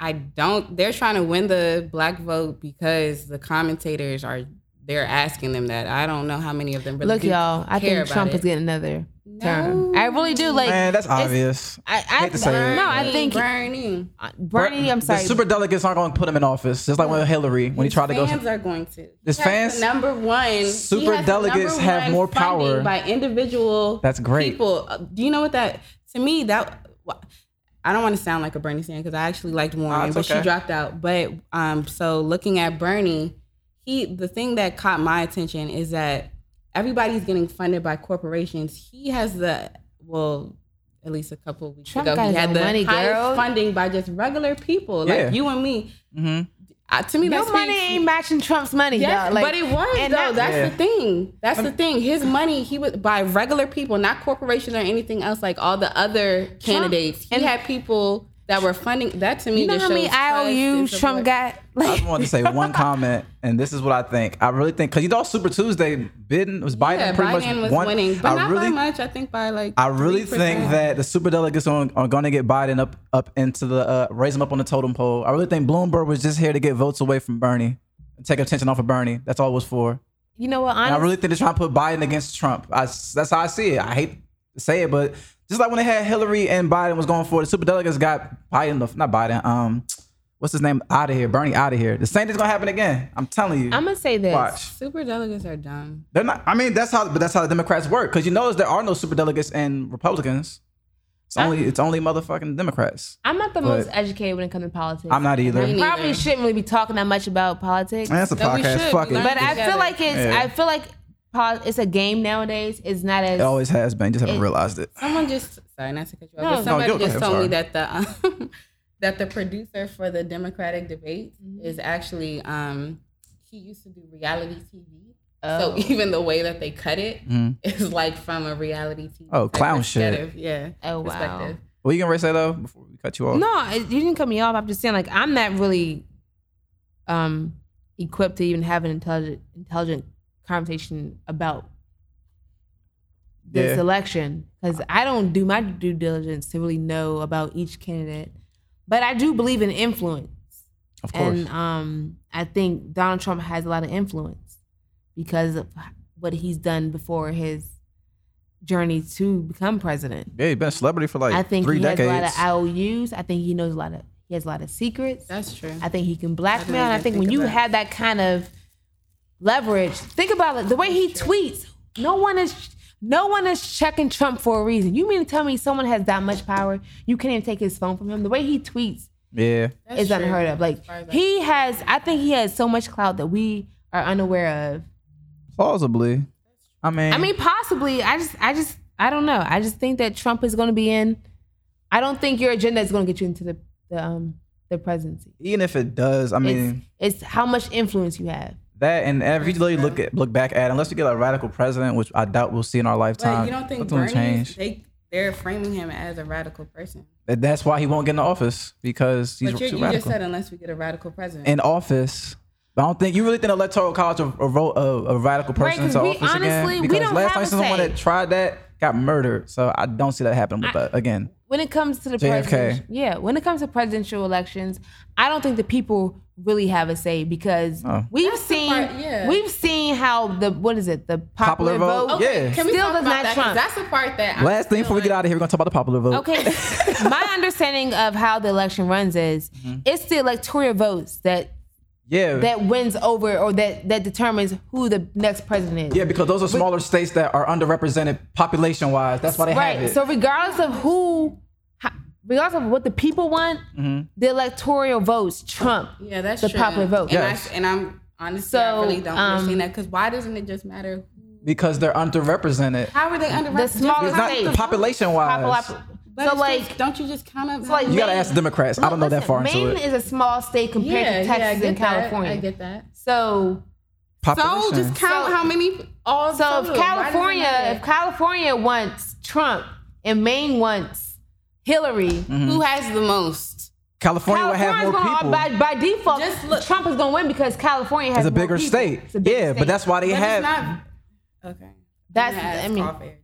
Speaker 2: I don't they're trying to win the black vote because the commentators are they're asking them that. I don't know how many of them really
Speaker 3: Look,
Speaker 2: do
Speaker 3: y'all, I
Speaker 2: care
Speaker 3: think
Speaker 2: about
Speaker 3: Trump
Speaker 2: it.
Speaker 3: is getting another
Speaker 2: No.
Speaker 3: term. I really do. Like,
Speaker 1: Man, that's
Speaker 3: it's-
Speaker 1: obvious.
Speaker 3: I, I
Speaker 1: Hate to say it.
Speaker 3: no, I think
Speaker 2: Bernie.
Speaker 3: Bernie. I'm sorry.
Speaker 1: The super delegates aren't going to put him in office. Just like when Hillary, when he tried to go.
Speaker 2: fans are going to.
Speaker 1: His
Speaker 2: He has
Speaker 1: fans?
Speaker 2: the number one. he has the
Speaker 1: Superdelegates
Speaker 2: number
Speaker 1: have
Speaker 2: one
Speaker 1: more
Speaker 2: funding
Speaker 1: power.
Speaker 2: by individual.
Speaker 1: That's great.
Speaker 2: People, Uh, do you know what that? To me, that wha- I don't want to sound like a Bernie Sanders because I actually liked Warren,
Speaker 1: Oh, it's
Speaker 2: but
Speaker 1: okay.
Speaker 2: she dropped out. But um, so looking at Bernie, he the thing that caught my attention is that everybody's getting funded by corporations. He has the well. At least a couple weeks
Speaker 3: Trump
Speaker 2: ago,
Speaker 3: got
Speaker 2: he
Speaker 3: his
Speaker 2: had
Speaker 3: own
Speaker 2: the
Speaker 3: money,
Speaker 2: highest
Speaker 3: girl.
Speaker 2: funding by just regular people
Speaker 1: Yeah.
Speaker 2: like you and me.
Speaker 1: hmm
Speaker 2: I, to me,
Speaker 3: Your
Speaker 2: that
Speaker 3: money
Speaker 2: speaks-
Speaker 3: ain't matching Trump's money,
Speaker 2: Yes,
Speaker 3: y'all. Like,
Speaker 2: but it was
Speaker 3: and
Speaker 2: though.
Speaker 3: that- Um,
Speaker 2: That's
Speaker 1: Yeah.
Speaker 2: the thing. That's the thing. His money, he was by regular people, not corporations or anything else. Like all the other candidates, he
Speaker 3: and-
Speaker 2: had people that were funding. That to me,
Speaker 3: you know
Speaker 2: just
Speaker 3: how many
Speaker 2: shows trust and
Speaker 3: IOUs
Speaker 2: support.
Speaker 3: Trump got?
Speaker 1: I
Speaker 3: Like,
Speaker 1: just wanted to say one comment, and this is what I think. I really think because you know Super Tuesday, Biden was Biden
Speaker 2: Yeah,
Speaker 1: pretty
Speaker 2: Biden
Speaker 1: much
Speaker 2: was
Speaker 1: won.
Speaker 2: winning, but
Speaker 1: I
Speaker 2: not
Speaker 1: really,
Speaker 2: by much. I think by like.
Speaker 1: I really
Speaker 2: 3%.
Speaker 1: think that the superdelegates are, are going to get Biden up up into the uh, raise him up on the totem pole. I really think Bloomberg was just here to get votes away from Bernie, and take attention off of Bernie. That's all it was for.
Speaker 3: you know what?
Speaker 1: And I
Speaker 3: Honestly,
Speaker 1: really think they're trying to put Biden against Trump. I s that's how I see it. I hate to say it, but just like when they had Hillary and Biden was going for it, the superdelegates got Biden, the- not Biden, um, what's his name, out of here, Bernie out of here. The same thing's going to happen again. I'm telling you.
Speaker 3: I'm gonna say this.
Speaker 1: Watch.
Speaker 2: super delegates are dumb.
Speaker 1: They're not. I mean, that's how. But that's how the Democrats work. Because you notice there are no superdelegates and Republicans. It's
Speaker 3: I-
Speaker 1: only it's only motherfucking Democrats.
Speaker 3: I'm not the
Speaker 1: But-
Speaker 3: most educated when it comes to politics.
Speaker 1: I'm not either.
Speaker 2: Me
Speaker 1: And
Speaker 2: neither.
Speaker 3: Probably shouldn't really be talking that much about politics.
Speaker 1: that's a
Speaker 2: No, we
Speaker 1: podcast.
Speaker 2: should.
Speaker 1: Fuck
Speaker 2: We
Speaker 1: it.
Speaker 2: learned
Speaker 3: But I
Speaker 2: together.
Speaker 3: feel like it's.
Speaker 1: Yeah.
Speaker 3: I feel like pol- it's a game nowadays. It's not as.
Speaker 1: It always has been. Just haven't
Speaker 3: It-
Speaker 1: realized it.
Speaker 2: Someone just sorry not to cut you off,
Speaker 3: No.
Speaker 2: but
Speaker 3: No,
Speaker 2: somebody
Speaker 1: go- go
Speaker 2: just
Speaker 1: ahead,
Speaker 2: told
Speaker 1: sorry.
Speaker 2: me that the um, that the producer for the Democratic debate
Speaker 3: Mm-hmm.
Speaker 2: is actually um he used to do reality TV.
Speaker 3: Oh.
Speaker 2: So even the way that they cut it is
Speaker 1: Mhm.
Speaker 2: like from a reality TV.
Speaker 1: Oh,
Speaker 2: type
Speaker 1: clown shit.
Speaker 2: perspective. Yeah.
Speaker 3: Oh, wow.
Speaker 2: perspective.
Speaker 1: What you gonna say though before we cut you off?
Speaker 3: No, it, you didn't cut me off. I'm just saying, like, I'm not really um equipped to even have an intelligent, intelligent conversation about this
Speaker 1: Yeah.
Speaker 3: election because I don't do my due diligence to really know about each candidate, but I do believe in influence,
Speaker 1: Of course.
Speaker 3: and um, I think Donald Trump has a lot of influence because of what he's done before his journey to become president.
Speaker 1: yeah, you've been a celebrity for like
Speaker 3: I think
Speaker 1: three
Speaker 3: he
Speaker 1: decades.
Speaker 3: has a lot of IOUs. I think he knows a lot of he has a lot of secrets.
Speaker 2: That's true.
Speaker 3: I think he can blackmail.
Speaker 2: I
Speaker 3: And I
Speaker 2: didn't
Speaker 3: think
Speaker 2: even
Speaker 3: when
Speaker 2: think
Speaker 3: you
Speaker 2: about it.
Speaker 3: have that kind of leverage, think about it. The way he tweets, no one is no one is checking Trump for a reason. You mean to tell me someone has that much power? You can't even take his phone from him. The way he tweets
Speaker 1: yeah.
Speaker 2: That's
Speaker 3: is
Speaker 2: true.
Speaker 3: unheard of. Like
Speaker 2: far as I-
Speaker 3: he has, I think he has so much clout that we are unaware of.
Speaker 1: Plausibly. I mean.
Speaker 3: I mean, possibly. I just, I just, I don't know. I just think that Trump is going to be in. I don't think your agenda is going to get you into the the, um, the presidency.
Speaker 1: Even if it does, I mean.
Speaker 3: It's, it's how much influence you have.
Speaker 1: That and if you really look at look back at unless we get a radical president, which I doubt we'll see in our lifetime.
Speaker 2: But you don't think
Speaker 1: nothing will
Speaker 2: Bernie they they're framing him as a radical person.
Speaker 1: That- That's why he won't get in office because he's
Speaker 2: But you,
Speaker 1: too
Speaker 2: you
Speaker 1: radical.
Speaker 2: just said unless we get a radical president.
Speaker 1: in office. I don't think you really think the electoral college will will vote a, a radical person
Speaker 3: Right, 'cause
Speaker 1: into
Speaker 3: we-
Speaker 1: office
Speaker 3: honestly,
Speaker 1: again.
Speaker 3: we
Speaker 1: Because
Speaker 3: don't
Speaker 1: last
Speaker 3: have
Speaker 1: time
Speaker 3: a
Speaker 1: someone
Speaker 3: say.
Speaker 1: that tried that got murdered, so I don't see that happening with that again.
Speaker 3: When it comes to the
Speaker 1: JFK.
Speaker 3: presidential, yeah, when it comes to presidential elections, I don't think the people really have a say because
Speaker 1: No.
Speaker 3: we've
Speaker 2: That's the
Speaker 3: seen
Speaker 2: part- yeah.
Speaker 3: we've seen how the what is it the
Speaker 1: Popular
Speaker 3: popular,
Speaker 1: vote?
Speaker 3: vote,
Speaker 1: Okay. Yeah.
Speaker 2: Can we
Speaker 3: Still
Speaker 2: talk
Speaker 3: does
Speaker 2: about
Speaker 3: not
Speaker 2: that? 'Cause
Speaker 3: trump.
Speaker 2: That's the part that I'm
Speaker 1: Last thing
Speaker 2: still
Speaker 1: before we get
Speaker 2: like-
Speaker 1: out of here, we're gonna talk about the popular vote.
Speaker 3: Okay. My understanding of how the election runs is
Speaker 1: Mm-hmm.
Speaker 3: it's the electoral votes that
Speaker 1: Yeah,
Speaker 3: that wins over or that that determines who the next president is.
Speaker 1: yeah, because those are smaller states that are underrepresented population wise. That's why they
Speaker 3: right.
Speaker 1: have it.
Speaker 3: So regardless of who, ho- regardless of what the people want,
Speaker 1: Mm-hmm.
Speaker 3: the electoral votes trump.
Speaker 2: Yeah, that's
Speaker 3: the
Speaker 2: true.
Speaker 3: popular vote.
Speaker 2: And,
Speaker 1: Yes.
Speaker 2: I, and I'm honestly, I
Speaker 3: So,
Speaker 2: really don't
Speaker 3: um,
Speaker 2: understand that because why doesn't it just matter? who-
Speaker 1: because they're underrepresented.
Speaker 2: How are they underrepresented?
Speaker 3: The smaller
Speaker 1: It's not
Speaker 3: states.
Speaker 1: population wise.
Speaker 3: Populop-
Speaker 2: But
Speaker 3: so
Speaker 2: it's
Speaker 3: like,
Speaker 2: just- don't you just kind of
Speaker 3: like
Speaker 1: You gotta ask the Democrats. I don't know that
Speaker 3: listen,
Speaker 1: far
Speaker 3: Maine
Speaker 1: into it.
Speaker 3: is a small state compared to
Speaker 2: I
Speaker 3: Texas
Speaker 2: get
Speaker 3: and
Speaker 2: that.
Speaker 3: California.
Speaker 2: I get that.
Speaker 3: So
Speaker 2: So
Speaker 1: Population.
Speaker 2: just count
Speaker 3: So-
Speaker 2: how many all.
Speaker 3: So
Speaker 2: total.
Speaker 3: if
Speaker 2: Why does it
Speaker 3: California,
Speaker 2: matter?
Speaker 3: if California wants Trump and Maine wants Hillary,
Speaker 2: who has the most?
Speaker 1: Mm-hmm. California will have
Speaker 3: California's
Speaker 1: more
Speaker 3: gonna
Speaker 1: people.
Speaker 3: by, by default.
Speaker 2: Just look-
Speaker 3: Trump is gonna win because California has
Speaker 1: It's a
Speaker 3: more
Speaker 1: bigger
Speaker 3: people.
Speaker 1: state.
Speaker 3: It's a bigger
Speaker 1: yeah,
Speaker 3: state.
Speaker 1: but that's why they
Speaker 2: But it's
Speaker 1: have.
Speaker 2: not. Okay.
Speaker 3: That's-
Speaker 2: Yeah,
Speaker 3: I
Speaker 2: it's
Speaker 3: mean-
Speaker 2: off air.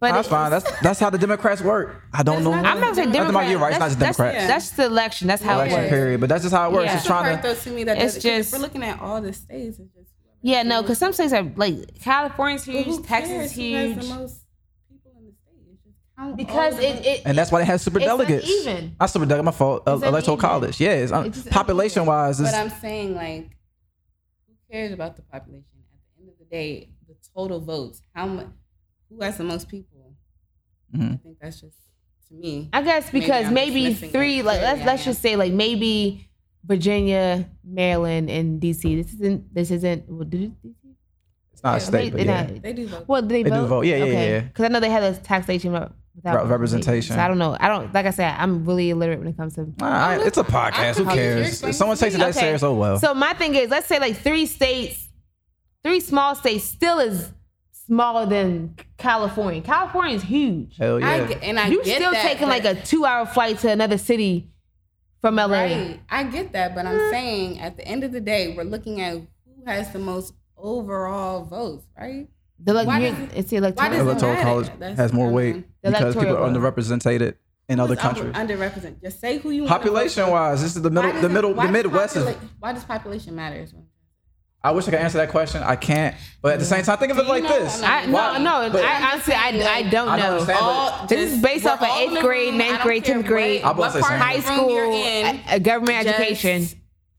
Speaker 3: But
Speaker 1: That's
Speaker 3: it-
Speaker 1: fine. That's that's how the Democrats work. I don't know.
Speaker 2: not-
Speaker 4: I'm not saying
Speaker 1: Nothing about
Speaker 4: Democrats.
Speaker 1: you, right? It's
Speaker 4: That's,
Speaker 1: not just
Speaker 4: that's-
Speaker 1: Democrats.
Speaker 4: that's the election. That's how
Speaker 1: election
Speaker 4: it works.
Speaker 1: period, but that's just how it works.
Speaker 4: Yeah.
Speaker 1: It's trying to.
Speaker 2: though to me that
Speaker 4: It's
Speaker 2: doesn't- 'cause
Speaker 4: just-
Speaker 2: if we're looking at all the states. It's just
Speaker 4: Yeah, no, because some states are like California's huge,
Speaker 2: who
Speaker 4: Texas is
Speaker 2: cares who has
Speaker 4: huge.
Speaker 2: the most people in the state? It's just count all
Speaker 3: because
Speaker 2: of
Speaker 3: it,
Speaker 2: them.
Speaker 3: it
Speaker 1: And that's why they have super delegates.
Speaker 3: uneven.
Speaker 1: I super delegate. My fault. Uh,
Speaker 3: It's
Speaker 1: electoral
Speaker 3: uneven. um,
Speaker 1: college. Yeah, it's, un-
Speaker 3: It's just
Speaker 1: population wise. It's,
Speaker 2: But I'm saying like, who cares about the population? At the end of the day, the total votes. How much? Who has the most people? I
Speaker 1: Mhm.
Speaker 2: think that's just to me.
Speaker 3: I guess
Speaker 2: Maybe
Speaker 3: because
Speaker 2: I'm
Speaker 3: maybe,
Speaker 2: dismissing it.
Speaker 3: three, like let's
Speaker 2: Maybe I
Speaker 3: let's
Speaker 2: am.
Speaker 3: just say like maybe Virginia, Maryland, and DC. This isn't this isn't well, did it-
Speaker 1: it's not a
Speaker 3: they,
Speaker 1: state, but
Speaker 3: they're
Speaker 1: yeah.
Speaker 3: not-
Speaker 2: they do vote.
Speaker 3: well, they,
Speaker 1: They do
Speaker 3: vote?
Speaker 1: vote. Yeah, yeah, yeah.
Speaker 3: Because I know they had a taxation without
Speaker 1: Re- representation.
Speaker 3: So I don't know. I don't like I said. I'm really illiterate when it comes to.
Speaker 1: Nah, I- it's a podcast. Who
Speaker 2: I'm
Speaker 1: cares?
Speaker 2: confused.
Speaker 1: If someone takes it that
Speaker 3: Okay.
Speaker 1: serious, oh well.
Speaker 3: So my thing is, let's say like three states, three small states, still is smaller than California. California is huge.
Speaker 1: Hell yeah.
Speaker 2: I get, and I
Speaker 3: you
Speaker 2: get
Speaker 3: still
Speaker 2: that,
Speaker 3: taking like
Speaker 2: but-
Speaker 3: a two-hour flight to another city from LA.
Speaker 2: Right. I get that, but I'm saying at the end of the day, we're looking at who has the most overall votes, right?
Speaker 3: The like,
Speaker 2: Why
Speaker 3: you-
Speaker 2: does it-
Speaker 3: it's the electoral.
Speaker 2: does it
Speaker 1: electoral
Speaker 2: matter.
Speaker 1: college
Speaker 2: That's
Speaker 1: has more
Speaker 2: what I'm
Speaker 1: weight
Speaker 2: saying.
Speaker 1: because people are
Speaker 3: Electoral.
Speaker 1: underrepresented in other
Speaker 2: Who's under-
Speaker 1: countries.
Speaker 2: underrepresented. Just say who you want.
Speaker 1: Population wise, this is the middle. The middle. The Midwest is.
Speaker 2: Why does population matter? is what I'm saying.
Speaker 1: I wish I could answer that question. I can't. But at the same time, think of it like
Speaker 2: know
Speaker 1: this.
Speaker 2: I'm
Speaker 3: I, no,
Speaker 1: Why-
Speaker 3: no.
Speaker 1: but-
Speaker 3: I honestly, I, I don't
Speaker 1: I don't
Speaker 3: know.
Speaker 1: understand, but-
Speaker 2: All-
Speaker 3: This is
Speaker 2: just-
Speaker 3: based
Speaker 2: we're
Speaker 3: off of
Speaker 2: all in
Speaker 3: eighth
Speaker 2: the
Speaker 3: grade,
Speaker 2: room.
Speaker 3: ninth
Speaker 2: I don't
Speaker 3: grade,
Speaker 2: care
Speaker 3: 10th grade.
Speaker 1: I was
Speaker 2: what
Speaker 1: about to say
Speaker 2: part of
Speaker 1: same.
Speaker 3: High
Speaker 2: the room
Speaker 3: school,
Speaker 2: you're in.
Speaker 3: a- a government
Speaker 2: Just-
Speaker 3: education.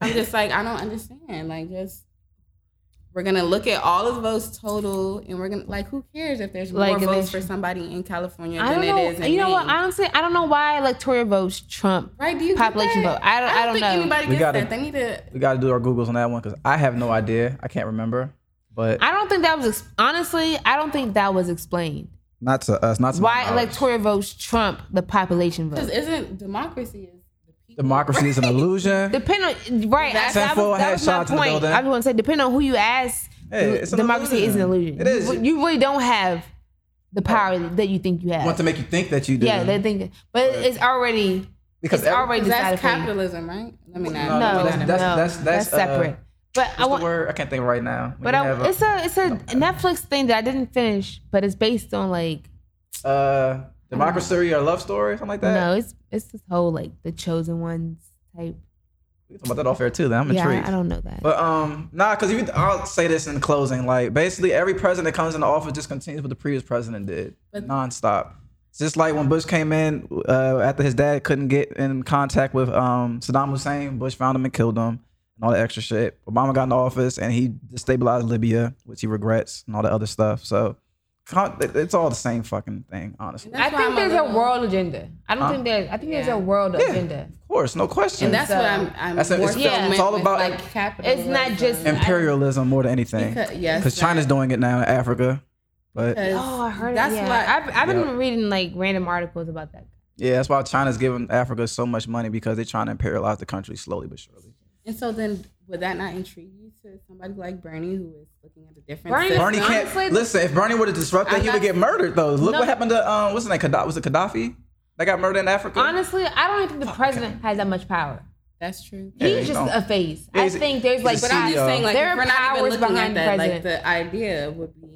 Speaker 2: I'm just like I don't understand. Like just we're gonna look at all of those total, and we're gonna like who cares if there's more
Speaker 3: Like, if
Speaker 2: votes
Speaker 3: it's-
Speaker 2: for somebody in California
Speaker 3: I
Speaker 2: than
Speaker 3: don't
Speaker 2: it is.
Speaker 3: know.
Speaker 2: In
Speaker 3: You know what?
Speaker 2: Maine?
Speaker 3: Honestly, I don't know why electoral votes trump
Speaker 2: Right? Do you get
Speaker 3: population
Speaker 2: that?
Speaker 3: vote. I don't. I don't,
Speaker 2: think
Speaker 3: know.
Speaker 2: anybody
Speaker 1: We
Speaker 2: gets
Speaker 1: gotta-
Speaker 2: that. They need to.
Speaker 1: We got to do our googles on that one because I have no idea. I can't remember. But
Speaker 3: I don't think that was ex- honestly. I don't think that was explained.
Speaker 1: not to us. Not to my
Speaker 3: Why
Speaker 1: knowledge.
Speaker 3: electoral votes trump the population
Speaker 2: Because
Speaker 3: vote?
Speaker 2: isn't democracy is the people?
Speaker 1: Democracy is an illusion.
Speaker 3: Depend on right. I- that
Speaker 1: Tenfold
Speaker 3: was, that was my
Speaker 1: headshots in the
Speaker 3: point.
Speaker 1: building.
Speaker 3: I just want to say, depend on who you ask,
Speaker 1: Hey, it's an
Speaker 3: democracy is an illusion.
Speaker 1: illusion. It is. Oh.
Speaker 3: You, you really don't have the power that you think you have.
Speaker 1: want to make you think that you do.
Speaker 3: yeah, they think, but it's already
Speaker 1: because
Speaker 3: it's
Speaker 1: every-
Speaker 3: already
Speaker 2: 'Cause
Speaker 3: decided
Speaker 2: that's
Speaker 3: for you.
Speaker 2: capitalism, right? Let me
Speaker 1: No,
Speaker 2: not.
Speaker 3: No,
Speaker 1: that's-
Speaker 3: no,
Speaker 1: that's- that's-
Speaker 3: that's
Speaker 1: that's, uh,
Speaker 3: separate. But I
Speaker 1: What's
Speaker 3: want,
Speaker 1: the word? I can't think right now. When
Speaker 3: but
Speaker 1: you
Speaker 3: I,
Speaker 1: have a-
Speaker 3: it's a it's a Netflix thing that I didn't finish, but it's based on like
Speaker 1: uh, democracy or love story, something like that.
Speaker 3: no, it's it's this whole like the chosen ones type.
Speaker 1: We can talk about that off air too. Then I'm
Speaker 3: Yeah,
Speaker 1: intrigued.
Speaker 3: I, I don't know that.
Speaker 1: But um, nah, because if you, I'll say this in closing, like basically every president that comes into office just continues what the previous president did, nonstop. It's just like when Bush came in uh, after his dad couldn't get in contact with um, Saddam Hussein, Bush found him and killed him, and all that extra shit. Obama got in office and he destabilized Libya, which he regrets, and all that other stuff. So con- it- it's all the same fucking thing, honestly.
Speaker 2: That's
Speaker 3: I
Speaker 2: why
Speaker 3: think
Speaker 2: I'm
Speaker 3: there's
Speaker 2: little-
Speaker 3: a world agenda. I don't
Speaker 1: Huh?
Speaker 3: think there's. I think there's
Speaker 2: Yeah.
Speaker 3: a world
Speaker 1: Yeah.
Speaker 3: agenda.
Speaker 1: Of course, no question.
Speaker 2: And that's
Speaker 3: So-
Speaker 2: what I'm. I'm
Speaker 1: That's a-
Speaker 2: more
Speaker 1: it's-
Speaker 2: so
Speaker 3: yeah, it's
Speaker 2: meant
Speaker 1: all
Speaker 2: with,
Speaker 1: about-
Speaker 2: like capitalism.
Speaker 3: just- And-
Speaker 1: imperialism more than anything.
Speaker 2: Because- yes,
Speaker 1: because China's
Speaker 2: that-
Speaker 1: doing it now in Africa. But
Speaker 2: Because
Speaker 3: Oh, I heard
Speaker 2: that's
Speaker 3: it. Yeah.
Speaker 2: why
Speaker 3: I've, I've been
Speaker 1: Yeah.
Speaker 3: reading like random articles about that.
Speaker 1: Yeah, that's why China's giving Africa so much money because they're trying to imperialize the country slowly but surely.
Speaker 2: And so then, would that not intrigue you to somebody like Bernie, who is looking at the different?
Speaker 3: Bernie-
Speaker 2: system?
Speaker 1: Bernie can't
Speaker 3: Honestly-
Speaker 1: listen. If Bernie would have disrupted,
Speaker 2: I'm
Speaker 1: he would
Speaker 2: not-
Speaker 1: get murdered. Though, look
Speaker 3: No.
Speaker 1: what happened to um, what's his name? Gaddafi was it Gaddafi? That got murdered in Africa.
Speaker 3: Honestly, I don't even think the president has that much power.
Speaker 2: That's true.
Speaker 1: Yeah,
Speaker 3: He's
Speaker 1: he
Speaker 3: just
Speaker 1: don't.
Speaker 3: a phase.
Speaker 1: Yeah,
Speaker 3: I
Speaker 1: he's-
Speaker 3: think there's
Speaker 1: he's
Speaker 3: like
Speaker 1: a
Speaker 2: But I'm
Speaker 1: CEO.
Speaker 2: just saying, like,
Speaker 3: There
Speaker 2: if
Speaker 3: are
Speaker 2: we're not even
Speaker 3: powers
Speaker 2: looking
Speaker 3: behind
Speaker 2: at that,
Speaker 3: president.
Speaker 2: like, the idea would be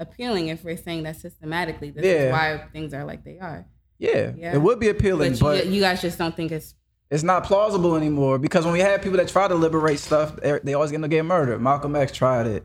Speaker 2: appealing if we're saying that systematically. This
Speaker 1: Yeah.
Speaker 2: is why things are like they are.
Speaker 1: yeah,
Speaker 2: Yeah.
Speaker 1: it would be appealing,
Speaker 2: But,
Speaker 1: but,
Speaker 2: you, you guys just don't think it's.
Speaker 1: it's not plausible anymore because when we have people that try to liberate stuff, they they always end up getting murdered. Malcolm X tried it.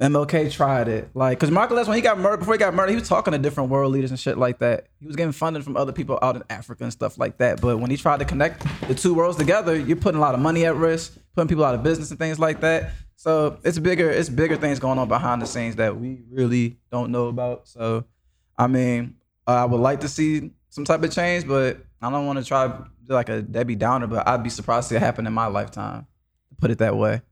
Speaker 1: MLK tried it. Like, because Malcolm X, when he got murdered, before he got murdered, he was talking to different world leaders and shit like that. He was getting funding from other people out in Africa and stuff like that. But when he tried to connect the two worlds together, you're putting a lot of money at risk, putting people out of business and things like that. So it's bigger, it's bigger things going on behind the scenes that we really don't know about. So I mean, uh, I would like to see some type of change, but I don't want to try to be like a Debbie Downer. But I'd be surprised to see it happen in my lifetime. To put it that way,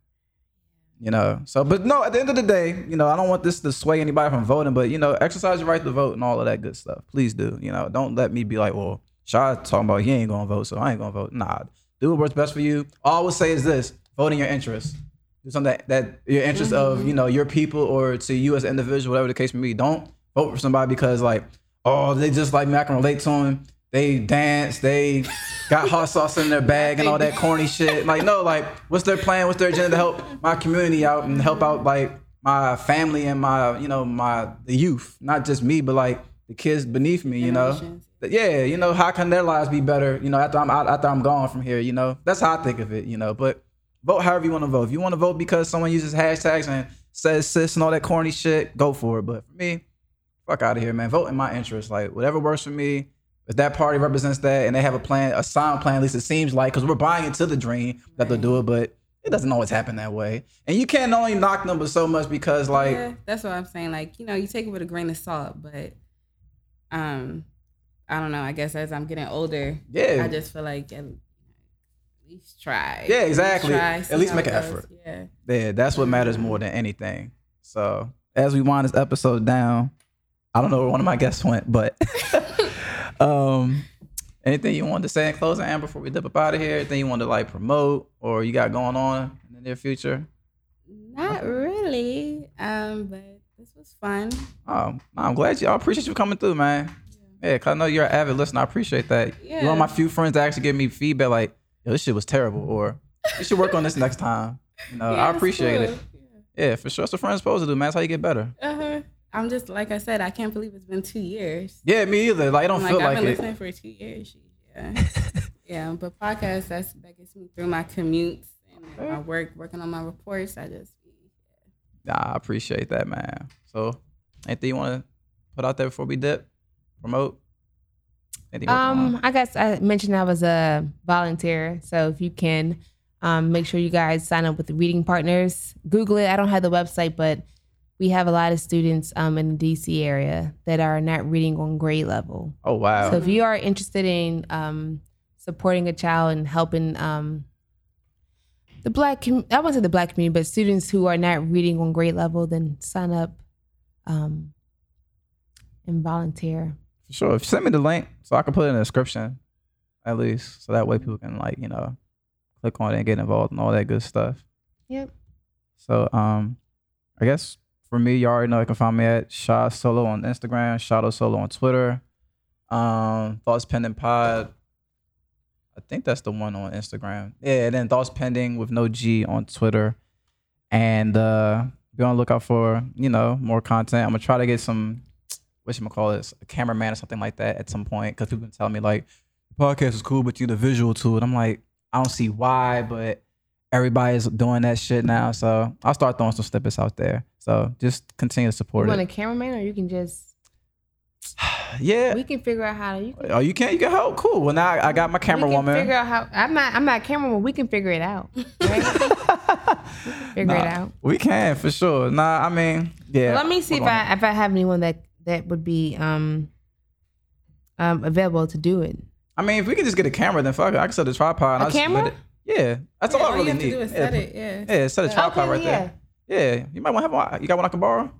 Speaker 1: you know. So, but no, at the end of the day, you know, I don't want this to sway anybody from voting. But you know, exercise your right to vote and all of that good stuff. Please do. You know, don't let me be like, well, Shaw talking about he ain't gonna vote, so I ain't gonna vote. Nah, do what works best for you. All I would say is this: vote in your interest. Do something that, that your interest of you know your people or to you as an individual, whatever the case may be. Don't vote for somebody because like, oh, they just like me. I can relate to them. They dance. They got hot sauce in their bag and all that corny shit. Like no, like what's their plan? What's their agenda to help my community out and help out like my family and my you know my the youth, not just me, but like the the kids beneath me, you know.
Speaker 2: Generations.
Speaker 1: That- Yeah, you know, how can their lives be better, you know, after I'm out, after I'm gone from here, you know. That's how I think of it, you know. But vote however you want to vote. If you want to vote because someone uses hashtags and says sis and all that corny shit, go for it. But for me, fuck out of here, man. Vote in my interest. Like whatever works for me. If that party represents that and they have a plan, a sound plan, at least it seems like, because we're buying into the dream that they'll do it, but it doesn't always happen that way. And you can't only knock them but so much because like
Speaker 2: Yeah, that's what I'm saying. Like, you know, you take it with a grain of salt, but um, I don't know. I guess as I'm getting older,
Speaker 1: Yeah.
Speaker 2: I just feel like at least try.
Speaker 1: Yeah,
Speaker 2: At least
Speaker 1: exactly.
Speaker 2: try,
Speaker 1: At
Speaker 2: see
Speaker 1: least
Speaker 2: how
Speaker 1: make
Speaker 2: it
Speaker 1: an
Speaker 2: goes.
Speaker 1: effort.
Speaker 2: Yeah.
Speaker 1: Yeah, that's what matters more than anything. So as we wind this episode down, I don't know where one of my guests went, but um anything you wanted to say in closing, Amber, before we dip up out of here? Anything you want to like promote or you got going on in the near future?
Speaker 2: Not really. Um, but this was fun.
Speaker 1: Oh, I'm glad you. I appreciate you coming through, man. Yeah, cause I know you're an avid listener. I appreciate that. You're one of my few friends that actually give me feedback, like, "Yo, this shit was terrible," or "You should work on this next time." You know,
Speaker 2: Yeah,
Speaker 1: I
Speaker 2: it's
Speaker 1: appreciate
Speaker 2: cool.
Speaker 1: it. Yeah, for sure. That's what friends supposed to do, man. That's how you get better.
Speaker 2: Uh-huh. I'm just like I said, I can't believe it's been two years.
Speaker 1: Yeah, me either. Like, I don't
Speaker 2: I'm like
Speaker 1: feel
Speaker 2: I've
Speaker 1: like
Speaker 2: been
Speaker 1: it.
Speaker 2: listening for two years. Yeah. yeah. But podcasts, that's that gets me through my commutes and my work, working on my reports. I just
Speaker 1: Nah, I appreciate that, man. So, anything you want to put out there before we dip? Promote? Anything you working
Speaker 3: Um,
Speaker 1: on?
Speaker 3: I guess I mentioned I was a volunteer, so if you can, um, make sure you guys sign up with the Reading Partners. Google it. I don't have the website, but we have a lot of students um in the DC area that are not reading on grade level.
Speaker 1: Oh wow.
Speaker 3: So if you are interested in um, supporting a child and helping um, the black, com- I won't say the black community, but students who are not reading on grade level, then sign up um, and volunteer.
Speaker 1: For sure. If you send me the link so I can put it in the description, at least. So that way people can like, you know, click on it and get involved and all that good stuff.
Speaker 3: Yep.
Speaker 1: So um I guess for me, you already know you can find me at Shaw Solo on Instagram, Shadow Solo on Twitter. Um, Thoughts Pending Pod. I think that's the one on Instagram. Yeah, and then Thoughts Pending with no G on Twitter. And uh be on the lookout for, you know, more content. I'm gonna try to get some what you call it, a cameraman or something like that at some point because people been telling me like the podcast is cool, but you the visual tool. And I'm like, I don't see why, but everybody's doing that shit now. So I'll start throwing some snippets out there. So just continue to
Speaker 3: You
Speaker 1: support
Speaker 3: want a
Speaker 1: it.
Speaker 3: cameraman, or you can just
Speaker 1: Yeah.
Speaker 3: we can figure out how to. You can,
Speaker 1: Oh, you can't. You can help. Cool. Well, now I, I got my camera
Speaker 3: we can
Speaker 1: woman.
Speaker 3: Figure out how. I'm not. I'm not a cameraman. We can figure it out. Right? figure it
Speaker 1: Nah,
Speaker 3: out.
Speaker 1: We can for sure. Nah, I mean, yeah.
Speaker 3: Let me see if
Speaker 1: Hold on.
Speaker 3: I if I have anyone that that would be um um available to do it.
Speaker 1: I mean, if we can just get a camera, then fuck it. I can set a tripod. and
Speaker 3: A
Speaker 1: I'll just put
Speaker 3: camera?
Speaker 1: it- Yeah, that's all I
Speaker 2: all
Speaker 1: really
Speaker 2: you have
Speaker 1: need.
Speaker 2: to do is
Speaker 1: yeah,
Speaker 2: set
Speaker 1: put-
Speaker 2: it, yeah.
Speaker 1: Yeah, set a tripod
Speaker 3: Okay,
Speaker 1: right there. Yeah, you might want to have one. You got one I can borrow?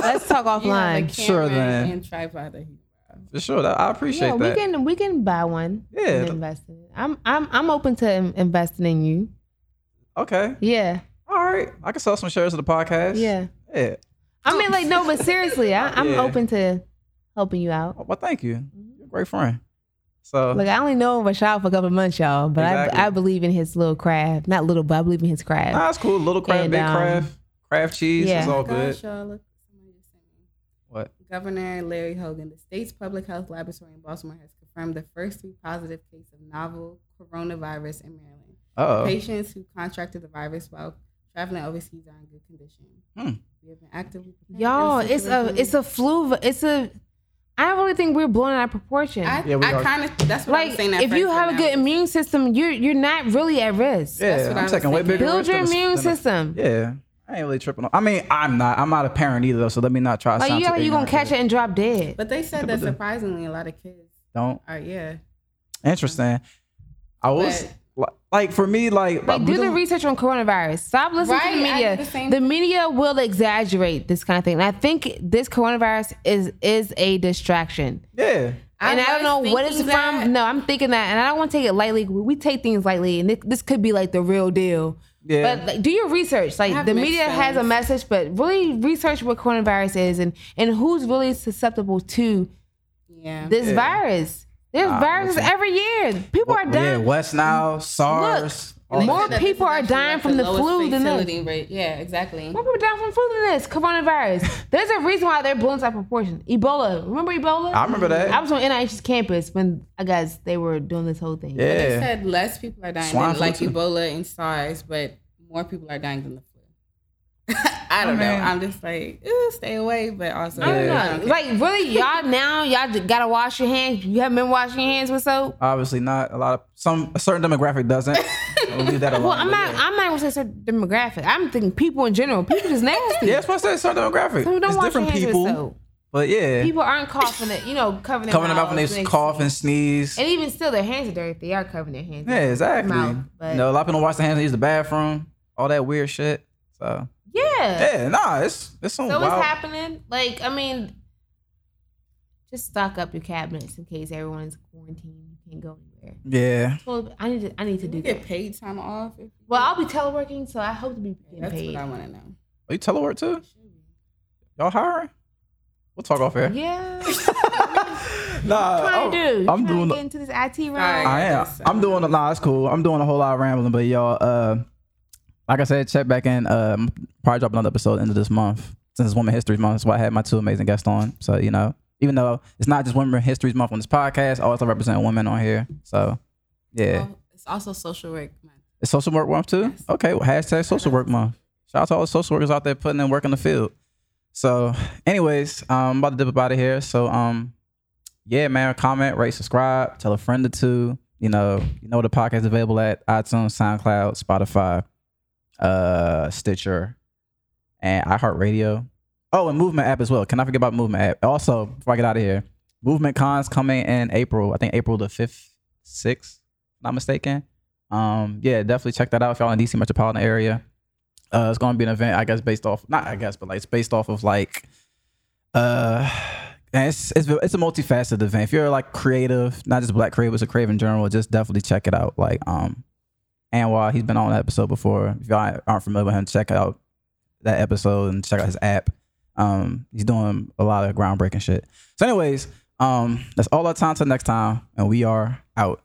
Speaker 3: Let's talk offline.
Speaker 2: camera
Speaker 1: Sure, then.
Speaker 2: and tripod that he
Speaker 1: For sure. That, I appreciate
Speaker 3: yeah,
Speaker 1: that.
Speaker 3: we can we can buy one.
Speaker 1: Yeah,
Speaker 3: and
Speaker 1: th-
Speaker 3: invest in it. I'm I'm I'm open to in- investing in you.
Speaker 1: Okay.
Speaker 3: Yeah,
Speaker 1: All right. I can sell some shares of the podcast.
Speaker 3: yeah.
Speaker 1: Yeah.
Speaker 3: I mean, like no, but seriously, I, I'm
Speaker 1: Yeah.
Speaker 3: open to helping you out.
Speaker 1: Oh, Well, thank you. You're a great friend. So
Speaker 3: Like I only know Rashad for a couple months, y'all, but
Speaker 1: Oh. Exactly. Ah.
Speaker 3: I I believe in his little craft. Not little, but I believe in his craft.
Speaker 1: nah, it's cool. Little craft,
Speaker 3: And,
Speaker 1: big
Speaker 3: um,
Speaker 1: craft, craft cheese.
Speaker 3: yeah.
Speaker 1: It's all good.
Speaker 2: Gosh, y'all, look, somebody just sent me.
Speaker 1: What?
Speaker 2: Governor Larry Hogan, the state's public health laboratory in Baltimore, has confirmed the first three positive cases of novel coronavirus in Maryland.
Speaker 1: Oh.
Speaker 2: Patients who contracted the virus while traveling overseas are in good condition.
Speaker 1: Hmm.
Speaker 2: We have been actively preparing
Speaker 3: Y'all,
Speaker 2: for the
Speaker 3: it's a
Speaker 2: situation.
Speaker 3: it's a flu. It's a. I really think we're blown out of proportion.
Speaker 2: I,
Speaker 1: Yeah, we
Speaker 2: I
Speaker 1: are.
Speaker 2: kind of that's what I'm
Speaker 3: like,
Speaker 2: saying. at
Speaker 3: if you
Speaker 2: first,
Speaker 3: have
Speaker 2: but
Speaker 3: a
Speaker 2: now
Speaker 3: good immune system, you're you're not really at risk.
Speaker 2: That's
Speaker 1: Yeah,
Speaker 2: what I
Speaker 1: I'm
Speaker 2: was
Speaker 1: taking way
Speaker 2: thinking.
Speaker 1: bigger.
Speaker 3: Build
Speaker 1: risks
Speaker 3: your
Speaker 1: than a-
Speaker 3: immune
Speaker 1: than a-
Speaker 3: system.
Speaker 1: Yeah. I ain't really tripping. on- I mean, I'm not. I'm not a parent either, though. So let me not try. to
Speaker 3: Like
Speaker 1: sound
Speaker 3: you,
Speaker 1: too
Speaker 3: you gonna
Speaker 1: ignorant.
Speaker 3: catch it and drop dead.
Speaker 2: But they said
Speaker 1: People
Speaker 2: that
Speaker 1: do.
Speaker 2: surprisingly, a lot of kids
Speaker 1: Don't.
Speaker 2: are yeah.
Speaker 1: Interesting. I was like, for me, like,
Speaker 3: Like, do
Speaker 1: we
Speaker 3: the
Speaker 1: don't-
Speaker 3: research on coronavirus. Stop listening to the
Speaker 2: Right, I
Speaker 3: media.
Speaker 2: did the same
Speaker 3: The, media will exaggerate this kind of thing. And I think this coronavirus is is a distraction.
Speaker 1: yeah.
Speaker 2: I
Speaker 3: and I
Speaker 2: was
Speaker 3: don't know what it's
Speaker 2: thinking that.
Speaker 3: from. No, I'm thinking that, and I don't want to take it lightly. We we take things lightly, and it, this could be like the real deal.
Speaker 1: Yeah.
Speaker 3: But like, do your research. Like
Speaker 2: have
Speaker 3: the
Speaker 2: mixed
Speaker 3: media has a
Speaker 2: feelings.
Speaker 3: message, but really research what coronavirus is and and who's really susceptible to
Speaker 2: Yeah.
Speaker 3: this virus. There's
Speaker 1: Nah,
Speaker 3: viruses
Speaker 1: listen.
Speaker 3: every year. People are
Speaker 1: Yeah,
Speaker 3: dying.
Speaker 1: West Nile, SARS. all that
Speaker 3: Look, more
Speaker 1: shit.
Speaker 3: But people are dying from the flu than this.
Speaker 2: Rate. Yeah, exactly.
Speaker 3: More people dying from flu than this coronavirus. There's a reason why they're blown out of proportion. Ebola. Remember Ebola?
Speaker 1: I remember that.
Speaker 3: I
Speaker 1: I
Speaker 3: was on NIH's campus when I guess they were doing this whole thing.
Speaker 2: They
Speaker 1: yeah.
Speaker 2: said less people are dying
Speaker 1: Swine
Speaker 2: than
Speaker 1: flu
Speaker 2: like
Speaker 1: too.
Speaker 2: Ebola and SARS, but more people are dying than the flu. I don't know.
Speaker 1: mean-
Speaker 2: I'm just like, "Ew, stay away, but also
Speaker 3: I don't
Speaker 1: Yeah.
Speaker 3: know. Like really, y'all now y'all d- gotta wash your hands. You haven't been washing your hands with soap.
Speaker 1: Obviously, not a lot of some a certain demographic doesn't. we'll leave that alone.
Speaker 3: Well, I'm
Speaker 1: but
Speaker 3: not.
Speaker 1: yeah.
Speaker 3: I'm not gonna say certain demographic. I'm thinking people in general. People just nasty.
Speaker 1: Yeah, it's supposed to say certain demographic.
Speaker 3: Who don't
Speaker 1: it's
Speaker 3: wash
Speaker 1: different
Speaker 3: their hands
Speaker 1: people,
Speaker 3: with soap.
Speaker 1: but yeah,
Speaker 3: People aren't coughing. It, you know, covering their
Speaker 1: coming about when
Speaker 3: mouths
Speaker 1: they cough and sneeze.
Speaker 3: And even still, their hands are dirty. They are covering their hands.
Speaker 1: Yeah, exactly.
Speaker 3: mouth,
Speaker 1: you
Speaker 3: but-
Speaker 1: know, a lot of people don't wash their hands and use the bathroom, all that weird shit. So
Speaker 3: Yeah.
Speaker 1: yeah, nah, it's it's some
Speaker 3: So
Speaker 1: wild.
Speaker 3: it's happening. Like, I mean, just stock up your cabinets in case everyone's quarantined. You can't go anywhere.
Speaker 1: yeah,
Speaker 3: Well, I need to. I need to
Speaker 2: you
Speaker 3: do
Speaker 2: get
Speaker 3: that.
Speaker 2: paid time off. If
Speaker 3: Well, I'll be teleworking, so I hope to be getting
Speaker 2: that's
Speaker 3: paid.
Speaker 2: what I want to know.
Speaker 1: Are you telework too? Y'all hiring? We'll talk off air.
Speaker 3: Yeah.
Speaker 1: Nah,
Speaker 3: Trying to do.
Speaker 1: I'm, I'm
Speaker 3: trying
Speaker 1: doing.
Speaker 3: to get into this IT realm.
Speaker 2: Alright.
Speaker 1: I am. I'm doing a nah, it's cool. I'm doing a whole lot of rambling, but y'all, uh, like I said, check back in. Um, probably drop another episode end of this month since it's Women History Month. That's why I had my two amazing guests on. So you know, even though it's not just Women History Month on this podcast, I also represent women on here. So yeah,
Speaker 2: Oh, it's also social work month.
Speaker 1: it's social work month too. Okay, well, hashtag social work month. Shout out to all the social workers out there putting in work in the field. So, anyways, um, I'm about to dip up out of here. So, um, yeah, man, comment, rate, subscribe, tell a friend or two. You know, you know the podcast is available at iTunes, SoundCloud, Spotify, uh, Stitcher, and iHeartRadio. Oh, and Movement app as well. Can I forget about Movement app? Also, before I get out of here, Movement Cons coming in April. I think April the fifth, sixth, if I'm not mistaken. Um, yeah, definitely check that out if y'all in DC metropolitan area. Uh, it's gonna be an event, I guess, based off not I guess, but like it's based off of like uh and it's, it's it's a multifaceted event. If you're like creative, not just black creatives, a creative in general, just definitely check it out. Like um Anwar, he's been on an episode before. If y'all aren't familiar with him, check out that episode and check out his app. Um, he's doing a lot of groundbreaking shit. So, anyways, um, that's all our time till next time, and we are out.